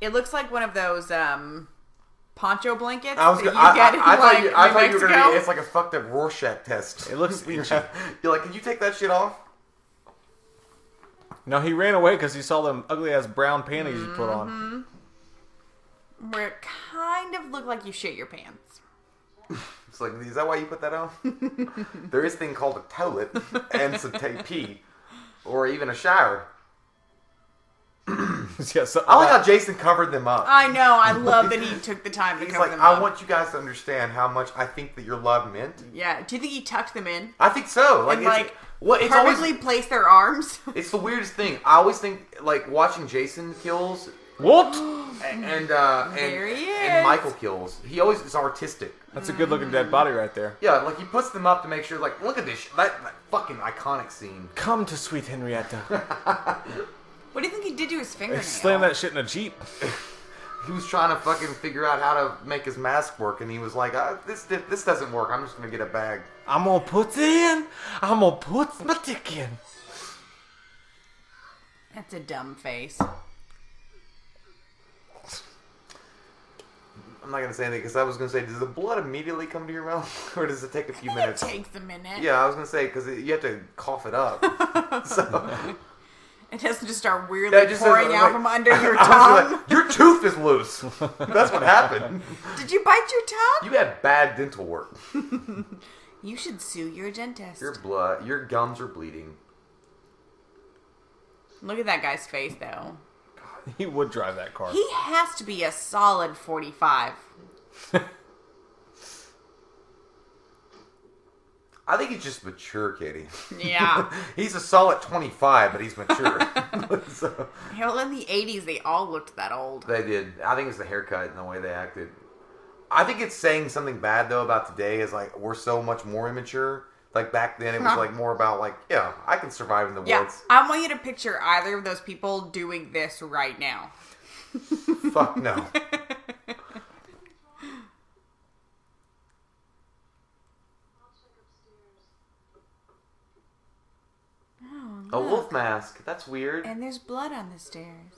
Speaker 4: It looks like one of those um, poncho blankets
Speaker 5: I was
Speaker 4: that
Speaker 5: gonna,
Speaker 4: you
Speaker 5: I,
Speaker 4: get in
Speaker 5: I, I thought
Speaker 4: like
Speaker 5: you, I
Speaker 4: New
Speaker 5: thought you were
Speaker 4: Mexico.
Speaker 5: gonna be, it's like a fucked up Rorschach test.
Speaker 1: It looks itchy.
Speaker 5: You're like, can you take that shit off?
Speaker 1: No, he ran away because he saw them ugly ass brown panties you put on.
Speaker 4: Where it kind of looked like you shit your pants.
Speaker 5: It's like, is that why you put that on? there is a thing called a toilet and some tape pee, or even a shower.
Speaker 1: yeah, so,
Speaker 5: Mm-hmm.
Speaker 1: uh,
Speaker 5: I like how Jason covered them up.
Speaker 4: Uh, I know. I love that he took the time to
Speaker 5: He's
Speaker 4: cover
Speaker 5: like,
Speaker 4: them
Speaker 5: I
Speaker 4: up.
Speaker 5: want you guys to understand how much I think that your love meant.
Speaker 4: yeah. Do you think he tucked them in?
Speaker 5: I think so. Like,
Speaker 4: and
Speaker 5: it's,
Speaker 4: like
Speaker 5: well, it's always
Speaker 4: perfectly placed their arms.
Speaker 5: it's the weirdest thing. I always think like watching Jason kills
Speaker 1: what?
Speaker 5: and and uh, and,
Speaker 4: There he
Speaker 5: and
Speaker 4: is.
Speaker 5: Michael kills. He always is artistic.
Speaker 1: That's a good looking dead body right there.
Speaker 5: Yeah, like he puts them up to make sure. Like, look at this sh- that, that fucking iconic scene.
Speaker 1: Come to sweet Henrietta.
Speaker 4: what do you think he did to his fingernail?
Speaker 1: Slam that shit in a jeep.
Speaker 5: He was trying to fucking figure out how to make his mask work, and he was like, uh, "This di- this doesn't work. I'm just gonna get a bag."
Speaker 1: I'm gonna put it in. I'm gonna put my dick in.
Speaker 4: That's a dumb face.
Speaker 5: I'm not gonna say anything because I was gonna say, does the blood immediately come to your mouth, or does it take a few minutes?
Speaker 4: Takes a minute.
Speaker 5: Yeah, I was gonna say because you have to cough it up. so
Speaker 4: It doesn't just start weirdly
Speaker 5: Yeah, it just
Speaker 4: pouring
Speaker 5: says,
Speaker 4: out
Speaker 5: like-
Speaker 4: from under your
Speaker 5: I was
Speaker 4: tongue.
Speaker 5: like, your tooth is loose. That's what happened.
Speaker 4: Did you bite your tongue?
Speaker 5: You had bad dental work.
Speaker 4: You should sue your dentist.
Speaker 5: Your blood, your gums are bleeding.
Speaker 4: Look at that guy's face, though.
Speaker 1: He would drive that car.
Speaker 4: He has to be a solid 45.
Speaker 5: I think he's just mature, Katie.
Speaker 4: Yeah.
Speaker 5: He's a solid 25, but he's mature. so,
Speaker 4: Hell, in the 80s, they all looked that old.
Speaker 5: they did. I think it's the haircut and the way they acted. I think it's saying something bad though about today is like we're so much more immature. Like back then, it was
Speaker 4: Huh.
Speaker 5: like more about like yeah, I can survive in the
Speaker 4: Yeah,
Speaker 5: woods.
Speaker 4: I want you to picture either of those people doing this right now.
Speaker 5: Fuck no.
Speaker 8: I'll check upstairs.
Speaker 5: A wolf mask. That's weird.
Speaker 4: Oh, And there's blood on the stairs.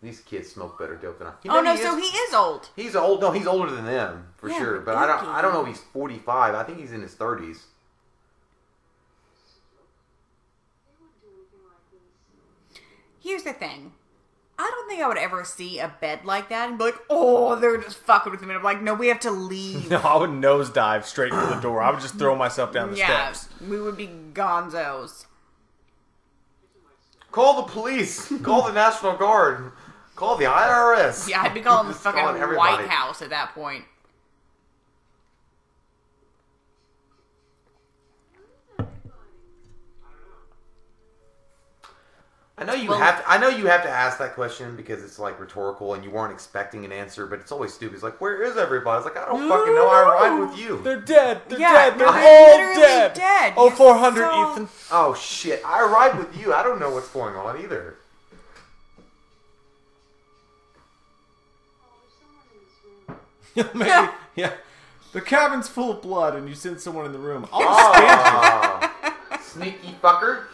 Speaker 5: These kids smoke better dope than I. You
Speaker 4: Oh
Speaker 5: know
Speaker 4: no, so he is old.
Speaker 5: He's old. No, he's older than them for
Speaker 4: Yeah,
Speaker 5: sure.
Speaker 4: but
Speaker 5: But I don't.
Speaker 4: Dookie.
Speaker 5: I don't know if he's forty five. I think he's in his thirties.
Speaker 8: They wouldn't do anything like this.
Speaker 4: Here's the thing. I don't think I would ever see a bed like that and be like, oh, they're just fucking with me. I'm like, no, we have to leave.
Speaker 1: No, I would nosedive straight to the door. I would just throw myself down the
Speaker 4: yeah,
Speaker 1: steps.
Speaker 4: we would be gonzos.
Speaker 5: Call the police. Call the National Guard. Call the IRS.
Speaker 4: Yeah, I'd be calling the
Speaker 5: Just
Speaker 4: fucking
Speaker 5: calling everybody.
Speaker 4: White House at that point.
Speaker 5: I know you
Speaker 4: Well-
Speaker 5: have. To, I know you have to ask that question because it's like rhetorical and you weren't expecting an answer. But it's always stupid. It's like, where is everybody? It's like, I don't fucking know. I ride with you.
Speaker 1: They're dead. They're
Speaker 4: Yeah,
Speaker 1: dead. They're
Speaker 4: no, they're
Speaker 1: all
Speaker 4: literally
Speaker 1: dead.
Speaker 4: dead.
Speaker 1: Oh,
Speaker 4: You're
Speaker 1: 400,
Speaker 4: so-
Speaker 1: Ethan.
Speaker 5: Oh shit! I ride with you. I don't know what's going on either.
Speaker 8: Oh, there's someone in this room.
Speaker 1: Maybe, yeah. The cabin's full of blood, and you send someone in the room. Oh,
Speaker 5: Oh, sneaky fucker.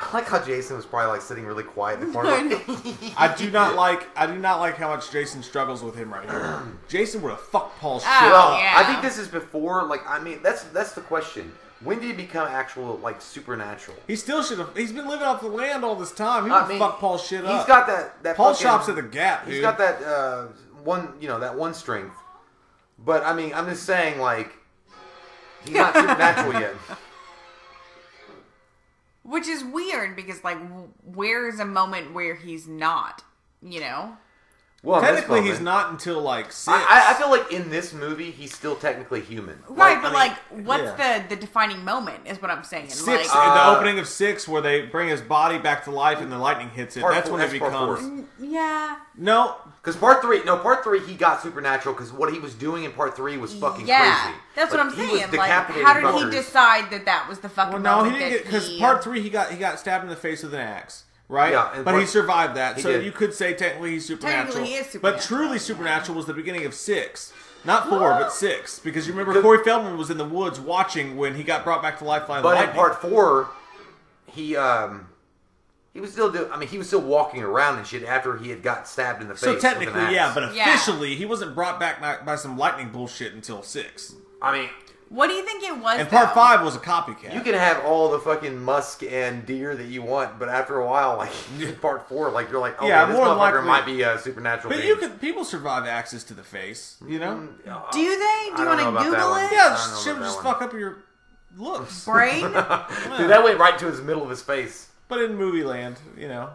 Speaker 5: I like how Jason was probably like sitting really quiet in the corner. like,
Speaker 1: I do not like. I do not like how much Jason struggles with him right here. Jason would have fucked Paul's shit.
Speaker 4: Ah.
Speaker 5: well,
Speaker 4: yeah.
Speaker 5: I think this is before. Like, I mean, that's that's the question. When did he become actual like supernatural?
Speaker 1: He still should have. He's been living off the land all this time. He
Speaker 5: I
Speaker 1: would
Speaker 5: mean,
Speaker 1: fuck Paul's shit up.
Speaker 5: He's got that that
Speaker 1: Paul
Speaker 5: fucking-
Speaker 1: shops at the Gap,
Speaker 5: He's
Speaker 1: dude.
Speaker 5: got that uh, one, you know, that one strength. But I mean, I'm just saying, like, he's not supernatural yet.
Speaker 4: Which is weird because, like, w- where is a moment where he's not? You know?
Speaker 5: Well, in this
Speaker 1: Technically, he's
Speaker 5: moment-
Speaker 1: not until like six.
Speaker 5: I, I- I feel like in this movie, he's still technically human.
Speaker 4: Right,
Speaker 5: I
Speaker 4: but
Speaker 5: mean,
Speaker 4: like, what's
Speaker 1: yeah.
Speaker 4: the the defining moment? Is what I'm saying.
Speaker 1: six
Speaker 4: like,
Speaker 1: in the
Speaker 5: Uh,
Speaker 1: opening of six, where they bring his body back to life and the lightning hits it.
Speaker 5: Part
Speaker 1: That's
Speaker 5: four-
Speaker 1: when it
Speaker 5: that's part four.
Speaker 1: becomes.
Speaker 4: yeah,
Speaker 1: No,
Speaker 5: Because part three, no, part three, he got supernatural because what he was doing in part three was fucking
Speaker 4: yeah.
Speaker 5: crazy.
Speaker 4: That's what
Speaker 5: Like,
Speaker 4: I'm
Speaker 5: he was
Speaker 4: saying. Like,
Speaker 5: decapitating
Speaker 4: how did he
Speaker 5: fuckers.
Speaker 4: decide that that was the fucking
Speaker 1: well, no, he
Speaker 4: moment
Speaker 1: didn't
Speaker 4: that
Speaker 1: get because
Speaker 4: he- uh,
Speaker 1: part three he got he got stabbed in the face with an axe, right?
Speaker 5: Yeah, and
Speaker 1: but he
Speaker 5: part-
Speaker 1: survived that,
Speaker 5: he
Speaker 1: so
Speaker 5: did.
Speaker 1: you could say technically he's supernatural.
Speaker 4: Technically he is
Speaker 1: but
Speaker 4: supernatural,
Speaker 1: truly
Speaker 4: yeah.
Speaker 1: supernatural was the beginning of six, not four, but six, because you remember Corey Feldman was in the woods watching when he got brought back to life by
Speaker 5: But in
Speaker 1: lightning.
Speaker 5: part four, he um, he was still doing. I mean, he was still walking around and shit after he had got stabbed in the face.
Speaker 1: so
Speaker 5: with an
Speaker 1: technically,
Speaker 5: axe.
Speaker 1: yeah, but
Speaker 4: Yeah.
Speaker 1: officially he wasn't brought back by, by some lightning bullshit until six.
Speaker 5: I mean,
Speaker 4: What do you think it was?
Speaker 1: And part
Speaker 4: though?
Speaker 1: five was a copycat.
Speaker 5: you can have all the fucking musk and deer that you want, but after a while, like in part four, like you're like, oh,
Speaker 1: Yeah,
Speaker 5: yeah, this
Speaker 1: more than
Speaker 5: motherfucker
Speaker 1: likely-
Speaker 5: might be a supernatural.
Speaker 1: but
Speaker 5: being.
Speaker 1: you could people survive axes to the face, you know?
Speaker 4: Do they? Do you want
Speaker 5: don't know
Speaker 4: to
Speaker 5: about that
Speaker 4: Google
Speaker 5: one.
Speaker 1: Yeah,
Speaker 4: it?
Speaker 5: Mm, I don't know
Speaker 1: just, shit
Speaker 5: about
Speaker 1: would
Speaker 5: that
Speaker 1: just
Speaker 5: one.
Speaker 1: fuck up your looks.
Speaker 4: Brain?
Speaker 5: Dude, that went right to his middle of his face.
Speaker 1: But in movie land, you know,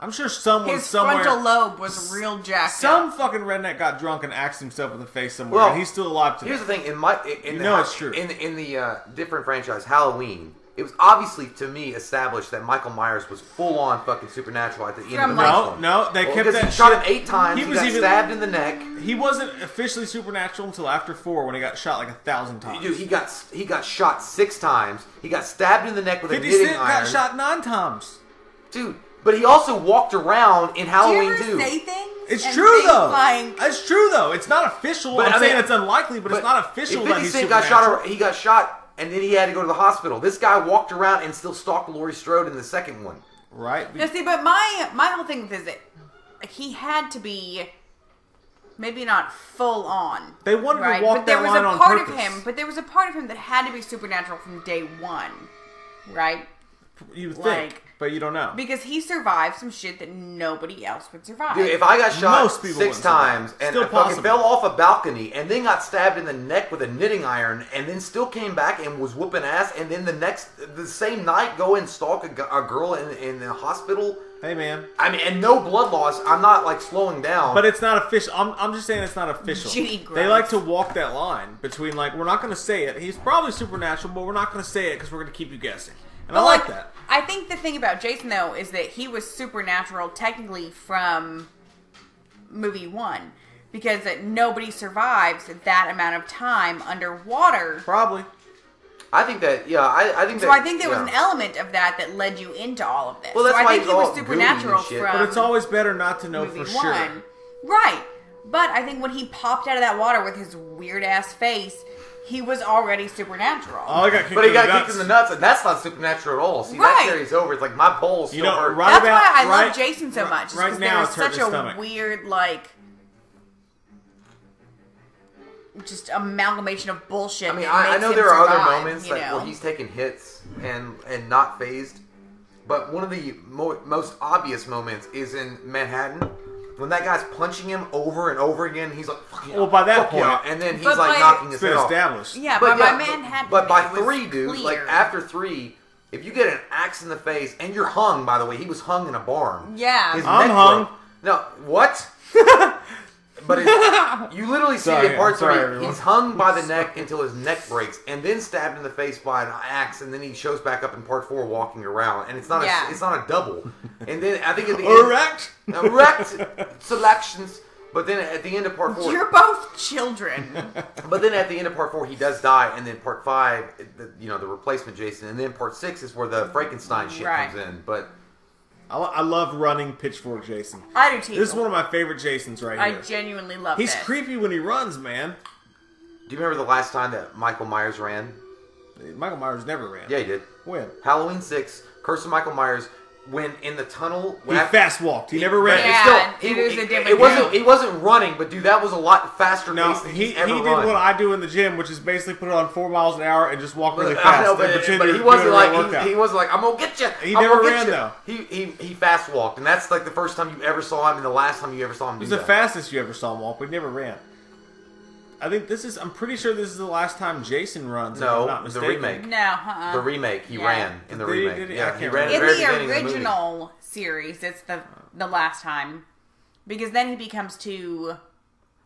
Speaker 1: I'm sure someone
Speaker 4: His
Speaker 1: somewhere,
Speaker 4: frontal lobe was real jacked.
Speaker 1: some
Speaker 4: up.
Speaker 1: fucking redneck got drunk and axed himself in the face somewhere,
Speaker 5: Well,
Speaker 1: and he's still alive today.
Speaker 5: Here's the thing: in my in,
Speaker 1: You
Speaker 5: the,
Speaker 1: know it's true.
Speaker 5: in in the uh, different franchise Halloween, it was obviously to me established that Michael Myers was full on fucking supernatural at the end
Speaker 4: From
Speaker 5: of the
Speaker 4: like-
Speaker 5: first
Speaker 1: no,
Speaker 5: one.
Speaker 1: no, they
Speaker 5: Well,
Speaker 1: kept
Speaker 5: because
Speaker 1: that.
Speaker 5: he shot
Speaker 1: shit-
Speaker 5: him eight times. He,
Speaker 1: He was
Speaker 5: got
Speaker 1: even-
Speaker 5: stabbed in the neck.
Speaker 1: He wasn't officially supernatural until after four, when he got shot like a thousand times.
Speaker 5: Dude, he got he got shot six times. He got stabbed in the neck with a
Speaker 1: Fifty
Speaker 5: knitting
Speaker 1: Cent
Speaker 5: iron.
Speaker 1: got shot nine times.
Speaker 5: Dude, but he also walked around in
Speaker 4: Do you
Speaker 5: Halloween
Speaker 4: ever
Speaker 5: too.
Speaker 4: say things?
Speaker 1: It's
Speaker 4: and
Speaker 1: true
Speaker 4: think,
Speaker 1: though.
Speaker 4: Like,
Speaker 1: it's true though. It's not official.
Speaker 5: But,
Speaker 1: I'm
Speaker 5: I mean-
Speaker 1: saying it's unlikely, but,
Speaker 5: But
Speaker 1: it's not official
Speaker 5: if
Speaker 1: that
Speaker 5: 50
Speaker 1: he's
Speaker 5: Cent got
Speaker 1: supernatural.
Speaker 5: shot. He got shot and then he had to go to the hospital. This guy walked around and still stalked Laurie Strode in the second one.
Speaker 1: right?
Speaker 4: No, see, but my my whole thing is that like, he had to be maybe not full on.
Speaker 1: They wanted to
Speaker 4: right?
Speaker 1: walk
Speaker 4: but there
Speaker 1: that
Speaker 4: was
Speaker 1: line
Speaker 4: a
Speaker 1: on
Speaker 4: part of
Speaker 1: purpose.
Speaker 4: him, but there was a part of him that had to be supernatural from day one, right?
Speaker 1: You would think,
Speaker 4: like-
Speaker 1: but you don't know.
Speaker 4: Because he survived some shit that nobody else would survive.
Speaker 5: Dude, if I got shot
Speaker 1: Most people
Speaker 5: six
Speaker 1: wouldn't survive.
Speaker 5: times and
Speaker 1: Still
Speaker 5: I fucking
Speaker 1: possible.
Speaker 5: fell off a balcony and then got stabbed in the neck with a knitting iron and then still came back and was whooping ass and then the next, the same night, go and stalk a, gu- a girl in, in the hospital.
Speaker 1: hey, man.
Speaker 5: I mean, and no blood loss. I'm not like slowing down.
Speaker 1: But it's not official. I'm, I'm just saying it's not official.
Speaker 4: Gee,
Speaker 1: they
Speaker 4: gross.
Speaker 1: like to walk that line between like we're not going to say it. He's probably supernatural, but we're not going to say it because we're going to keep you guessing. And I
Speaker 4: But,
Speaker 1: like that.
Speaker 4: I think the thing about Jason though is that he was supernatural technically from movie one because that nobody survives that amount of time underwater.
Speaker 1: Probably.
Speaker 5: I think that, yeah, I, I think
Speaker 4: So I
Speaker 5: that.
Speaker 4: think there was
Speaker 5: yeah.
Speaker 4: an element of that that led you into all of this.
Speaker 5: Well, that's
Speaker 4: so I
Speaker 5: why
Speaker 4: think
Speaker 5: it's
Speaker 4: he was
Speaker 5: all
Speaker 4: supernatural
Speaker 5: gooey and shit.
Speaker 4: from
Speaker 1: But it's always better not to know for
Speaker 4: movie
Speaker 1: sure.
Speaker 4: one, right? But I think when he popped out of that water with his weird ass face, he was already supernatural.
Speaker 1: Oh, I got kicked
Speaker 5: But he
Speaker 1: in the
Speaker 5: got kicked
Speaker 1: nuts.
Speaker 5: in the nuts, and that's not supernatural at all. See, that
Speaker 4: Right.
Speaker 5: series over. It's like my balls still
Speaker 1: You know,
Speaker 5: hurt.
Speaker 1: right
Speaker 4: That's
Speaker 1: about
Speaker 4: why I
Speaker 1: right,
Speaker 4: love Jason so much. is
Speaker 1: Right
Speaker 4: 'cause
Speaker 1: now,
Speaker 4: there
Speaker 1: it's
Speaker 4: is such
Speaker 1: hurting
Speaker 4: a
Speaker 1: his stomach.
Speaker 4: weird like. Just amalgamation of bullshit.
Speaker 5: I mean,
Speaker 4: that
Speaker 5: I, I
Speaker 4: makes
Speaker 5: know
Speaker 4: him
Speaker 5: there are other
Speaker 4: survive,
Speaker 5: moments
Speaker 4: you
Speaker 5: like,
Speaker 4: know?
Speaker 5: where he's taking hits and and not phased, but one of the mo- most obvious moments is in Manhattan when that guy's punching him over and over again. He's like, "Fuck you
Speaker 1: Well, by that
Speaker 5: fuck you,"
Speaker 1: point-
Speaker 5: and then he's
Speaker 4: But
Speaker 5: like
Speaker 4: by-
Speaker 5: knocking his
Speaker 1: It's been
Speaker 5: head off.
Speaker 1: established.
Speaker 4: yeah, but,
Speaker 5: yeah,
Speaker 4: my man had.
Speaker 5: but by
Speaker 4: it was
Speaker 5: three, dude, like
Speaker 4: clear.
Speaker 5: after three. If you get an axe in the face and you're hung, by the way, he was hung in a barn.
Speaker 4: Yeah.
Speaker 5: His
Speaker 1: I'm
Speaker 5: neck
Speaker 1: hung.
Speaker 5: broke. No, what? but it, you literally see
Speaker 1: Sorry,
Speaker 5: it in parts
Speaker 1: I'm sorry,
Speaker 5: where he-
Speaker 1: everyone.
Speaker 5: he's hung by the neck until his neck breaks, and then stabbed in the face by an axe, and then he shows back up in part four walking around, and it's not
Speaker 4: Yeah.
Speaker 5: a it's not a double. and then I think at the
Speaker 1: Erect.
Speaker 5: end, erect selections. But then at the end of part 4
Speaker 4: You're both children.
Speaker 5: but then at the end of part four, he does die, and then part five, the, you know, the replacement Jason, and then part six is where the Frankenstein shit
Speaker 4: Right.
Speaker 5: comes in. But
Speaker 1: I, lo- I love running pitchfork Jason.
Speaker 4: I do too.
Speaker 1: This is one of my favorite Jasons right
Speaker 4: I
Speaker 1: here.
Speaker 4: genuinely love
Speaker 1: He's
Speaker 4: this.
Speaker 1: creepy when he runs, man.
Speaker 5: do you remember the last time that Michael Myers ran?
Speaker 1: Michael Myers never ran.
Speaker 5: Yeah, he did.
Speaker 1: When?
Speaker 5: Halloween six, Curse of Michael Myers, when in the tunnel,
Speaker 1: He fast walked. He never ran.
Speaker 4: Yeah. it is a different
Speaker 5: It wasn't.
Speaker 4: deal.
Speaker 5: He wasn't running, but dude, that was a lot faster.
Speaker 1: No,
Speaker 5: pace than
Speaker 1: he, he
Speaker 5: he's
Speaker 1: did
Speaker 5: ever run.
Speaker 1: what I do in the gym, which is basically put it on four miles an hour and just walk really fast.
Speaker 5: I know,
Speaker 1: and
Speaker 5: but,
Speaker 1: pretend
Speaker 5: but
Speaker 1: you're
Speaker 5: he wasn't
Speaker 1: doing a
Speaker 5: like
Speaker 1: workout.
Speaker 5: he, he wasn't like I'm gonna get you.
Speaker 1: He
Speaker 5: I'm
Speaker 1: never
Speaker 5: gonna
Speaker 1: ran,
Speaker 5: get
Speaker 1: though.
Speaker 5: you. He, he he fast walked, and that's like the first time you ever saw him, and the last time you ever saw him.
Speaker 1: It was
Speaker 5: do
Speaker 1: the
Speaker 5: that.
Speaker 1: fastest you ever saw him walk, but he never ran. I think this is. I'm pretty sure this is the last time Jason runs. if
Speaker 5: No,
Speaker 1: I'm not
Speaker 5: the
Speaker 1: mistaken.
Speaker 5: remake.
Speaker 4: No, uh-uh.
Speaker 5: The remake, he
Speaker 4: Yeah.
Speaker 5: ran in the
Speaker 1: Did he-
Speaker 5: remake.
Speaker 1: did he- I
Speaker 5: yeah, he
Speaker 1: can't
Speaker 5: ran
Speaker 1: remember.
Speaker 5: at
Speaker 4: in
Speaker 5: the very
Speaker 4: the
Speaker 5: beginning of the movie.
Speaker 4: original series, it's the the last time because then he becomes too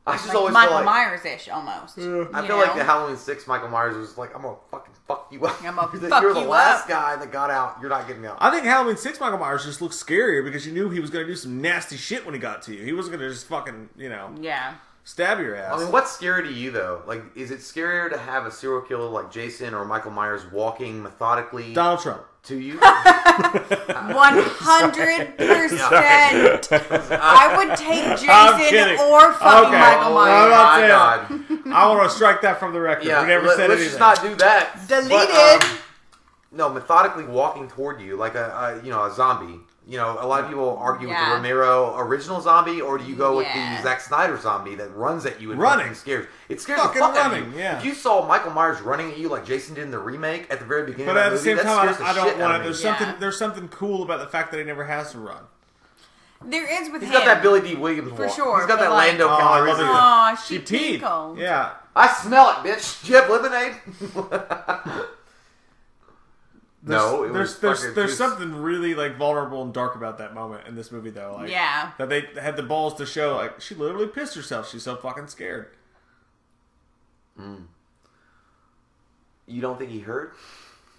Speaker 5: I just
Speaker 4: like,
Speaker 5: always
Speaker 4: Michael
Speaker 5: feel like,
Speaker 4: Myers ish almost. you
Speaker 5: I feel
Speaker 4: know?
Speaker 5: like the Halloween Six Michael Myers was like, I'm gonna fucking fuck you up.
Speaker 4: I'm gonna
Speaker 5: You're the-
Speaker 4: fuck
Speaker 5: You're the
Speaker 4: you
Speaker 5: last
Speaker 4: up.
Speaker 5: guy that got out. You're not getting out.
Speaker 1: I think Halloween Six Michael Myers just looked scarier because you knew he was going to do some nasty shit when he got to you. He wasn't going to just fucking you know
Speaker 4: yeah.
Speaker 1: stab your ass.
Speaker 5: I mean, what's scary to you though? Like, is it scarier to have a serial killer like Jason or Michael Myers walking methodically
Speaker 1: Donald Trump.
Speaker 5: to you?
Speaker 4: One hundred percent. I would take Jason
Speaker 1: kidding.
Speaker 4: or fucking
Speaker 1: Okay.
Speaker 4: Michael
Speaker 5: Oh,
Speaker 1: I'm
Speaker 4: Myers.
Speaker 1: not
Speaker 5: my
Speaker 1: saying-
Speaker 5: God.
Speaker 1: I want to strike that from the record.
Speaker 5: Yeah,
Speaker 1: we never
Speaker 5: let,
Speaker 1: said
Speaker 5: us
Speaker 1: anything.
Speaker 5: just not do that.
Speaker 4: Deleted.
Speaker 5: um, no, methodically walking toward you like a, a you know a zombie. You know, a lot of people argue with
Speaker 4: Yeah.
Speaker 5: the Romero original zombie, or do you go with
Speaker 4: Yeah.
Speaker 5: the Zack Snyder zombie that runs at you and
Speaker 1: Running.
Speaker 5: fucking scares? It scares
Speaker 1: Fucking
Speaker 5: the fuck out of
Speaker 1: running,
Speaker 5: you.
Speaker 1: yeah.
Speaker 5: If you saw Michael Myers running at you like Jason did in the remake at the very beginning,
Speaker 1: but
Speaker 5: of
Speaker 1: at
Speaker 5: that
Speaker 1: the
Speaker 5: movie,
Speaker 1: same
Speaker 5: that
Speaker 1: time,
Speaker 5: scares the
Speaker 1: I, I don't
Speaker 5: shit out
Speaker 1: want
Speaker 5: of
Speaker 1: it.
Speaker 5: me.
Speaker 1: There's
Speaker 4: Yeah.
Speaker 1: something. There's something cool about the fact that he never has to run.
Speaker 4: There is with
Speaker 5: He's
Speaker 4: him.
Speaker 5: got that Billy D. Williams walk.
Speaker 4: sure,
Speaker 5: He's got
Speaker 4: but
Speaker 5: that
Speaker 4: like-
Speaker 5: Lando
Speaker 1: Oh, I love
Speaker 5: Calrissian.
Speaker 1: it.
Speaker 4: Aw, she,
Speaker 1: peed.
Speaker 4: tinkled.
Speaker 1: Yeah,
Speaker 5: I smell it, bitch. Do you have lemonade? no, it
Speaker 1: there's
Speaker 5: was
Speaker 1: there's
Speaker 5: fucking
Speaker 1: there's
Speaker 5: juice.
Speaker 1: something really like vulnerable and dark about that moment in this movie though. Like,
Speaker 4: Yeah.
Speaker 1: that they had the balls to show like she literally pissed herself. She's so fucking scared.
Speaker 5: You don't think he heard?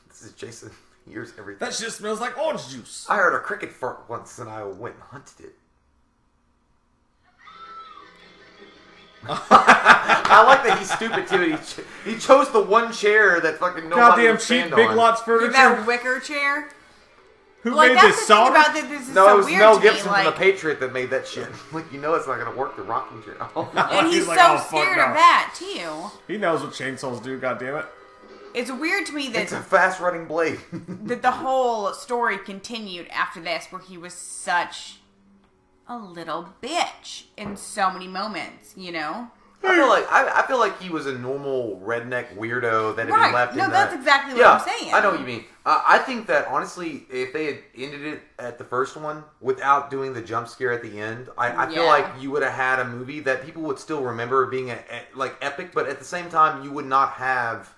Speaker 5: This is Jason. He hears everything.
Speaker 1: That shit smells like orange juice.
Speaker 5: I heard a cricket fart once, and I went and hunted it. I like that he's stupid too. He, ch- he chose the one chair that fucking nobody
Speaker 1: Goddamn
Speaker 5: would
Speaker 1: cheap
Speaker 5: stand
Speaker 1: Big
Speaker 5: on.
Speaker 1: Lots
Speaker 4: With that
Speaker 1: furniture.
Speaker 4: wicker chair.
Speaker 1: Who
Speaker 4: Like
Speaker 1: made
Speaker 4: that's
Speaker 1: this
Speaker 4: the thing
Speaker 1: solder?
Speaker 4: about that this is
Speaker 5: No,
Speaker 4: so
Speaker 5: it was
Speaker 4: weird
Speaker 5: Mel
Speaker 4: to me,
Speaker 5: Gibson
Speaker 4: like,
Speaker 5: from The Patriot that made that shit. Like you know, it's not gonna work. The rocking chair.
Speaker 4: and
Speaker 1: He's
Speaker 4: he's,
Speaker 1: like,
Speaker 4: so
Speaker 1: "Oh, fuck,
Speaker 4: scared
Speaker 1: no."
Speaker 4: of that too.
Speaker 1: He knows what chainsaws do. God damn it.
Speaker 4: It's weird to me that
Speaker 5: It's a fast running blade.
Speaker 4: that the whole story continued after this, where he was such a little bitch in so many moments. You know,
Speaker 5: I feel like I, I feel like he was a normal redneck weirdo that had
Speaker 4: Right.
Speaker 5: been left.
Speaker 4: No,
Speaker 5: in
Speaker 4: that's
Speaker 5: the,
Speaker 4: exactly what
Speaker 5: Yeah,
Speaker 4: I'm saying.
Speaker 5: I know what you mean. Uh, I think that honestly, if they had ended it at the first one without doing the jump scare at the end, I, I feel
Speaker 4: Yeah.
Speaker 5: like you would have had a movie that people would still remember being a, a- like epic, but at the same time, you would not have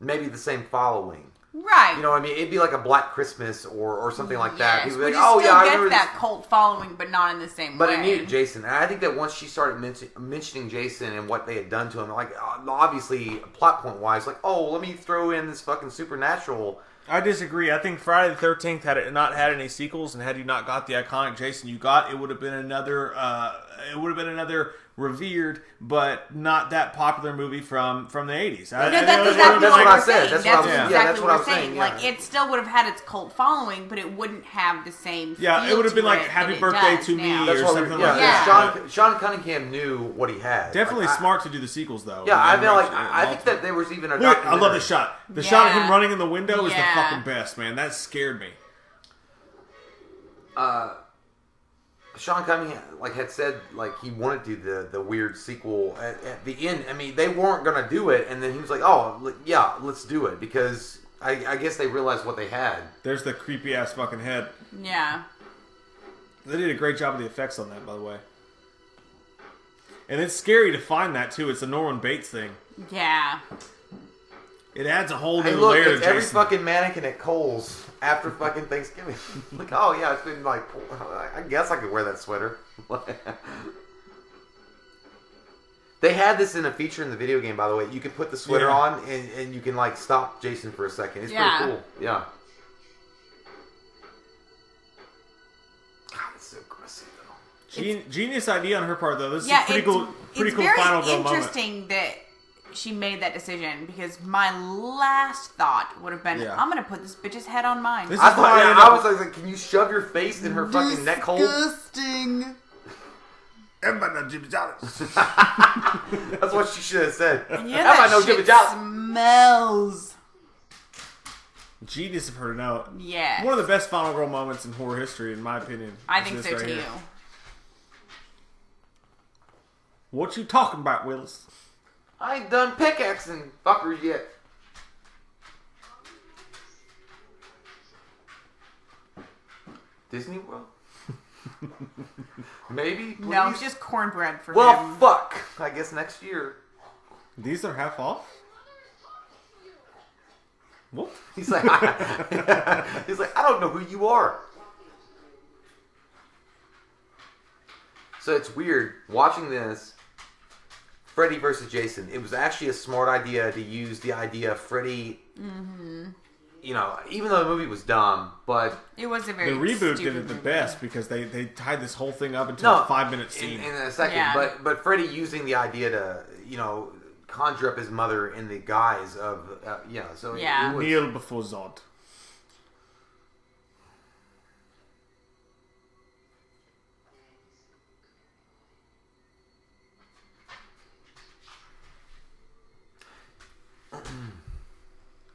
Speaker 5: maybe the same following.
Speaker 4: right?
Speaker 5: You know what I mean? It'd be like a Black Christmas or, or something like
Speaker 4: Yes,
Speaker 5: that. People would
Speaker 4: which
Speaker 5: be
Speaker 4: is
Speaker 5: like, oh
Speaker 4: still
Speaker 5: yeah, I
Speaker 4: gets
Speaker 5: remember
Speaker 4: that
Speaker 5: this.
Speaker 4: cult following, but not in the same
Speaker 5: But
Speaker 4: way.
Speaker 5: it needed Jason. And I think that once she started mention, mentioning Jason and what they had done to him, like uh, obviously plot point wise, like oh let me throw in this fucking supernatural.
Speaker 1: I disagree. I think Friday the Thirteenth had it not had any sequels, and had you not got the iconic Jason you got, it would have been another. Uh, it would have been another revered but not that popular movie from from the eighties. No,
Speaker 4: No, that's exactly what,
Speaker 5: that's what
Speaker 4: we're
Speaker 5: I said.
Speaker 4: saying.
Speaker 5: That's what I
Speaker 4: That's
Speaker 5: was- yeah,
Speaker 4: exactly
Speaker 5: that's
Speaker 4: what,
Speaker 5: what I
Speaker 4: we're
Speaker 5: was
Speaker 4: saying.
Speaker 5: saying,
Speaker 4: Like
Speaker 5: yeah.
Speaker 4: it still would have had its cult following, but it wouldn't have the same.
Speaker 1: Yeah, it
Speaker 4: feel
Speaker 1: would have been
Speaker 4: to
Speaker 1: like
Speaker 4: it
Speaker 1: Happy
Speaker 4: that it
Speaker 1: Birthday
Speaker 4: does
Speaker 1: to Me
Speaker 4: now.
Speaker 1: or
Speaker 5: That's why, we,
Speaker 1: something
Speaker 5: yeah,
Speaker 1: like
Speaker 5: yeah,
Speaker 4: that.
Speaker 5: Sean Sean Cunningham knew what he had.
Speaker 1: Definitely
Speaker 5: Like, I-
Speaker 1: smart to do the sequels though.
Speaker 5: yeah, I
Speaker 1: And then
Speaker 5: feel like
Speaker 1: actually
Speaker 5: I, I think
Speaker 1: multiple-
Speaker 5: that there was even a.
Speaker 1: Look, I love
Speaker 5: documentary.
Speaker 1: the shot. The shot of him
Speaker 4: Yeah.
Speaker 1: running in the window is the
Speaker 4: Yeah.
Speaker 1: fucking best, man. That scared me.
Speaker 5: Sean Cunningham like had said like he wanted to do the the weird sequel at, at the end. I mean, they weren't gonna do it, and then he was like, "Oh, l- yeah, let's do it," because I, I guess they realized what they had.
Speaker 1: There's the creepy ass fucking head.
Speaker 4: Yeah.
Speaker 1: They did a great job of the effects on that, by the way. And it's scary to find that too. It's the Norman Bates thing.
Speaker 4: Yeah.
Speaker 1: It adds a whole new
Speaker 5: Hey, look,
Speaker 1: layer
Speaker 5: it's
Speaker 1: to
Speaker 5: every
Speaker 1: Jason.
Speaker 5: fucking mannequin at Kohl's after fucking Thanksgiving. like, oh yeah, it's been like, I guess I could wear that sweater. they had this in a feature in the video game, by the way. You can put the sweater
Speaker 1: Yeah.
Speaker 5: on and, and you can like stop Jason for a second. It's
Speaker 4: Yeah.
Speaker 5: pretty cool. Yeah. God, it's so aggressive though.
Speaker 1: Gen- genius idea on her part, though. This
Speaker 4: Yeah.
Speaker 1: is pretty
Speaker 4: it's,
Speaker 1: cool. Pretty
Speaker 4: it's
Speaker 1: cool
Speaker 4: very
Speaker 1: final girl moment.
Speaker 4: interesting that she made that decision because my last thought would have been,
Speaker 1: Yeah.
Speaker 4: I'm gonna put this bitch's head on mine.
Speaker 1: This
Speaker 5: I
Speaker 1: is why
Speaker 5: thought
Speaker 1: I
Speaker 5: I,
Speaker 1: know-
Speaker 5: was like, can you shove your face in her fucking neck hole?
Speaker 1: Disgusting.
Speaker 5: That's what she should have said.
Speaker 4: yeah,
Speaker 5: How
Speaker 4: that
Speaker 5: about no
Speaker 4: shit
Speaker 5: jibba jabba?
Speaker 4: smells.
Speaker 1: Genius of her to know. it.
Speaker 4: Yes.
Speaker 1: One of the best final girl moments in horror history, in my opinion.
Speaker 4: I
Speaker 1: is
Speaker 4: think
Speaker 1: this
Speaker 4: so
Speaker 1: right
Speaker 4: too.
Speaker 1: here. What you talking about, Willis?
Speaker 5: I ain't done pickaxing fuckers yet. Disney World? Maybe. Please?
Speaker 4: No, it's just cornbread for
Speaker 5: Well,
Speaker 4: him.
Speaker 5: fuck. I guess next year.
Speaker 1: These are half off. What?
Speaker 5: He's like, he's like, I don't know who you are. So it's weird watching this. Freddy versus Jason. It was actually a smart idea to use the idea of Freddy.
Speaker 4: Mm-hmm.
Speaker 5: You know, even though the movie was dumb, but
Speaker 4: It was a very
Speaker 1: The reboot
Speaker 4: stupid
Speaker 1: did it the
Speaker 4: movie.
Speaker 1: best because they, they tied this whole thing up into
Speaker 5: no
Speaker 1: a five minute scene.
Speaker 5: in, in a second.
Speaker 4: Yeah.
Speaker 5: But but Freddy using the idea to you know conjure up his mother in the guise of uh, yeah. So it-
Speaker 4: Yeah.
Speaker 5: it was-
Speaker 1: Kneel before Zod.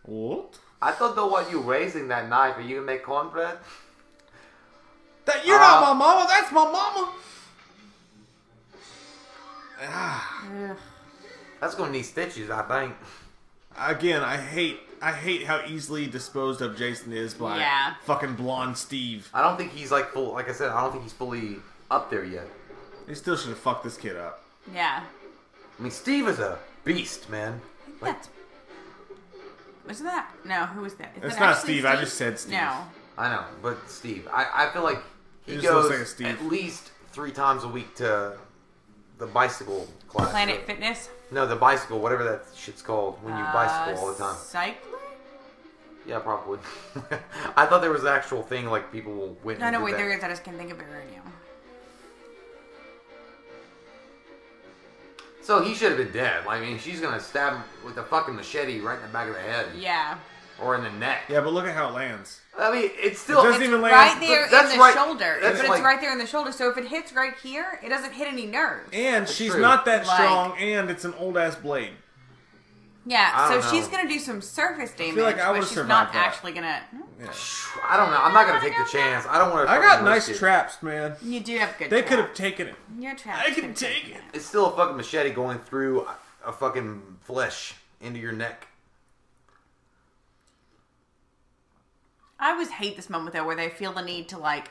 Speaker 1: what?
Speaker 5: I thought though while you raising that knife, are you gonna make cornbread?
Speaker 1: That you're not my mama. That's my mama.
Speaker 5: That's gonna need stitches, I think.
Speaker 1: Again, I hate I hate how easily disposed of Jason is by
Speaker 4: Yeah.
Speaker 1: fucking blonde Steve.
Speaker 5: I don't think he's like full. Like I said, I don't think he's fully up there yet.
Speaker 1: They still should have fucked this kid up.
Speaker 4: Yeah.
Speaker 5: I mean, Steve is a beast, man. Like,
Speaker 4: That's. Wasn't that? No, who was that? Is
Speaker 1: It's
Speaker 4: that
Speaker 1: not
Speaker 4: actually
Speaker 1: Steve, I just said Steve.
Speaker 4: No.
Speaker 5: I know, but Steve, I, I feel like he
Speaker 1: He just looks
Speaker 5: goes
Speaker 1: like a Steve.
Speaker 5: at least three times a week to the bicycle class.
Speaker 4: Planet Uh,
Speaker 5: or-
Speaker 4: Fitness.
Speaker 5: No, the bicycle, whatever that shit's called when you bicycle all the time.
Speaker 4: Cycling?
Speaker 5: Yeah, probably. I thought there was an actual thing like people went.
Speaker 4: No,
Speaker 5: and
Speaker 4: no,
Speaker 5: did
Speaker 4: wait,
Speaker 5: that.
Speaker 4: there is. I just can't think of it right now.
Speaker 5: So he should have been dead. Like, I mean, she's gonna stab him with a fucking machete right in the back of the head
Speaker 4: Yeah.
Speaker 5: or in the neck.
Speaker 1: Yeah, but look at how it lands.
Speaker 5: I mean, it's still
Speaker 1: doesn't
Speaker 5: it's-
Speaker 1: even land.
Speaker 4: Right there in
Speaker 5: that's
Speaker 4: the
Speaker 5: right-
Speaker 4: shoulder. But
Speaker 5: that's
Speaker 4: it's
Speaker 5: like-
Speaker 4: right there in the shoulder. So if it hits right here, it doesn't hit any nerve.
Speaker 1: And she's
Speaker 5: true.
Speaker 1: not that
Speaker 4: Like-
Speaker 1: strong, and it's an old ass blade.
Speaker 4: Yeah,
Speaker 5: I
Speaker 4: so
Speaker 5: don't
Speaker 4: she's
Speaker 5: know.
Speaker 4: gonna do some surface damage,
Speaker 1: like I
Speaker 4: but
Speaker 1: would've
Speaker 4: she's
Speaker 1: survived
Speaker 4: not
Speaker 1: that.
Speaker 4: actually gonna. Hmm?
Speaker 5: I don't know. I'm not gonna take the chance. I don't want to.
Speaker 1: I got nice traps, man.
Speaker 4: You do have good.
Speaker 1: They could
Speaker 4: traps.
Speaker 1: have taken it.
Speaker 4: Your traps.
Speaker 1: I can
Speaker 4: could-
Speaker 1: take it.
Speaker 5: It's still a fucking machete going through a- a fucking flesh into your neck.
Speaker 4: I always hate this moment though, where they feel the need to like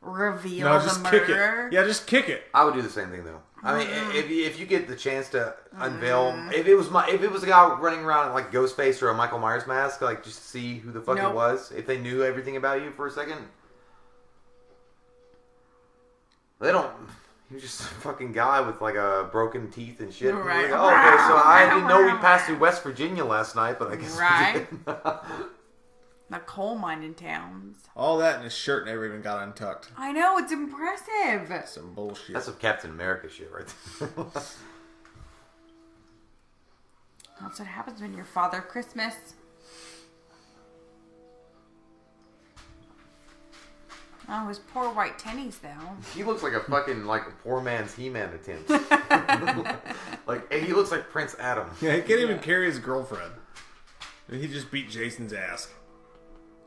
Speaker 4: reveal
Speaker 1: No,
Speaker 4: the
Speaker 1: just kick it.
Speaker 4: murderer.
Speaker 1: Yeah, just kick it.
Speaker 5: I would do the same thing though. I mean,
Speaker 4: Mm-hmm.
Speaker 5: i if if you get the chance to unveil, if it was my, if it was a guy running around in like Ghostface or a Michael Myers mask, like just to see who the fuck
Speaker 4: Nope.
Speaker 5: it was, if they knew everything about you for a second, they don't. He was just a fucking guy with like a broken teeth and shit. And you're like,
Speaker 4: Right.
Speaker 5: "Oh, okay, so I didn't know we passed through West Virginia last night, but I guess
Speaker 4: Right.
Speaker 5: we did.
Speaker 4: The coal mine in towns.
Speaker 1: All that and his shirt never even got untucked.
Speaker 4: I know it's impressive.
Speaker 1: Some bullshit.
Speaker 5: That's some Captain America shit right there.
Speaker 4: That's what happens when you're Father Christmas. Oh, his poor white tennies, though.
Speaker 5: He looks like a fucking like a poor man's He-Man attempt. like and he looks like Prince Adam.
Speaker 1: yeah, he can't even carry his girlfriend. He just beat Jason's ass.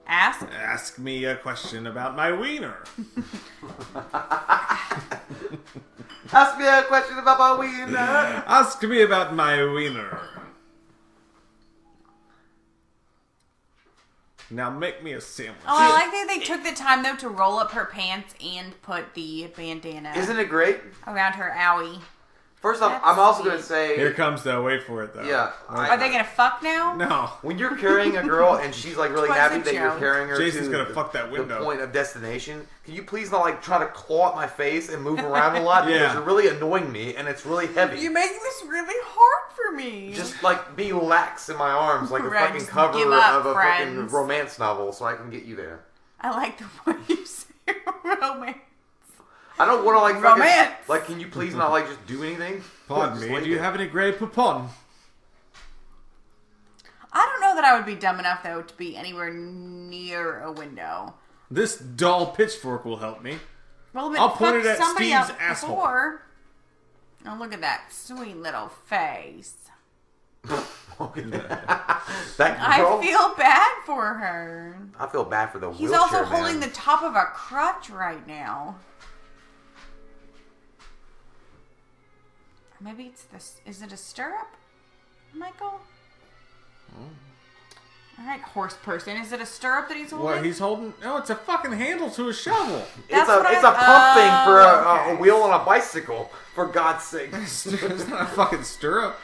Speaker 4: Ask.
Speaker 1: Ask me a question about my wiener.
Speaker 5: Ask me a question about my wiener.
Speaker 1: Ask me about my wiener. Now make me a sandwich.
Speaker 4: Oh, I like that they took the time though to roll up her pants and put the bandana
Speaker 5: Isn't it great?
Speaker 4: around her owie.
Speaker 5: First off,
Speaker 4: That's
Speaker 5: I'm also
Speaker 4: sweet.
Speaker 5: gonna say
Speaker 1: Here it comes though. Wait for it though.
Speaker 5: yeah. I-
Speaker 4: Are they gonna fuck now?
Speaker 1: No.
Speaker 5: when you're carrying a girl and she's like really
Speaker 4: Twas a
Speaker 5: happy that you're
Speaker 4: joke.
Speaker 5: carrying her
Speaker 1: Jason's
Speaker 5: to
Speaker 1: gonna
Speaker 5: the,
Speaker 1: fuck that
Speaker 5: the
Speaker 1: window.
Speaker 5: point of destination, can you please not like try to claw at my face and move around a lot
Speaker 1: Yeah.
Speaker 5: because you're really annoying me and it's really heavy.
Speaker 4: You're making this really hard for me.
Speaker 5: just like be lax in my arms, like a
Speaker 4: Right,
Speaker 5: fucking
Speaker 4: just
Speaker 5: cover
Speaker 4: give up,
Speaker 5: of a fucking
Speaker 4: friends.
Speaker 5: romance novel, so I can get you there.
Speaker 4: I like the way you say romance.
Speaker 5: I don't want to like fucking-
Speaker 4: Romance.
Speaker 5: Like, can you please not like just do anything?
Speaker 1: Pardon
Speaker 5: Just
Speaker 1: me.
Speaker 5: leave
Speaker 1: Do you
Speaker 5: it.
Speaker 1: have any gray poupon?
Speaker 4: I don't know that I would be dumb enough though to be anywhere near a window.
Speaker 1: This dull pitchfork will help me.
Speaker 4: Well, but
Speaker 1: I'll point
Speaker 4: fuck
Speaker 1: it at
Speaker 4: somebody
Speaker 1: Steve's
Speaker 4: else
Speaker 1: asshole.
Speaker 4: before. Oh, look at that sweet little face.
Speaker 5: that
Speaker 4: I
Speaker 5: girl?
Speaker 4: feel bad for her.
Speaker 5: I feel bad for the
Speaker 4: He's
Speaker 5: wheelchair
Speaker 4: also holding
Speaker 5: man.
Speaker 4: the top of a crutch right now. Maybe it's this. Is it a stirrup, Michael?
Speaker 5: Hmm.
Speaker 4: All right, horse person. Is it a stirrup that he's holding?
Speaker 1: What he's holding? No, it's a fucking handle to a shovel.
Speaker 5: It's
Speaker 4: That's
Speaker 5: a
Speaker 4: what
Speaker 5: it's
Speaker 4: I-
Speaker 5: a pump thing for
Speaker 4: Oh,
Speaker 5: a, a- a
Speaker 4: okay.
Speaker 5: wheel on a bicycle. For God's sake, I,
Speaker 1: it's not a fucking stirrup.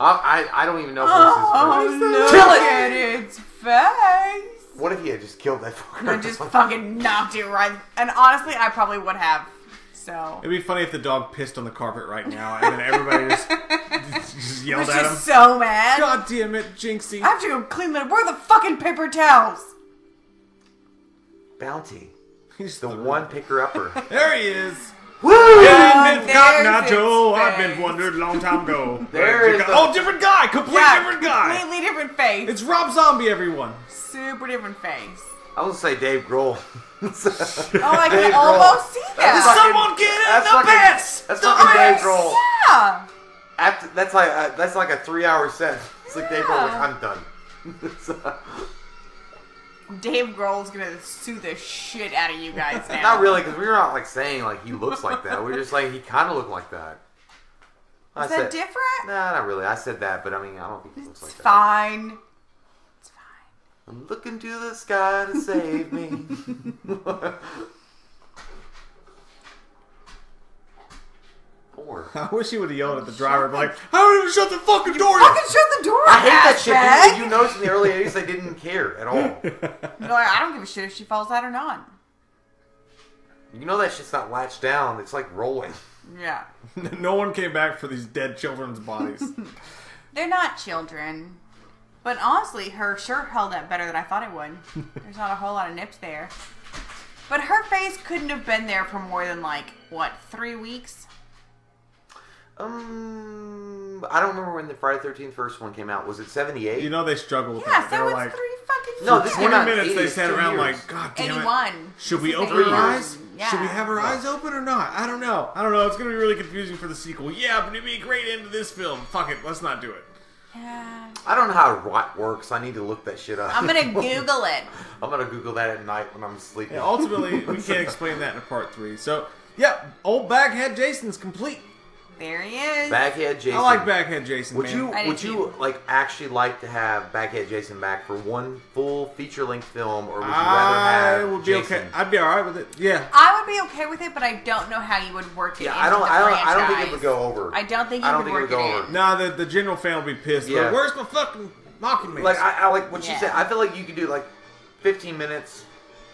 Speaker 5: I I don't even know
Speaker 4: Oh,
Speaker 5: if this is.
Speaker 4: look
Speaker 5: Kill it!
Speaker 4: at its face.
Speaker 5: What if he had just killed that fucker?
Speaker 4: I just fucking knocked it right. And honestly, I probably would have. So.
Speaker 1: It'd be funny if the dog pissed on the carpet right now, and then everybody just, just
Speaker 4: I
Speaker 1: yelled
Speaker 4: was
Speaker 1: at him.
Speaker 4: just so mad.
Speaker 1: God damn it, Jinxie!
Speaker 4: I have to go clean it. Where are the fucking paper towels?
Speaker 5: Bounty,
Speaker 1: He's
Speaker 5: the one picker upper.
Speaker 1: There he is.
Speaker 5: Woo!
Speaker 1: I've been forgotten,
Speaker 4: there's
Speaker 1: I Joe.
Speaker 4: his
Speaker 1: I've been
Speaker 4: face.
Speaker 1: wondered a long time ago.
Speaker 5: There is the-
Speaker 1: oh, different guy, complete different guy.
Speaker 4: Completely different face.
Speaker 1: It's Rob Zombie, everyone.
Speaker 4: super different face.
Speaker 5: I was gonna say Dave Grohl.
Speaker 4: Oh, I can
Speaker 5: Dave Grohl.
Speaker 4: almost see that.
Speaker 5: Fucking-
Speaker 1: Someone get in
Speaker 5: that's
Speaker 1: the
Speaker 5: fucking-
Speaker 1: best.
Speaker 5: That's fucking Dave Grohl.
Speaker 4: Oh, Yeah.
Speaker 5: After that's like uh, that's like a three hour set. It's like Dave Grohl, like
Speaker 4: Yeah.
Speaker 5: I'm done. So-
Speaker 4: Dave Grohl's gonna sue the shit out of you guys now.
Speaker 5: Not really, because we were not like saying like he looks like that. We were just like he kind of looked like that. I
Speaker 4: Is that
Speaker 5: said-
Speaker 4: different?
Speaker 5: Nah, not really. I said that, but I mean, I don't think he looks
Speaker 4: It's
Speaker 5: like that.
Speaker 4: fine. It's fine.
Speaker 5: I'm looking to the sky to save me. Or
Speaker 1: I wish he would have yelled at the driver, but like, I don't even shut the fucking door.
Speaker 4: Fucking shut the door.
Speaker 5: I hate that shit.
Speaker 4: asshat.
Speaker 5: because You notice in the early '80s they didn't care at all.
Speaker 4: You're like, I don't give a shit if she falls out or not.
Speaker 5: You know that shit's not latched down. It's like rolling.
Speaker 4: Yeah.
Speaker 1: no one came back for these dead children's bodies.
Speaker 4: They're not children. But honestly, her shirt held up better than I thought it would. There's not a whole lot of nips there. But her face couldn't have been there for more than like, what, three weeks?
Speaker 5: Um, I don't remember when the Friday Thirteenth first one came out. Was it '78?
Speaker 1: you know they struggle with
Speaker 4: Yeah,
Speaker 1: that. They're
Speaker 4: so it's
Speaker 1: like,
Speaker 4: three fucking
Speaker 5: No,
Speaker 4: years.
Speaker 5: this came out
Speaker 1: twenty
Speaker 5: in the
Speaker 1: minutes they
Speaker 5: 80s,
Speaker 1: sat
Speaker 5: two
Speaker 1: around
Speaker 5: years.
Speaker 1: like, God damn it.
Speaker 4: 81.
Speaker 1: Should
Speaker 4: This
Speaker 1: we
Speaker 4: is
Speaker 1: open
Speaker 5: Three
Speaker 1: her
Speaker 4: 81.
Speaker 1: eyes?
Speaker 4: Yeah.
Speaker 1: Should we have her eyes open or not? I don't know. I don't know. It's gonna be really confusing for the sequel. Yeah, but it'd be great into this film. Fuck it, let's not do it.
Speaker 4: Yeah.
Speaker 5: I don't know how rot works. I need to look that shit up.
Speaker 4: I'm gonna Google it.
Speaker 5: I'm gonna Google that at night when I'm sleeping.
Speaker 1: Yeah, ultimately, we can't explain that in part three. So, yeah, old Baghead Jason's complete.
Speaker 4: There he is.
Speaker 5: Baghead Jason.
Speaker 1: I like Baghead Jason.
Speaker 5: Would
Speaker 1: man.
Speaker 5: you
Speaker 4: I do
Speaker 5: would you
Speaker 4: too.
Speaker 5: like actually like to have Baghead Jason back for one full feature length film, or would you rather
Speaker 1: I
Speaker 5: have
Speaker 1: would be
Speaker 5: Jason?
Speaker 1: okay. I'd be all right with it. Yeah.
Speaker 4: I would be okay with it, but I don't know how you would work it.
Speaker 5: yeah,
Speaker 4: into
Speaker 5: I don't.
Speaker 4: the
Speaker 5: I don't. I don't think it
Speaker 4: franchise.
Speaker 5: would go over.
Speaker 4: I don't think
Speaker 5: I
Speaker 4: you
Speaker 5: don't
Speaker 4: could
Speaker 5: think it
Speaker 4: work
Speaker 5: would
Speaker 4: it
Speaker 5: go over.
Speaker 4: in.
Speaker 1: Nah, the, the general fan will be pissed.
Speaker 5: Yeah.
Speaker 1: But where's my fucking mocking mask?
Speaker 5: Like I, I like what you
Speaker 4: Yeah.
Speaker 5: said. I feel like you could do like 15 minutes.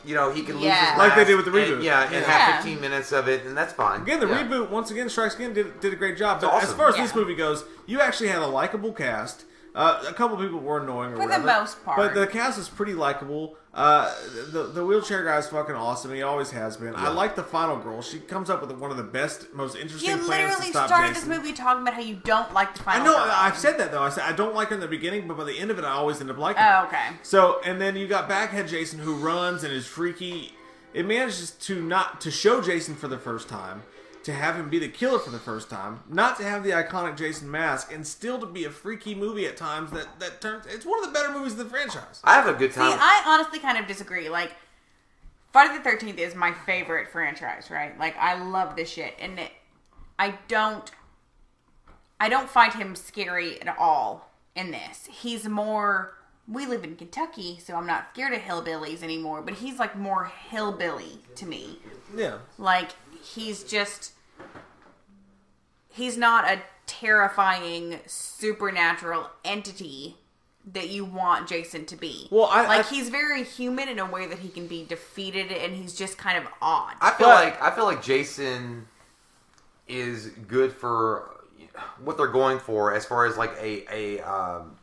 Speaker 5: You know, he could lose
Speaker 4: Yeah.
Speaker 5: his
Speaker 4: Like
Speaker 1: they
Speaker 5: mask
Speaker 1: did with the
Speaker 5: and-
Speaker 1: reboot.
Speaker 5: yeah, and
Speaker 1: Yeah.
Speaker 5: have
Speaker 4: Yeah.
Speaker 5: 15 minutes of it, and that's fine.
Speaker 1: Again, the
Speaker 5: Yeah.
Speaker 1: reboot once again strikes again did, did a great job. But as
Speaker 5: awesome.
Speaker 1: far as
Speaker 4: Yeah.
Speaker 1: this movie goes, you actually had a likable cast. Uh, a couple people were annoying, or
Speaker 4: For the
Speaker 1: whatever,
Speaker 4: most part.
Speaker 1: But the cast is pretty likable. Uh, the the wheelchair guy is fucking awesome. He always has been. I like the final girl. She comes up with one of the best, most interesting
Speaker 4: You
Speaker 1: plans to
Speaker 4: literally
Speaker 1: stop
Speaker 4: started
Speaker 1: Jason.
Speaker 4: this movie talking about how you don't like the
Speaker 1: I
Speaker 4: final.
Speaker 1: know.
Speaker 4: girl.
Speaker 1: I've said that though. I said I don't like her in the beginning, but by the end of it, I always end up liking. her.
Speaker 4: Oh, okay.
Speaker 1: So, and then you got Backhead Jason who runs and is freaky. It manages to not to show Jason for the first time, to have him be the killer for the first time, not to have the iconic Jason mask, and still to be a freaky movie at times. That that turns. It's one of the better movies in the franchise.
Speaker 5: I have a good
Speaker 4: See,
Speaker 5: time.
Speaker 4: I honestly kind of disagree. Like, Friday the Thirteenth is my favorite franchise, right? Like, I love this shit, and it, I don't, I don't find him scary at all in this. He's more. We live in Kentucky, so I'm not scared of hillbillies anymore. But he's like more hillbilly to me.
Speaker 1: Yeah.
Speaker 4: Like he's just he's not a terrifying supernatural entity that you want Jason to be.
Speaker 1: Well, I-
Speaker 4: like
Speaker 1: I-
Speaker 4: he's very human in a way that he can be defeated and he's just kind of odd.
Speaker 5: I feel
Speaker 1: But-
Speaker 5: like I feel like Jason is good for what they're going for as far as like a a um,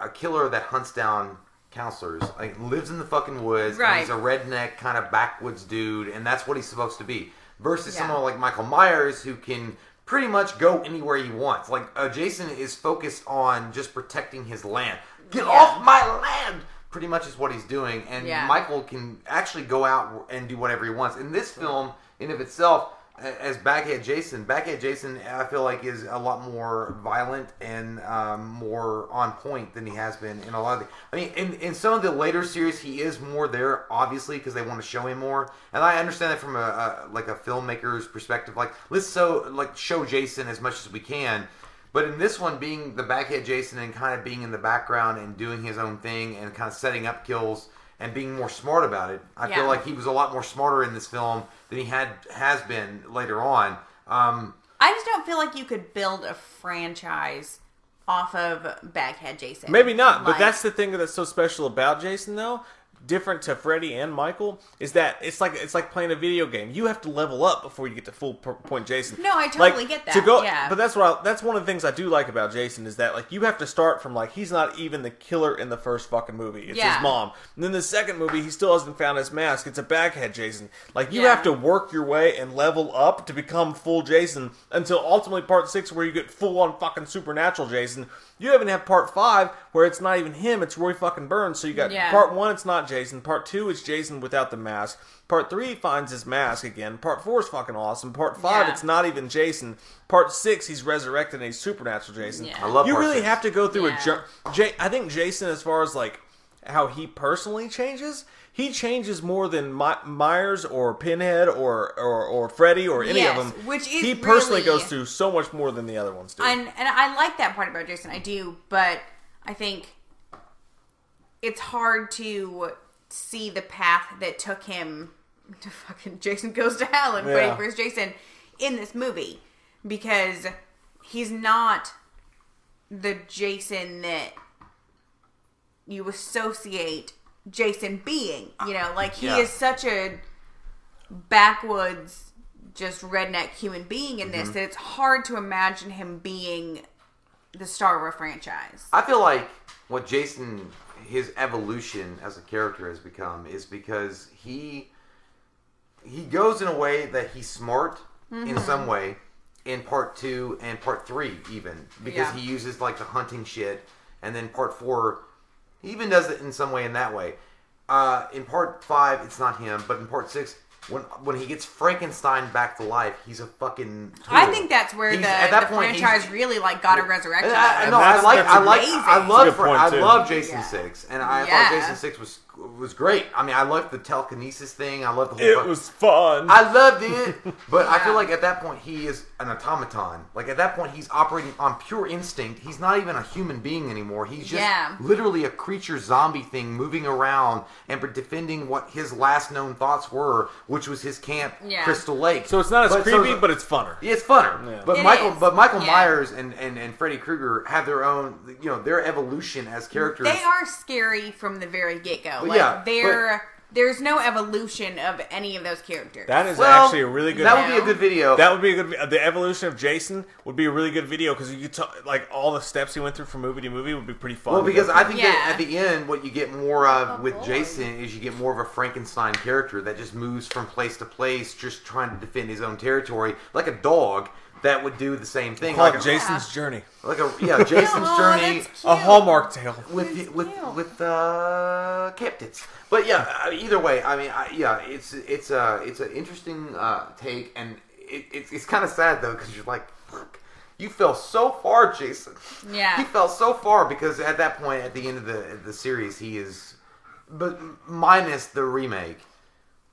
Speaker 5: a killer that hunts down counselors. Like lives in the fucking woods. and
Speaker 4: Right.
Speaker 5: he's a redneck kind of backwoods dude, and that's what he's supposed to be. Versus
Speaker 4: Yeah.
Speaker 5: someone like Michael Myers who can pretty much go anywhere he wants. Like uh, Jason is focused on just protecting his land. Get off my land. Pretty much is what he's doing, and
Speaker 4: Yeah.
Speaker 5: Michael can actually go out and do whatever he wants. In this film, in of itself, a- as Backhead Jason, Backhead Jason, I feel like is a lot more violent and um, more on point than he has been in a lot of. The, I mean, in, in some of the later series, he is more there, obviously, because they want to show him more. And I understand that from a, a like a filmmaker's perspective. Like let's so like show Jason as much as we can. But in this one, being the backhead Jason and kind of being in the background and doing his own thing and kind of setting up kills and being more smart about it, I
Speaker 4: Yeah.
Speaker 5: feel like he was a lot more smarter in this film than he had has been later on. Um,
Speaker 4: I just don't feel like you could build a franchise off of Baghead Jason.
Speaker 1: Maybe not, but
Speaker 4: Like-
Speaker 1: that's the thing that's so special about Jason, though. Different to Freddy and Michael is that it's like it's like playing a video game. You have to level up before you get to full per- point Jason.
Speaker 4: No, I
Speaker 1: Like,
Speaker 4: totally get that,
Speaker 1: To go,
Speaker 4: yeah.
Speaker 1: but that's what I, that's one of the things I do like about Jason is that like you have to start from like he's not even the killer in the first fucking movie. It's
Speaker 4: Yeah.
Speaker 1: his mom. And then the second movie, he still hasn't found his mask. It's a baghead Jason. Like you
Speaker 4: Yeah.
Speaker 1: have to work your way and level up to become full Jason until ultimately part six, where you get full on fucking supernatural Jason. You even have part five where it's not even him; it's Roy fucking Burns. So you got
Speaker 4: Yeah.
Speaker 1: part one, it's not Jason. Part two, it's Jason without the mask. Part three finds his mask again. Part four is fucking awesome. Part five,
Speaker 4: Yeah.
Speaker 1: it's not even Jason. Part six, he's resurrected and he's supernatural Jason.
Speaker 4: Yeah.
Speaker 5: I love
Speaker 1: You
Speaker 5: part
Speaker 1: really
Speaker 5: six.
Speaker 1: have to go through
Speaker 4: Yeah.
Speaker 1: a journey. Jay, I think Jason, as far as like how he personally changes, he changes more than My- Myers or Pinhead or or, or Freddy or any
Speaker 4: Yes,
Speaker 1: of them.
Speaker 4: which is
Speaker 1: he personally
Speaker 4: really-
Speaker 1: goes through so much more than the other ones do.
Speaker 4: and and I like that part about Jason. I do, but I think it's hard to see the path that took him to fucking Jason goes to hell and
Speaker 1: Yeah.
Speaker 4: Freddy vs. Jason in this movie because he's not the Jason that you associate Jason being. You know, like he
Speaker 5: Yeah.
Speaker 4: is such a backwoods, just redneck human being in this that it's hard to imagine him being the star of a franchise.
Speaker 5: I feel like what Jason, his evolution as a character has become is because he he goes in a way that he's smart
Speaker 4: Mm-hmm.
Speaker 5: in some way in part two and part three even because
Speaker 4: Yeah.
Speaker 5: he uses like the hunting shit and then part four he even does it in some way in that way. Uh, in part five, it's not him, but in part six, When when he gets Frankenstein back to life, he's a fucking.
Speaker 4: I
Speaker 5: tool.
Speaker 4: think that's where the,
Speaker 5: He's- at that
Speaker 4: the
Speaker 5: point, he's-
Speaker 4: franchise really like got a resurrection.
Speaker 5: And I, I-
Speaker 1: And
Speaker 5: no, I
Speaker 1: that's-
Speaker 5: like,
Speaker 1: that's
Speaker 5: I like,
Speaker 4: amazing.
Speaker 5: I
Speaker 1: That's
Speaker 5: love,
Speaker 1: a good
Speaker 5: Fra-
Speaker 1: point,
Speaker 5: I
Speaker 1: too.
Speaker 5: love Jason
Speaker 4: Yeah.
Speaker 5: Six, and
Speaker 4: Yeah.
Speaker 5: I thought Jason Six was was great. I mean, I loved the telekinesis thing. I loved the whole.
Speaker 1: It
Speaker 5: fuck-
Speaker 1: was fun.
Speaker 5: I loved it, but I
Speaker 4: Yeah.
Speaker 5: feel like at that point he is an automaton. Like at that point he's operating on pure instinct. He's not even a human being anymore. He's just
Speaker 4: Yeah.
Speaker 5: literally a creature zombie thing moving around and defending what his last known thoughts were, which was his camp,
Speaker 4: Yeah.
Speaker 5: Crystal Lake.
Speaker 1: so it's not as
Speaker 5: so-
Speaker 1: creepy, but it's funner.
Speaker 5: yeah, it's funner. But
Speaker 4: It
Speaker 5: Michael,
Speaker 4: is.
Speaker 5: but Michael
Speaker 4: Yeah.
Speaker 5: Myers and, and and Freddy Krueger have their own, you know, their evolution as characters.
Speaker 4: They are scary from the very get go.
Speaker 5: Well,
Speaker 4: Like
Speaker 5: yeah,
Speaker 4: they're there's no evolution of any of those characters.
Speaker 1: That is
Speaker 5: Well,
Speaker 1: actually a really good.
Speaker 5: That
Speaker 1: That
Speaker 5: would be a good video.
Speaker 1: would, that would be a good. vi- The evolution of Jason would be a really good video because you could talk like all the steps he went through from movie to movie would be pretty fun.
Speaker 5: Well,
Speaker 1: to
Speaker 5: because
Speaker 1: go
Speaker 5: I
Speaker 1: through.
Speaker 5: think
Speaker 4: Yeah.
Speaker 5: that at the end, what you get more of
Speaker 8: Oh,
Speaker 5: with
Speaker 8: boy.
Speaker 5: Jason is you get more of a Frankenstein character that just moves from place to place, just trying to defend his own territory, like a dog that would do the same thing,
Speaker 1: call
Speaker 5: like
Speaker 1: it
Speaker 5: a,
Speaker 1: Jason's journey,
Speaker 5: like a yeah, Jason's
Speaker 4: Aw,
Speaker 5: journey
Speaker 4: that's
Speaker 1: a
Speaker 4: cute.
Speaker 1: Hallmark tale.
Speaker 5: with
Speaker 4: That's
Speaker 5: with
Speaker 4: cute.
Speaker 5: with uh, captains. But yeah, I- either way, I mean, I, yeah, it's it's a it's an interesting uh, take, and it, it's it's kind of sad though because you're like, fuck, you fell so far, Jason.
Speaker 4: Yeah.
Speaker 5: he fell so far because at that point, at the end of the the series, he is, but minus the remake,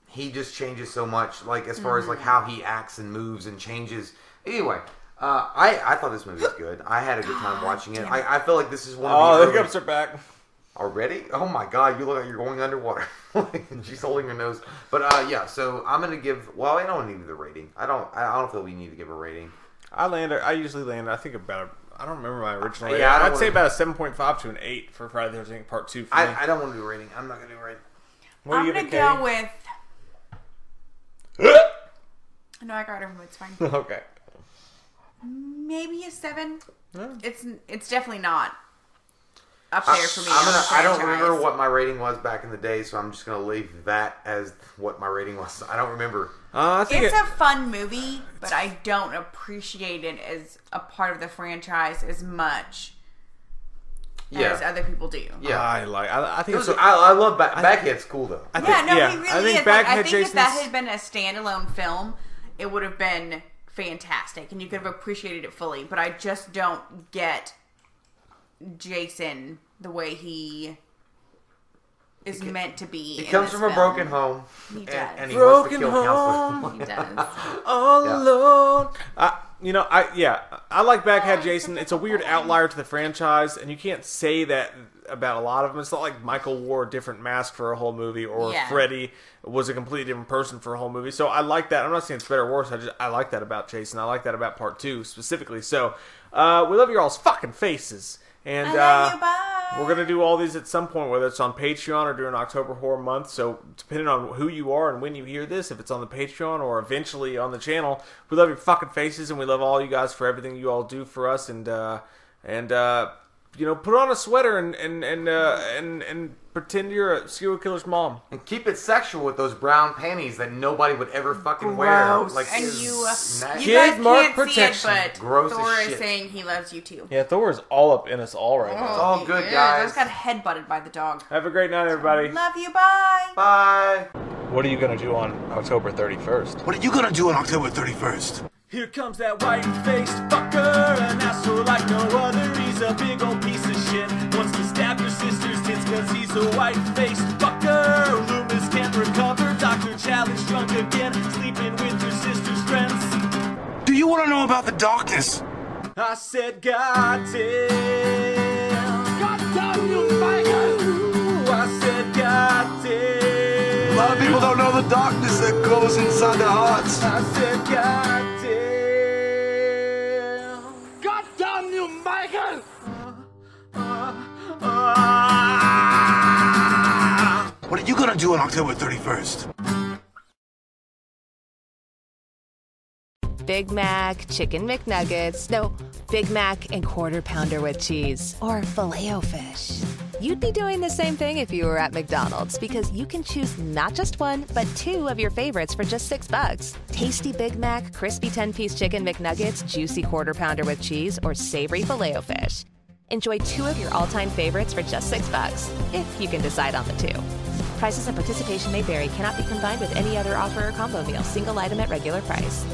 Speaker 5: he just changes so much, like as far as like how he acts and moves and changes. Anyway. Uh, I, I thought this movie was good. I had a good time watching it. I, I feel like this is one of
Speaker 1: Oh,
Speaker 5: the
Speaker 1: the
Speaker 5: early-
Speaker 1: hiccups are back.
Speaker 5: Already? Oh my god, you look like you're going underwater. She's holding her nose. But uh yeah, so I'm gonna give well, I don't need the rating. I don't I don't feel we need to give a rating.
Speaker 1: I land. I usually land. I think about. A, I don't remember my original.
Speaker 5: Yeah,
Speaker 1: rating.
Speaker 5: I don't
Speaker 1: Uh, I'd
Speaker 5: wanna-
Speaker 1: say about a seven point five to an eight for Friday the Thirteenth Part Two. For me.
Speaker 5: I, I don't wanna do a rating. I'm not gonna do a rating.
Speaker 1: What do
Speaker 4: I'm
Speaker 1: you
Speaker 4: gonna
Speaker 1: give it,
Speaker 4: go
Speaker 1: Katie?
Speaker 4: with. No, I got it. It's fine.
Speaker 1: okay.
Speaker 4: Maybe a seven. It's it's definitely not up
Speaker 5: I,
Speaker 4: there for me.
Speaker 5: I'm gonna
Speaker 4: as a
Speaker 5: I don't
Speaker 4: franchise.
Speaker 5: remember what my rating was back in the day, so I'm just gonna leave that as what my rating was. I don't remember.
Speaker 1: Uh, I think
Speaker 4: It's
Speaker 1: it-
Speaker 4: a fun movie, but I don't appreciate it as a part of the franchise as much as
Speaker 5: Yeah.
Speaker 4: other people do.
Speaker 5: Yeah.
Speaker 1: I like. I, I think
Speaker 5: It
Speaker 1: it's.
Speaker 5: was,
Speaker 1: a-
Speaker 5: I, Uh, I love back Backhead's cool though.
Speaker 1: I think-
Speaker 4: Yeah, no, he really
Speaker 1: I think
Speaker 4: is. Like, I
Speaker 1: Backhead
Speaker 4: think if that
Speaker 1: Jason's-
Speaker 4: had been a standalone film, it would have been fantastic, and you could have appreciated it fully. But I just don't get Jason the way he is meant to be.
Speaker 5: he comes from a broken home.
Speaker 4: He
Speaker 5: and,
Speaker 4: does.
Speaker 5: and he
Speaker 1: Broken
Speaker 5: wants to kill
Speaker 1: home.
Speaker 5: counselors.
Speaker 4: He does.
Speaker 1: all
Speaker 5: Yeah.
Speaker 1: alone. I, you know, I yeah, I like
Speaker 4: Oh,
Speaker 1: Backhead Jason. It's a weird outlier to the franchise, and you can't say that about a lot of them. It's not like Michael wore a different mask for a whole movie, or
Speaker 4: Yeah.
Speaker 1: Freddy was a completely different person for a whole movie. So I like that. I'm not saying it's better or worse. I just I like that about Jason. I like that about Part Two specifically. So uh, we love your all's fucking faces. And
Speaker 4: I love
Speaker 1: uh,
Speaker 4: you. Bye.
Speaker 1: we're gonna do all these at some point, whether it's on Patreon or during October Horror Month. So depending on who you are and when you hear this, if it's on the Patreon or eventually on the channel, we love your fucking faces and we love all you guys for everything you all do for us and uh, and uh, you know put on a sweater and and and uh, and and pretend you're a serial killer's mom.
Speaker 5: And keep it sexual with those brown panties that nobody would ever fucking
Speaker 1: Gross.
Speaker 5: wear. Like
Speaker 4: and
Speaker 5: it's
Speaker 4: you, uh,
Speaker 5: nasty.
Speaker 4: you guys
Speaker 1: Kid mark
Speaker 4: can't see
Speaker 1: protection.
Speaker 4: it, but
Speaker 5: Gross as
Speaker 4: Thor is
Speaker 5: shit.
Speaker 4: saying he loves you too. Oh,
Speaker 1: Yeah, Thor is all up in us all right now.
Speaker 5: all good,
Speaker 4: Yeah, I
Speaker 5: guys.
Speaker 4: just got headbutted by the dog.
Speaker 1: Have a great night, everybody.
Speaker 4: Love you. Bye.
Speaker 5: Bye.
Speaker 1: What are you gonna do on October 31st?
Speaker 6: What are you gonna do on October 31st?
Speaker 1: Here comes that white-faced fucker, an asshole like no other. He's a big old piece of shit. Wants to stab your sister's tits cause he's a white-faced fucker. Loomis can't recover. Dr. Challenge drunk again, sleeping with your sister's friends.
Speaker 6: Do you wanna know about the darkness?
Speaker 1: I said, God damn. God damn you, I said, God
Speaker 6: A
Speaker 1: damn.
Speaker 6: lot of people don't know the darkness that goes inside their hearts.
Speaker 1: I said, God damn.
Speaker 6: God damn you, Michael!
Speaker 1: Uh, uh.
Speaker 6: What are you gonna do on October 31st?
Speaker 9: Big Mac, Chicken McNuggets, no, Big Mac and Quarter Pounder with Cheese, or Filet-O-Fish. You'd be doing the same thing if you were at McDonald's because you can choose not just one, but two of your favorites for just six bucks. Tasty Big Mac, crispy 10-piece Chicken McNuggets, juicy Quarter Pounder with Cheese, or savory Filet-O-Fish. Enjoy two of your all-time favorites for just six bucks, if you can decide on the two. Prices and participation may vary, cannot be combined with any other offer or combo meal, single item at regular price.